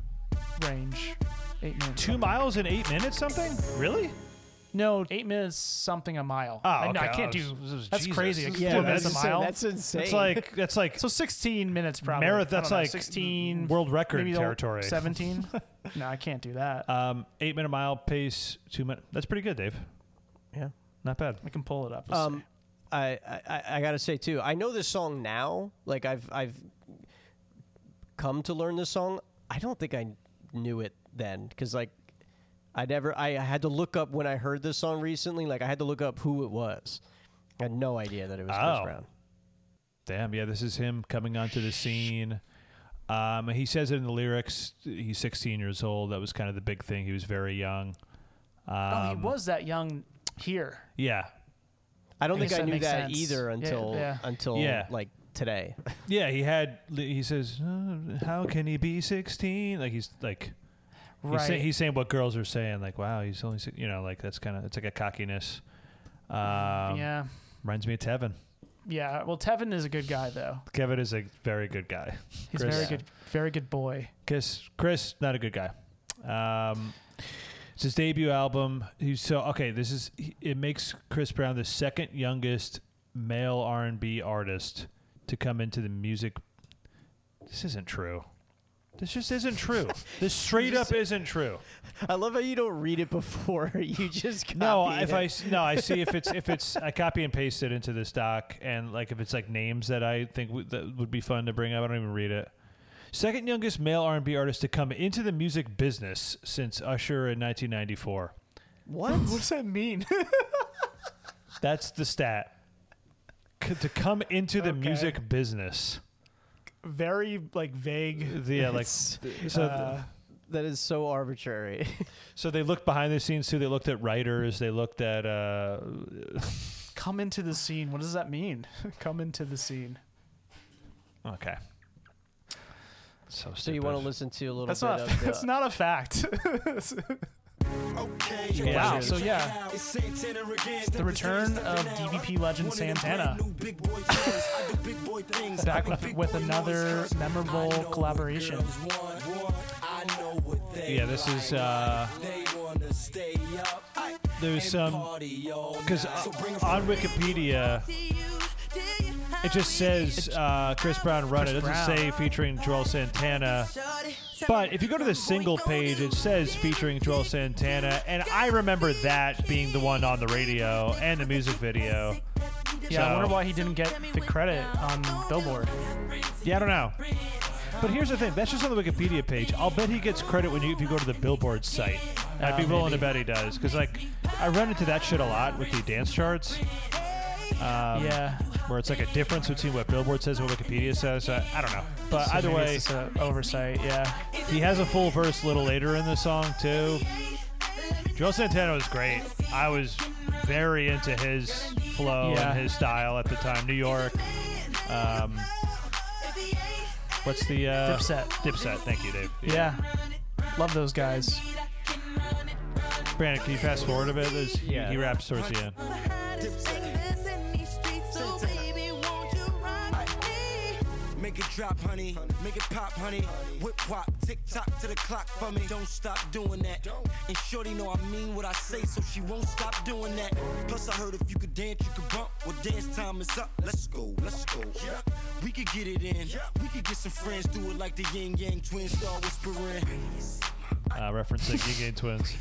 range. Eight minutes.
Two miles in eight minutes, something? Really?
No, eight minutes something a mile.
Oh,
I,
okay.
I can't
Oh,
do.
this is-
that's
Jesus.
crazy.
This is
yeah,
four
minutes a
minutes.
mile.
That's insane.
It's like that's like
so 16 minutes probably.
Marath-
I don't
that's
know,
like
16
world record
maybe the whole-
territory.
17. no, I can't do that.
um, eight minute mile pace, two minute. That's pretty good, Dave.
Yeah.
Not bad.
I can pull it up. Let's
Um, I, I- I I gotta say too. I know this song now. Like I've I've come to learn this song. I don't think I knew it then because like I never I had to look up when I heard this song recently. Like I had to look up who it was. I had no idea that it was
Oh.
Chris Brown.
Damn, yeah, this is him coming onto the scene. Um, he says it in the lyrics. He's 16 years old. That was kind of the big thing. He was very young. Um,
see. oh, he was that young here.
Yeah,
I don't
I
think
guess
I
that
knew
makes
that
sense.
either
Yeah,
until
yeah.
until
Yeah.
like today.
yeah. He had. He says, "Uh, "How can he be 16?" Like he's like. He's, say, he's saying what girls are saying, like, "Wow, he's only," si-" you know, like that's kind of it's like a cockiness. Um,
yeah.
reminds me of Tevin.
Yeah. Well, Tevin is a good guy though.
Kevin is a very good guy.
He's
Chris-
very good. Very good boy.
Chris, Chris, not a good guy. Um, it's his debut album. He's so okay. This is it makes Chris Brown the second youngest male R and B artist to come into the music. This isn't true. This just isn't true. this straight up isn't true.
I love how you don't read it before. You just copy
No, if
it.
I s- no, I see if it's if it's I copy and paste it into this doc, and like if it's like names that I think w- that would be fun to bring up. I don't even read it. Second youngest male R and B artist to come into the music business since Usher in 1994.
what
What does that mean?
That's the stat. C- to come into the
Okay.
music business,
very like vague.
yeah, like
It's-
so.
uh,
that is so arbitrary.
so they looked behind the scenes too. They looked at writers. They looked at uh,
come into the scene. What does that mean? come into the scene.
okay. So,
so you want to
stupid.
listen to a little
That's
bit
not.
of the,
That's not a fact.
Yeah.
wow. So yeah, the return of DVP legend Santana. Back with, with another memorable collaboration.
Yeah, this is. Uh, there's some because on Wikipedia it just says uh, Chris Brown run it.
Chris
It doesn't
Brown.
say featuring Joel Santana. But if you go to the single page, it says featuring Joel Santana, and I remember that being the one on the radio and the music video.
Yeah, I
So-
wonder why he didn't get the credit on Billboard.
Yeah, I don't know. But here's the thing. That's just on the Wikipedia page. I'll bet he gets credit when you if you go to the Billboard site. I'd be
Uh,
willing to
maybe.
bet he does, because like I run into that shit a lot with the dance charts. Um,
yeah,
Where it's like a difference between what Billboard says and what Wikipedia says. I, I don't know. But
So
either
maybe
way,
it's just a oversight. Yeah,
he has a full verse a little later in the song too. Joel Santana was great. I was very into his flow
Yeah.
and his style at the time. New York. Um, what's the uh,
Dipset.
Dipset. Thank you, Dave.
yeah, love those guys.
Brandon, can you fast forward a bit? There's- he-
Yeah.
He raps towards the end.
Make it drop, honey. Make it pop, honey. Whip wop, tick tock to the clock for me. Don't stop doing that. And shorty know I mean what I say, so she won't stop doing that. Plus I heard if you could dance, you could bump. Well, dance time is up. Let's go, let's go. We could get it in. We could get some friends, do it like the yin yang twins, star whispering.
Uh, referencing Yin Yang Twins.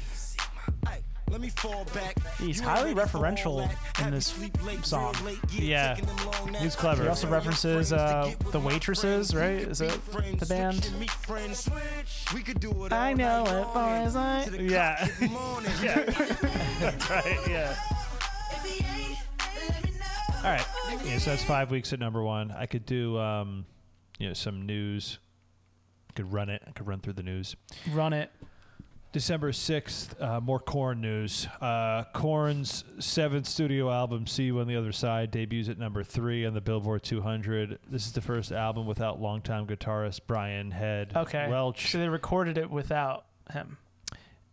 Ay, Let me fall back.
He's
You
highly
ain't ready for all
referential
that.
in
Have you
this
sleep late,
song.
real late, yeah,
Yeah.
taking them long
He's
naps.
clever.
He also references uh, the waitresses, right? Is it the band? I know it, boys. I
Yeah. yeah. That's right. Yeah. All right. Yeah, so that's five weeks at number one. I could do, um, you know, some news. I could run it. I could run through the news.
run it.
December 6th, uh, more Corn news. Uh, Korn's seventh studio album, See You on the Other Side, debuts at number three on the Billboard 200. This is the first album without longtime guitarist Brian Head
Okay.
Welch
So they recorded it without him.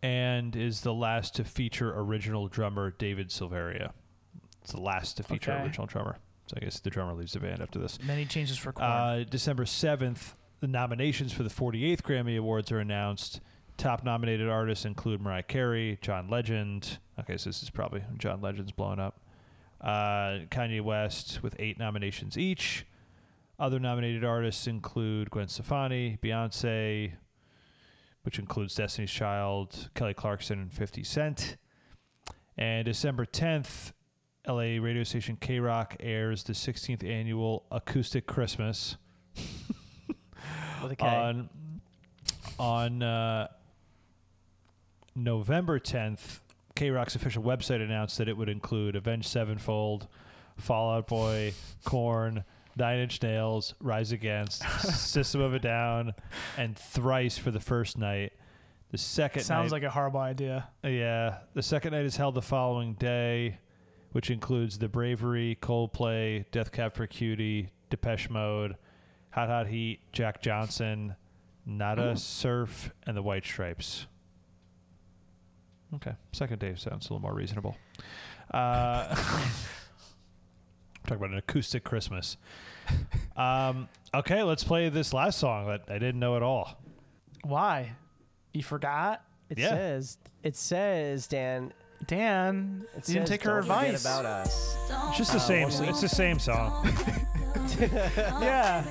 and is the last to feature original drummer David Silveria. It's the last to feature
Okay.
original drummer. So I guess the drummer leaves the band after this.
Many changes for Korn.
Uh, December 7th, the nominations for the 48th Grammy Awards are announced. Top nominated artists include Mariah Carey, John Legend. Okay, so this is probably John Legend's blowing up. Uh, Kanye West with eight nominations each. Other nominated artists include Gwen Stefani, Beyonce, which includes Destiny's Child, Kelly Clarkson, and 50 Cent. And December 10th, LA radio station K Rock airs the 16th annual Acoustic Christmas
With a K.
on on uh, November 10th. K Rock's official website announced that it would include Avenged Sevenfold, Fallout Boy, Korn, Nine Inch Nails, Rise Against, System of a Down, and Thrice for the first night. The second
Sounds
night,
like a horrible idea.
yeah. The second night is held the following day, which includes The Bravery, Coldplay, Death Cab for Cutie, Depeche Mode, Hot Hot Heat, Jack Johnson, Nada Surf, and The White Stripes. Okay. Second day sounds a little more reasonable. Uh, talk about an acoustic Christmas. Um, okay, let's play this last song that I didn't know at all.
Why? You forgot?
It
Yeah.
says it says Dan.
Dan,
It
you didn't
says,
take her
"Don't forget
advice.
about us.
It's just the same. It's the same song.
Yeah.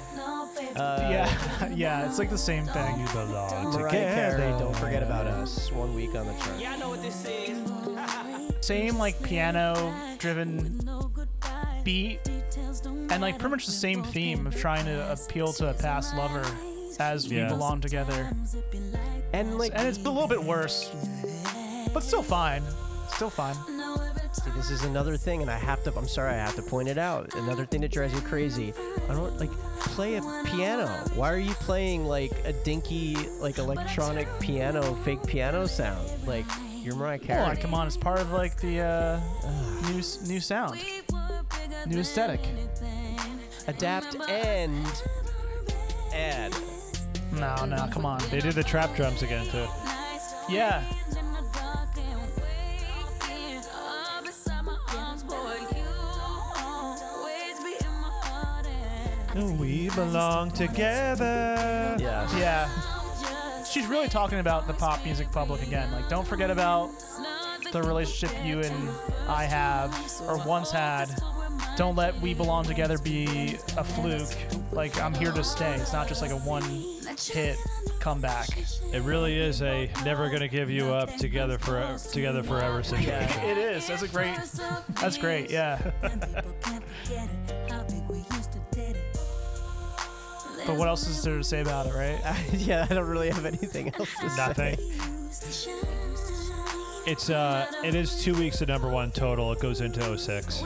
Uh, yeah. Yeah. It's like the same thing.
You belong
Mariah Carey, don't forget about us. One week on the chart.
Same like piano driven beat and like pretty much the same theme of trying to appeal to a past lover as
Yeah.
we belong together.
And like,
And it's a little bit worse, but still fine. Still fine.
this is another thing, and I have to. I'm sorry, I have to point it out. Another thing that drives me crazy. I don't like play a piano. Why are you playing like a dinky, like electronic piano, fake piano sound? Like you're Mariah Carey.
Well, come on, it's part of like the uh, new s- new sound, new aesthetic.
Adapt and add.
No, no, come on.
They did the trap drums again too.
Yeah,
We belong together.
Yeah.
yeah. She's really talking about the pop music public again. Like, don't forget about the relationship you and I have or once had. Don't let We Belong Together be a fluke. Like, I'm here to stay. It's not just like a one hit comeback.
It really is a never gonna give you up together for together forever situation.
Yeah, it is. That's a great. That's great. Yeah. but what else is there to say about it, right?
yeah, I don't really have anything else to say.
Nothing. It's uh, it is two weeks of number one total. It goes into 06.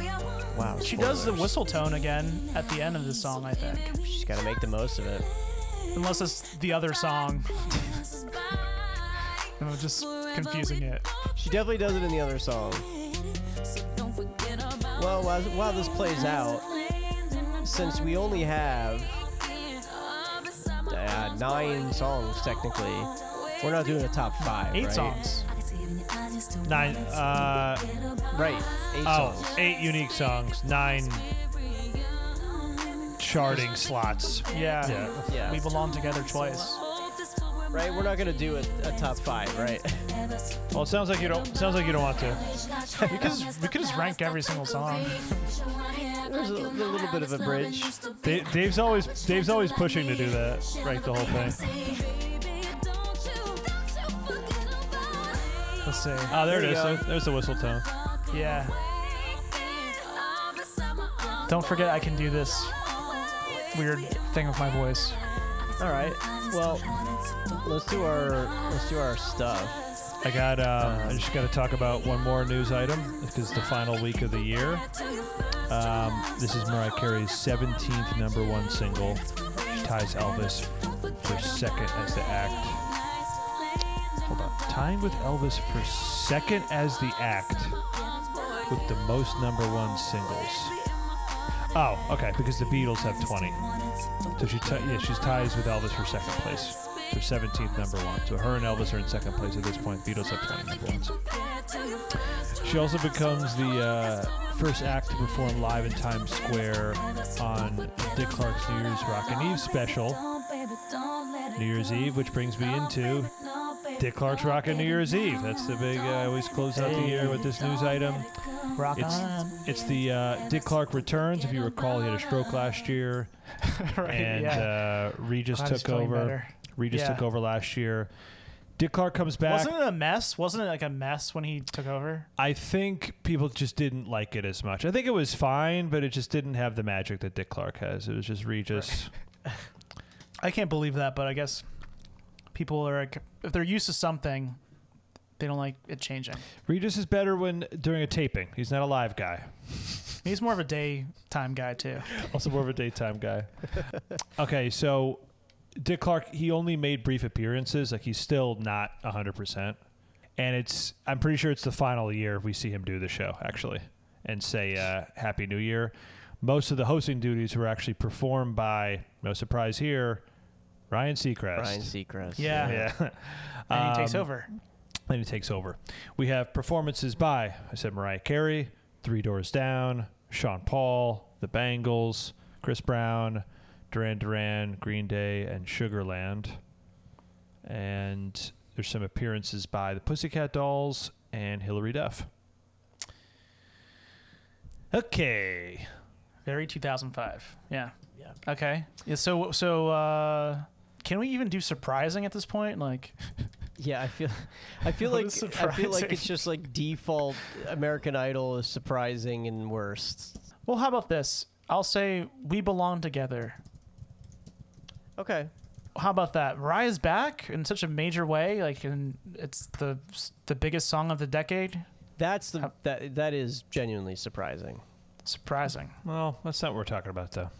Wow.
She does the
spoilers.
whistle tone again at the end of the song, I think.
She's got to make the most of it.
Unless it's the other song. I'm just confusing it.
She definitely does it in the other song. Well, while, while this plays out, since we only have uh, nine songs technically, we're not doing a top five.
Eight
right?
songs.
Nine. Uh,
Right. Eight
oh,
songs.
eight unique songs. Nine charting slots.
Yeah.
Yeah.
We belong together twice.
Right. We're not gonna do a, a top five, right?
Well, it sounds like you don't. Sounds like you don't want to.
We could just, we could just rank every single song.
There's a, a little bit of a bridge.
Da- Dave's always Dave's always pushing to do that. Right, the whole thing.
Let's see. Uh,
Oh, there,
There
it
you
is.
go.
There- There's the whistle tone.
Yeah. Don't forget I can do this weird thing with my voice.
All right. Well, let's do our let's do our stuff.
I got. Um, I just got to talk about one more news item because the final week of the year. Um, this is Mariah Carey's 17th number one single. She ties Elvis for second as the act. Hold on, tying with Elvis for second as the act with the most number one singles. Oh, okay, because the Beatles have 20. So she t- yeah, she's ties with Elvis for second place. So 17th number one. So her and Elvis are in second place at this point. Beatles have 20 number ones. She also becomes the uh, first act to perform live in Times Square on Dick Clark's New Year's Rockin' Eve special, New Year's Eve, which brings me into Dick Clark's Rockin' New Year's Eve. That's the big, I always close out the year with this news item.
Rock
It's,
on.
it's the uh, Dick Clark returns. If you recall, he had a stroke last year,
Right,
and
yeah.
uh, Regis
Glad he's
took
feeling
over.
better.
Regis
Yeah.
took over last year. Dick Clark comes back.
Wasn't it a mess? Wasn't it like a mess when he took over?
I think people just didn't like it as much. I think it was fine, but it just didn't have the magic that Dick Clark has. It was just Regis.
I can't believe that, but I guess people are like, if they're used to something, they don't like it changing.
Regis is better when during a taping. He's not a live guy.
He's more of a daytime guy too.
Also more of a daytime guy. okay, so Dick Clark, he only made brief appearances. Like he's still not 100%. And it's I'm pretty sure it's the final year we see him do the show actually and say uh, happy new year. Most of the hosting duties were actually performed by no surprise here, Ryan Seacrest.
Ryan Seacrest.
Yeah. Um,
Yeah.
And he takes over.
Then he takes over. We have performances by, I said Mariah Carey, Three Doors Down, Sean Paul, The Bangles, Chris Brown, Duran Duran, Green Day, and Sugarland. And there's some appearances by the Pussycat Dolls and Hilary Duff. Okay.
Very 2005. Yeah. Yeah. Okay. Yeah, so so uh, can we even do surprising at this point? Like
Yeah, I feel, I feel
What
like
is
I feel like
surprising?
it's just like default American Idol is surprising and worst.
Well, how about this? I'll say we belong together.
Okay.
How about that? Rise back in such a major way, like and it's the the biggest song of the decade.
That's the
How-
that that is genuinely surprising.
Surprising.
Well, that's not what we're talking about, though.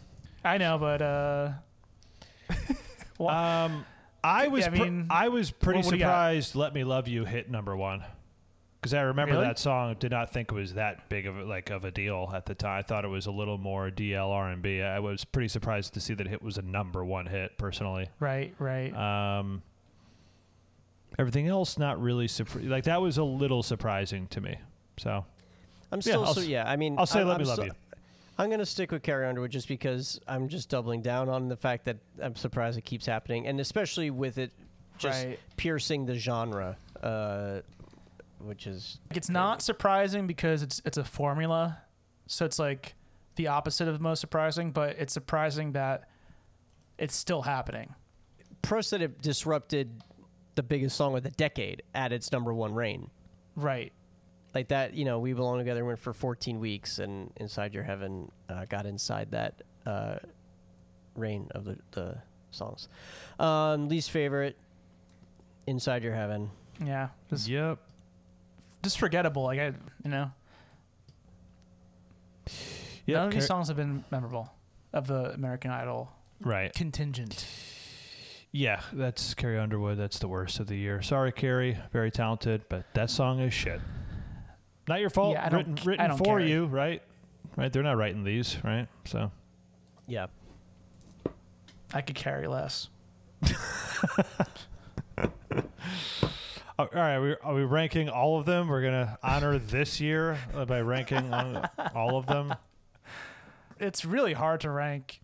I know, but uh, well,
Um, I was
I
pr-
mean,
I was pretty
what- what do you got?
surprised. Let me love you hit number one because I remember
Really?
that song. Did not think it was that big of a, like of a deal at the time. I thought it was a little more DL R and B. I was pretty surprised to see that it was a number one hit personally.
right, right.
Um, everything else not really surpri- like that was a little surprising to me. So
I'm still
I'll
so
s-
yeah. I mean,
I'll say
I'm,
let
I'm
me love
still-
you.
I'm gonna stick with Carrie Underwood just because I'm just doubling down on the fact that I'm surprised it keeps happening, and especially with it just
Right.
piercing the genre, uh, which is
It's not surprising because it's it's a formula. So it's like the opposite of most surprising, but it's surprising that it's still happening.
Press that it disrupted the biggest song of the decade at its number one reign.
Right.
Like that, you know, We Belong Together went for 14 weeks, and Inside Your Heaven uh, got inside that uh, reign of the, the songs. Um, least favorite, Inside Your Heaven.
Yeah. Just,
Yep.
just forgettable. Like I, you know,
Yep.
none of these
Car-
songs have been memorable of the American Idol
Right.
contingent.
Yeah, that's Carrie Underwood. That's the worst of the year. Sorry, Carrie. Very talented, but that song is shit. Not your fault.
Yeah, I don't
written
c-
written
I don't
for
care.
you, right? Right. They're not writing these, right? So
Yeah.
I could carry less.
Oh, all right, are we, are we ranking all of them? We're gonna honor this year uh, by ranking on all of them.
It's really hard to rank.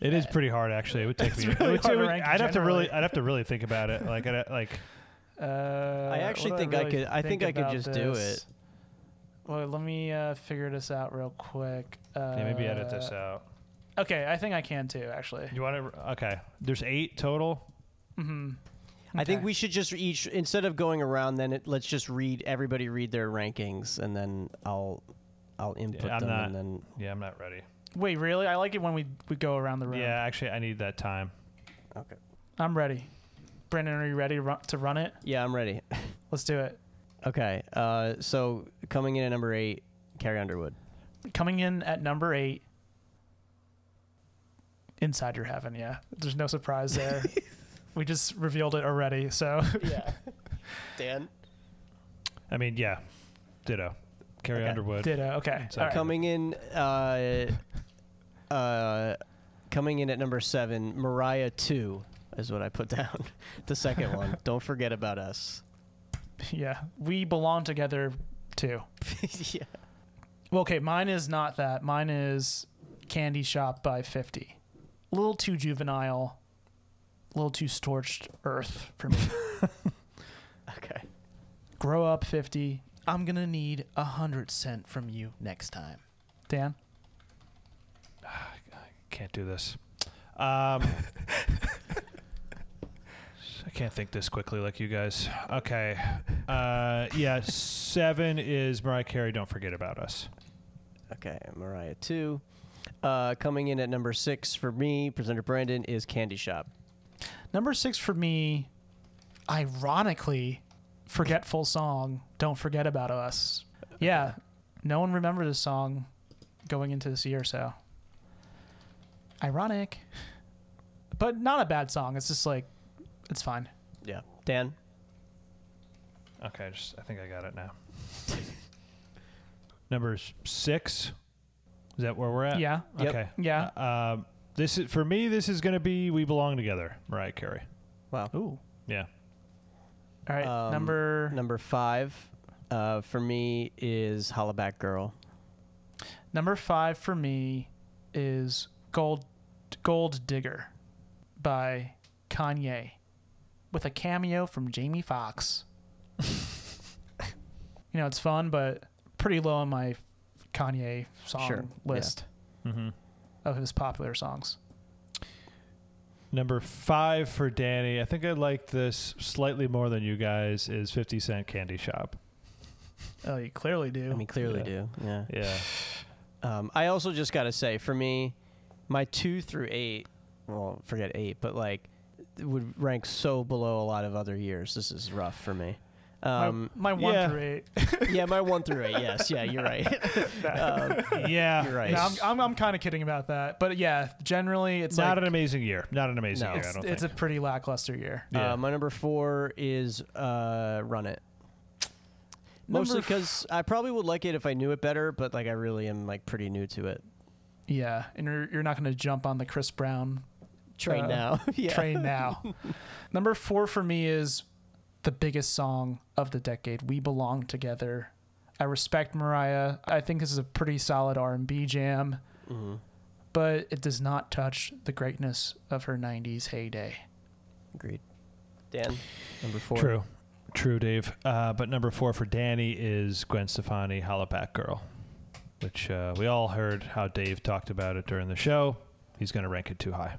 It is pretty hard, actually. It would take me.
really
it would-
hard
it
to
would-
rank
I'd have to really.
generally.
I'd have to really think about it. Like, I'd, like
Uh,
I actually
what
think I
really
could- I think I could
about
just do
this? Well, let me uh, figure this out real quick. Uh,
yeah, maybe edit this out.
Okay, I think I can too. Actually,
You want to? Okay. There's eight total.
I
Okay.
think we should just each instead of going around. Then it, let's just read everybody read their rankings, and then I'll I'll input
I'm
them,
not-
and then
Yeah, I'm not ready.
Wait, really? I like it when we we go around the room.
Yeah, actually, I need that time.
okay.
I'm ready. Brandon, are you ready to run, to run it?
Yeah, I'm ready.
Let's do it.
okay, uh, so coming in at number eight, Carrie Underwood.
Coming in at number eight. Inside your heaven, yeah. There's no surprise there. we just revealed it already, so
Yeah. Dan.
I mean, yeah. Ditto. Carrie
Okay.
Underwood.
ditto. Okay,
It's
all right.
okay.
Coming in, uh, uh, coming in at number seven, Mariah two is what I put down. the second one. Don't forget about us.
yeah. We belong together too.
yeah.
Well, okay, mine is not that. Mine is Candy Shop by 50. A little too juvenile, a little too scorched earth for me.
Okay.
Grow up 50. I'm going to need a 100 cent from you next time. Dan?
Can't do this. Um, I can't think this quickly like you guys. Okay. Uh, yeah, seven is Mariah Carey. Don't forget about us.
Okay, Mariah two. Uh, coming in at number six for me, presenter Brandon is Candy Shop.
Number six for me, ironically, forgetful song. Don't forget about us. Yeah, no one remembered this song going into this year, so ironic, but not a bad song. It's just like it's fine.
Yeah, Dan.
Okay, I just I think I got it now. Number s- six. Is that where we're at?
Yeah.
Yep.
Okay.
Yeah.
Um, this is for me. This is going to be "We Belong Together," Mariah Carey.
Wow.
Ooh.
Yeah.
All right.
Um,
number
Number five uh, for me is Hollaback Girl.
number five for me is Gold Gold Digger by Kanye with a cameo from Jamie Foxx. you know, it's fun, but pretty low on my Kanye song
Sure, yeah.
list
Mm-hmm.
of his popular songs.
Number five for Danny. I think I like this slightly more than you guys. Is Fifty Cent Candy Shop?
Oh, you clearly do.
I mean, clearly
Yeah.
do. Yeah.
Yeah.
Um, I also just gotta say, for me, my two through eight, well, forget eight, but like would rank so below a lot of other years. This is rough for me. Um,
my, my one
yeah.
through eight.
yeah, my one through eight. Yes, yeah, you're right. um,
yeah.
You're right.
No, I'm, I'm, I'm kind of kidding about that, but yeah, generally it's
Not
like,
an amazing year. Not an amazing
No.
year. I
it's,
don't
it's a
think.
pretty lackluster year.
yeah.
Uh, my number four is uh, Run It. Mostly
Number
because I probably would like it if I knew it better, but like I really am like pretty new to it.
Yeah, and you're, you're not going to jump on the Chris Brown
Train
Uh,
now, yeah.
train now. Number four for me is the biggest song of the decade. We belong together. I respect Mariah. I think this is a pretty solid R and B jam,
Mm-hmm.
but it does not touch the greatness of her '90s heyday.
Agreed. Dan, number four.
True. True, Dave. Uh, but number four for Danny is Gwen Stefani, Hollaback Girl. which uh, we all heard how Dave talked about it during the show. He's going to rank it too high.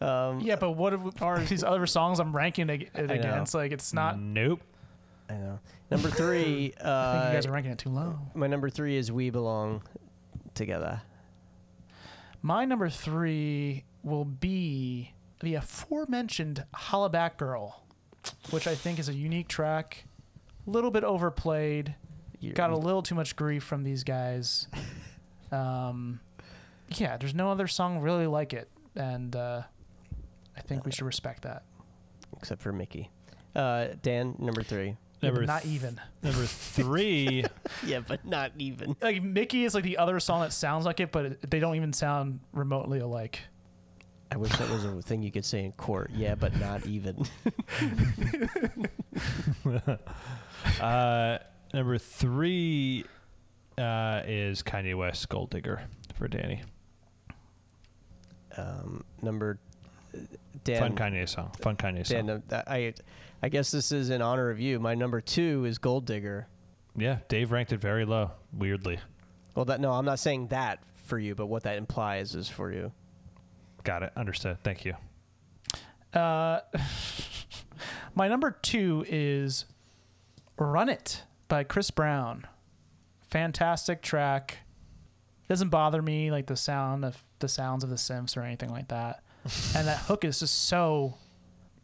yeah, but what if- are these other songs I'm ranking ag- it
Um, I know.
against? Like, it's not.
Nope.
I know. Number three. Uh,
I think you guys are ranking it too low.
my number three is "We Belong Together."
My number three will be the aforementioned Holla Back Girl, which I think is a unique track, a little bit overplayed, got a little too much grief from these guys. Um, yeah, there's no other song really like it, and uh, I think we should respect that.
except for Mickey. Uh, Dan, number three.
Yeah, but
Number
not
th-
even.
Number three.
Yeah, but not even.
Like Mickey is like the other song that sounds like it, but it, they don't even sound remotely alike.
I wish that was a thing you could say in court. Yeah, but not even.
uh, number three uh, is Kanye West Gold Digger for Danny.
Um, number. uh, Dan,
Fun Kanye song. Fun Kanye song.
Dan, uh, I, I guess this is in honor of you. My number two is Gold Digger.
yeah, Dave ranked it very low, weirdly.
Well, that no, I'm not saying that for you, but what that implies is for you.
Got it. Understood. Thank you.
Uh, my number two is Run It by Chris Brown. Fantastic track. Doesn't bother me like the sound of the sounds of the synths or anything like that. and that hook is just so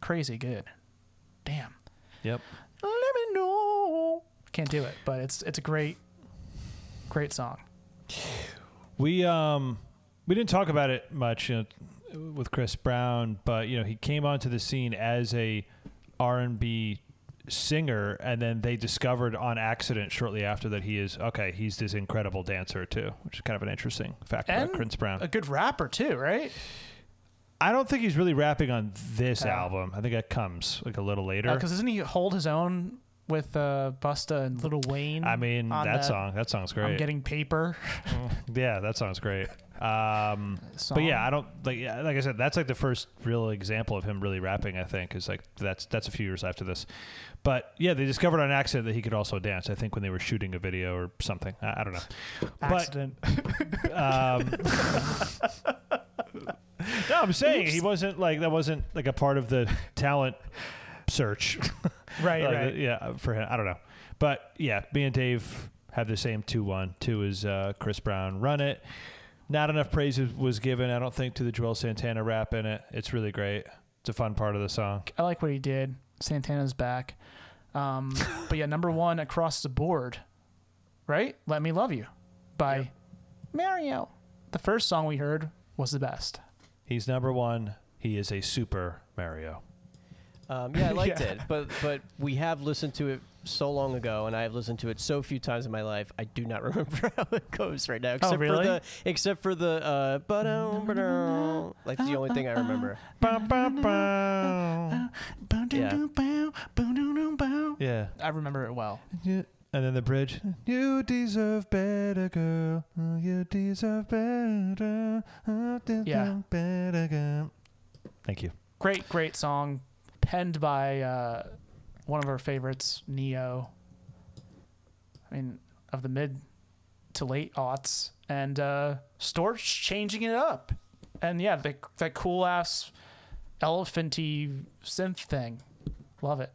crazy good. Damn.
Yep.
Let me know. Can't do it, but it's it's a great great song.
We um we didn't talk about it much you know, with Chris Brown, but you know he came onto the scene as a R and B singer, and then they discovered on accident shortly after that he is okay. He's this incredible dancer too, which is kind of an interesting fact
And
about Chris Brown.
A good rapper too, right? Uh,
I don't think he's really rapping on this album. I think that comes like a little later.
Because doesn't he hold his own with uh, Busta and Little Wayne?
I mean
on
that
the-
song. That song's great.
I'm getting paper.
Yeah, that sounds great. Um, but
Song.
yeah, I don't like. yeah, Like I said, that's like the first real example of him really rapping. I think is like that's that's a few years after this. But yeah, they discovered on accident that he could also dance. I think when they were shooting a video or something. I, I don't know.
Accident.
But um, no, I'm saying he wasn't like that. Wasn't like a part of the talent search.
right,
Like,
right.
Yeah, for him. I don't know. But yeah, me and Dave have the same 2 1. 2 is uh, Chris Brown run it. Not enough praise was- was given, I don't think, to the Joel Santana rap in it. It's really great. It's a fun part of the song.
I like what he did. Santana's back. Um, but yeah, number one across the board, right? Let Me Love You by Mario. The first song we heard was the best.
He's number one. He is a super Mario.
Um, yeah, I liked it, but but we have listened to it so long ago, and I have listened to it so few times in my life. I do not remember how it goes right now, except for
Oh, really?
the except for the uh, ba-dum, ba-dum. like the only thing I remember.
Yeah.
I remember it well.
And then the bridge. You deserve better, girl. You deserve better.
Yeah.
Better, girl. Thank you.
Great, great song, penned by uh, one of our favorites, Neo. I mean, of the mid to late aughts, and uh, Storch changing it up, and yeah, the, that cool ass elephanty synth thing, love it.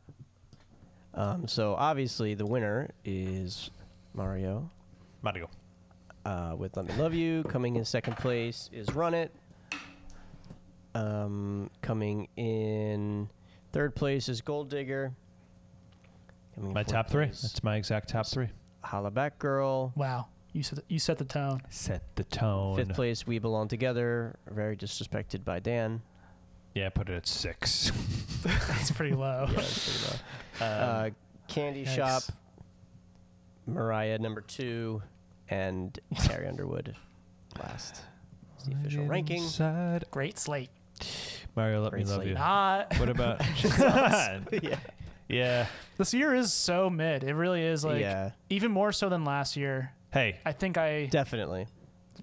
Um, so obviously the winner is Mario
Mario.
uh, with "Let Me Love You." Coming in second place is "Run It." Um, coming in third place is "Gold Digger." Coming in
My
fourth
top three.
place,
That's my exact top three.
Holla Back Girl.
Wow, you set you set the tone.
Set the
Oh,
tone.
Fifth place, We Belong Together. Very disrespected by Dan.
Yeah, put it at six.
That's pretty low.
uh, Candy
Um, yikes.
Shop. Mariah, number two. And Carrie Underwood, last. It's the official ranking.
Inside.
Great slate.
Mario, let me
Great
love
slate. Ah.
you.
Not
What about?
yeah.
yeah.
this year is so mid. It really is like
Yeah.
even more so than last year.
Hey,
I think I
Definitely.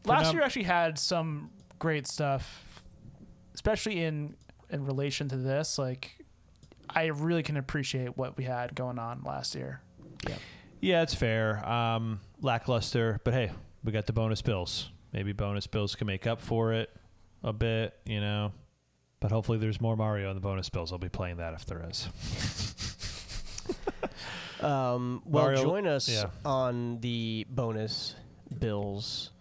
last
now-
year actually had some great stuff, especially in in relation to this. Like, I really can appreciate what we had going on last year.
Yeah, it's fair. Um, lackluster, but hey, we got the bonus bills. Maybe bonus bills can make up for it a bit, you know. But hopefully, there's more Mario in the bonus bills. I'll be playing that if there is.
Um, well,
Mario-
join us
yeah.
on the bonus bills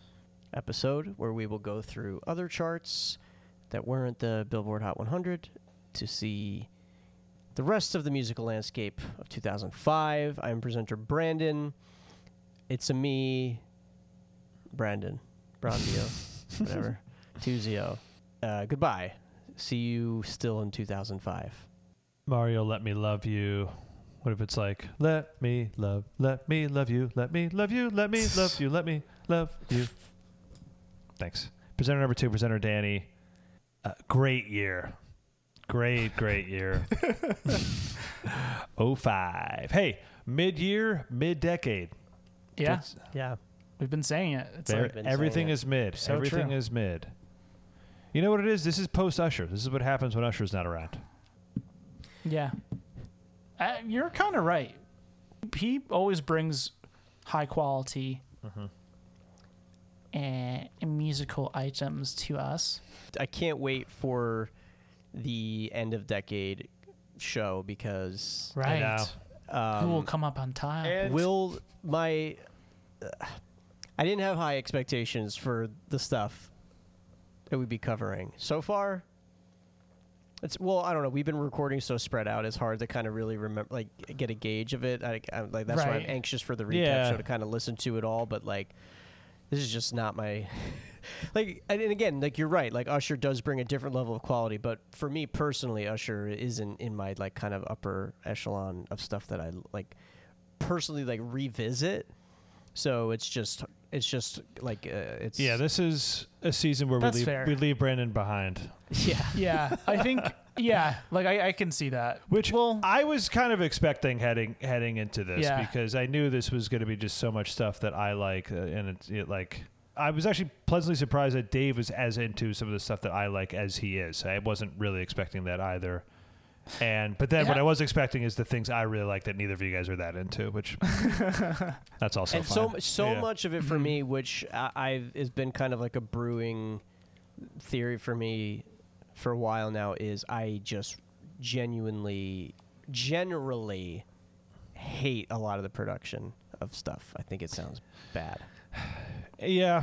episode where we will go through other charts that weren't the Billboard Hot 100 to see the rest of the musical landscape of 2005. I'm presenter Brandon. It's a me, Brandon, Brandio, whatever, Tuzio. Uh, goodbye. See you still in 2005.
Mario, let me love you. What if it's like, let me love, let me love you, let me love you, let me love you, let me love you. Thanks. Presenter number two, presenter Danny. Uh, great year. Great, great year. Oh five. Hey, mid year, mid decade.
Yeah,
Yeah.
we've been saying it. It's
There-
like,
been saying
everything
it.
is mid.
So
everything
true.
is mid. You know what it is? This is post Usher. This is what happens when Usher's not around.
yeah, uh, you're kind of right. He always brings high quality
Mm-hmm.
uh, musical items to us.
I can't wait for the end of decade show because
I
Right.
know. Um,
Who will come up on top?
will my uh, I didn't have high expectations for the stuff that we'd be covering. So far it's well, I don't know. We've been recording so spread out; it's hard to kind of really remember, like, get a gauge of it. I, I, like that's why I'm
Right.
anxious for the recap
Yeah.
show to kind of listen to it all. But like, this is just not my like. And, and again, like you're right. Like Usher does bring a different level of quality, but for me personally, Usher isn't in my like kind of upper echelon of stuff that I like personally like revisit. So it's just it's just like uh, it's
Yeah, this is a season where
That's
we leave
fair.
we leave Brandon behind.
yeah.
yeah, I think. Yeah, like I, I can see that.
Which
well,
I was kind of expecting heading heading into this
Yeah.
because I knew this was going to be just so much stuff that I like, uh, and it's it, like I was actually pleasantly surprised that Dave was as into some of the stuff that I like as he is. I wasn't really expecting that either. And but then what
Yeah.
I was expecting is the things I really like that neither of you guys are that into, which that's also
and
fine.
so mu- so
Yeah.
much of it for me, which I, I've has been kind of like a brewing theory for me for a while now, is I just genuinely, generally hate a lot of the production of stuff. I think it sounds bad.
Yeah.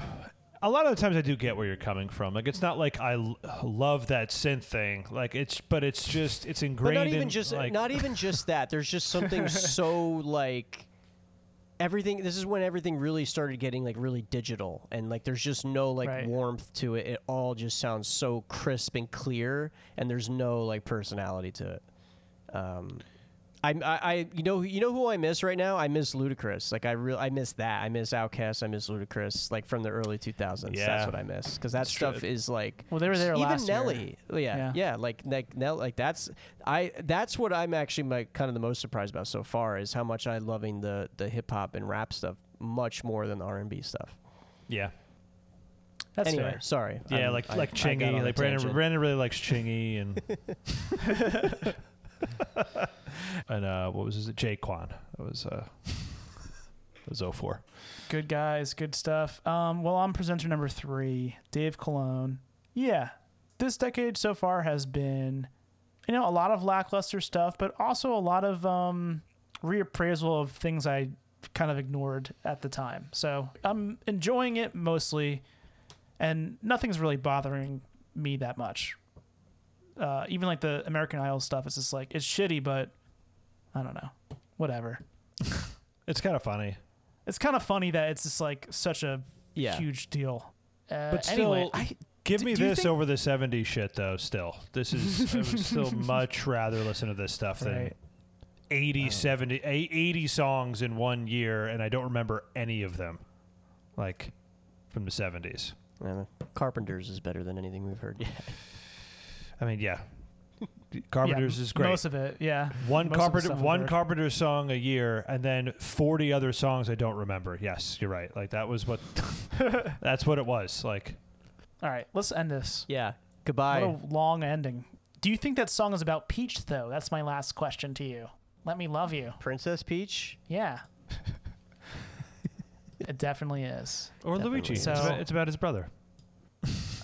A lot of the times I do get where you're coming from. Like it's not like I l- love that synth thing. Like it's but it's just it's
But
ingrained
not even
in,
just
like,
not even just that. There's just something so like everything this is when everything really started getting like really digital and like there's just no like
Right.
warmth to it. It all just sounds so crisp and clear and there's no like personality to it. Um I, I, I- you know, you know who I miss right now. I miss Ludacris. Like I real, I miss that. I miss Outkast. I miss Ludacris. Like from the early 2000s.
Yeah.
That's what I miss because that
true.
stuff is like.
Well, they were there
even
last year.
Nelly. Oh, Yeah, yeah,
Yeah.
Like, like, now, like that's I. That's what I'm actually like, kind of the most surprised about so far is how much I loving the the hip hop and rap stuff much more than the R and B stuff.
Yeah.
e-, that's
anyway,
fair.
sorry.
Yeah,
I'm-
like
I-
like
I got on
Chingy,
a
like Brandon.
tangent.
Brandon really likes Chingy and and uh, what was his Jaquan? That was uh, that was 04.
Good guys, good stuff. Um, well, I'm presenter number three, Dave Cologne. Yeah, this decade so far has been, you know, a lot of lackluster stuff, but also a lot of um, reappraisal of things I kind of ignored at the time. So I'm enjoying it mostly, and nothing's really bothering me that much. Uh, even like the American Idol stuff, it's just like it's shitty, but I don't know, whatever
It's kind of funny,
it's kind of funny that it's just like such a
Yeah.
huge deal. Uh,
but still,
anyway, I,
give
d-
me
do you
this
think-
over the 70s shit though. Still, this is I would still much rather listen to this stuff than
Right.
80,
Um,
70, eh, 80 songs in one year, and I don't remember any of them, like from the 70s.
Yeah, the Carpenters is better than anything we've heard yet.
I mean, yeah, Carpenters
yeah,
is great.
Most of it, yeah. Most
One
of the
carpenter,
stuff I've
one
heard.
carpenter song a year, and then forty other songs I don't remember. Yes, you're right. Like that was what, that's what it was. Like
All right, let's end this.
yeah.
What
Goodbye.
a long ending. Do you think that song is about Peach though? That's my last question to you. Let me love you.
Princess Peach.
Yeah. It definitely is.
Or Luigi.
So-
it's, about, it's about his brother.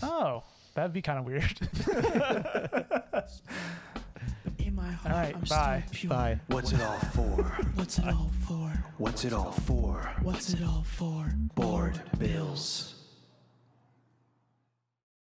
Oh, that'd be kind of weird.
In my heart,
All right,
I'm
bye.
still pure.
Bye.
What's it all for?
What's it all for?
What's it all for?
What's it all for?
Board bills.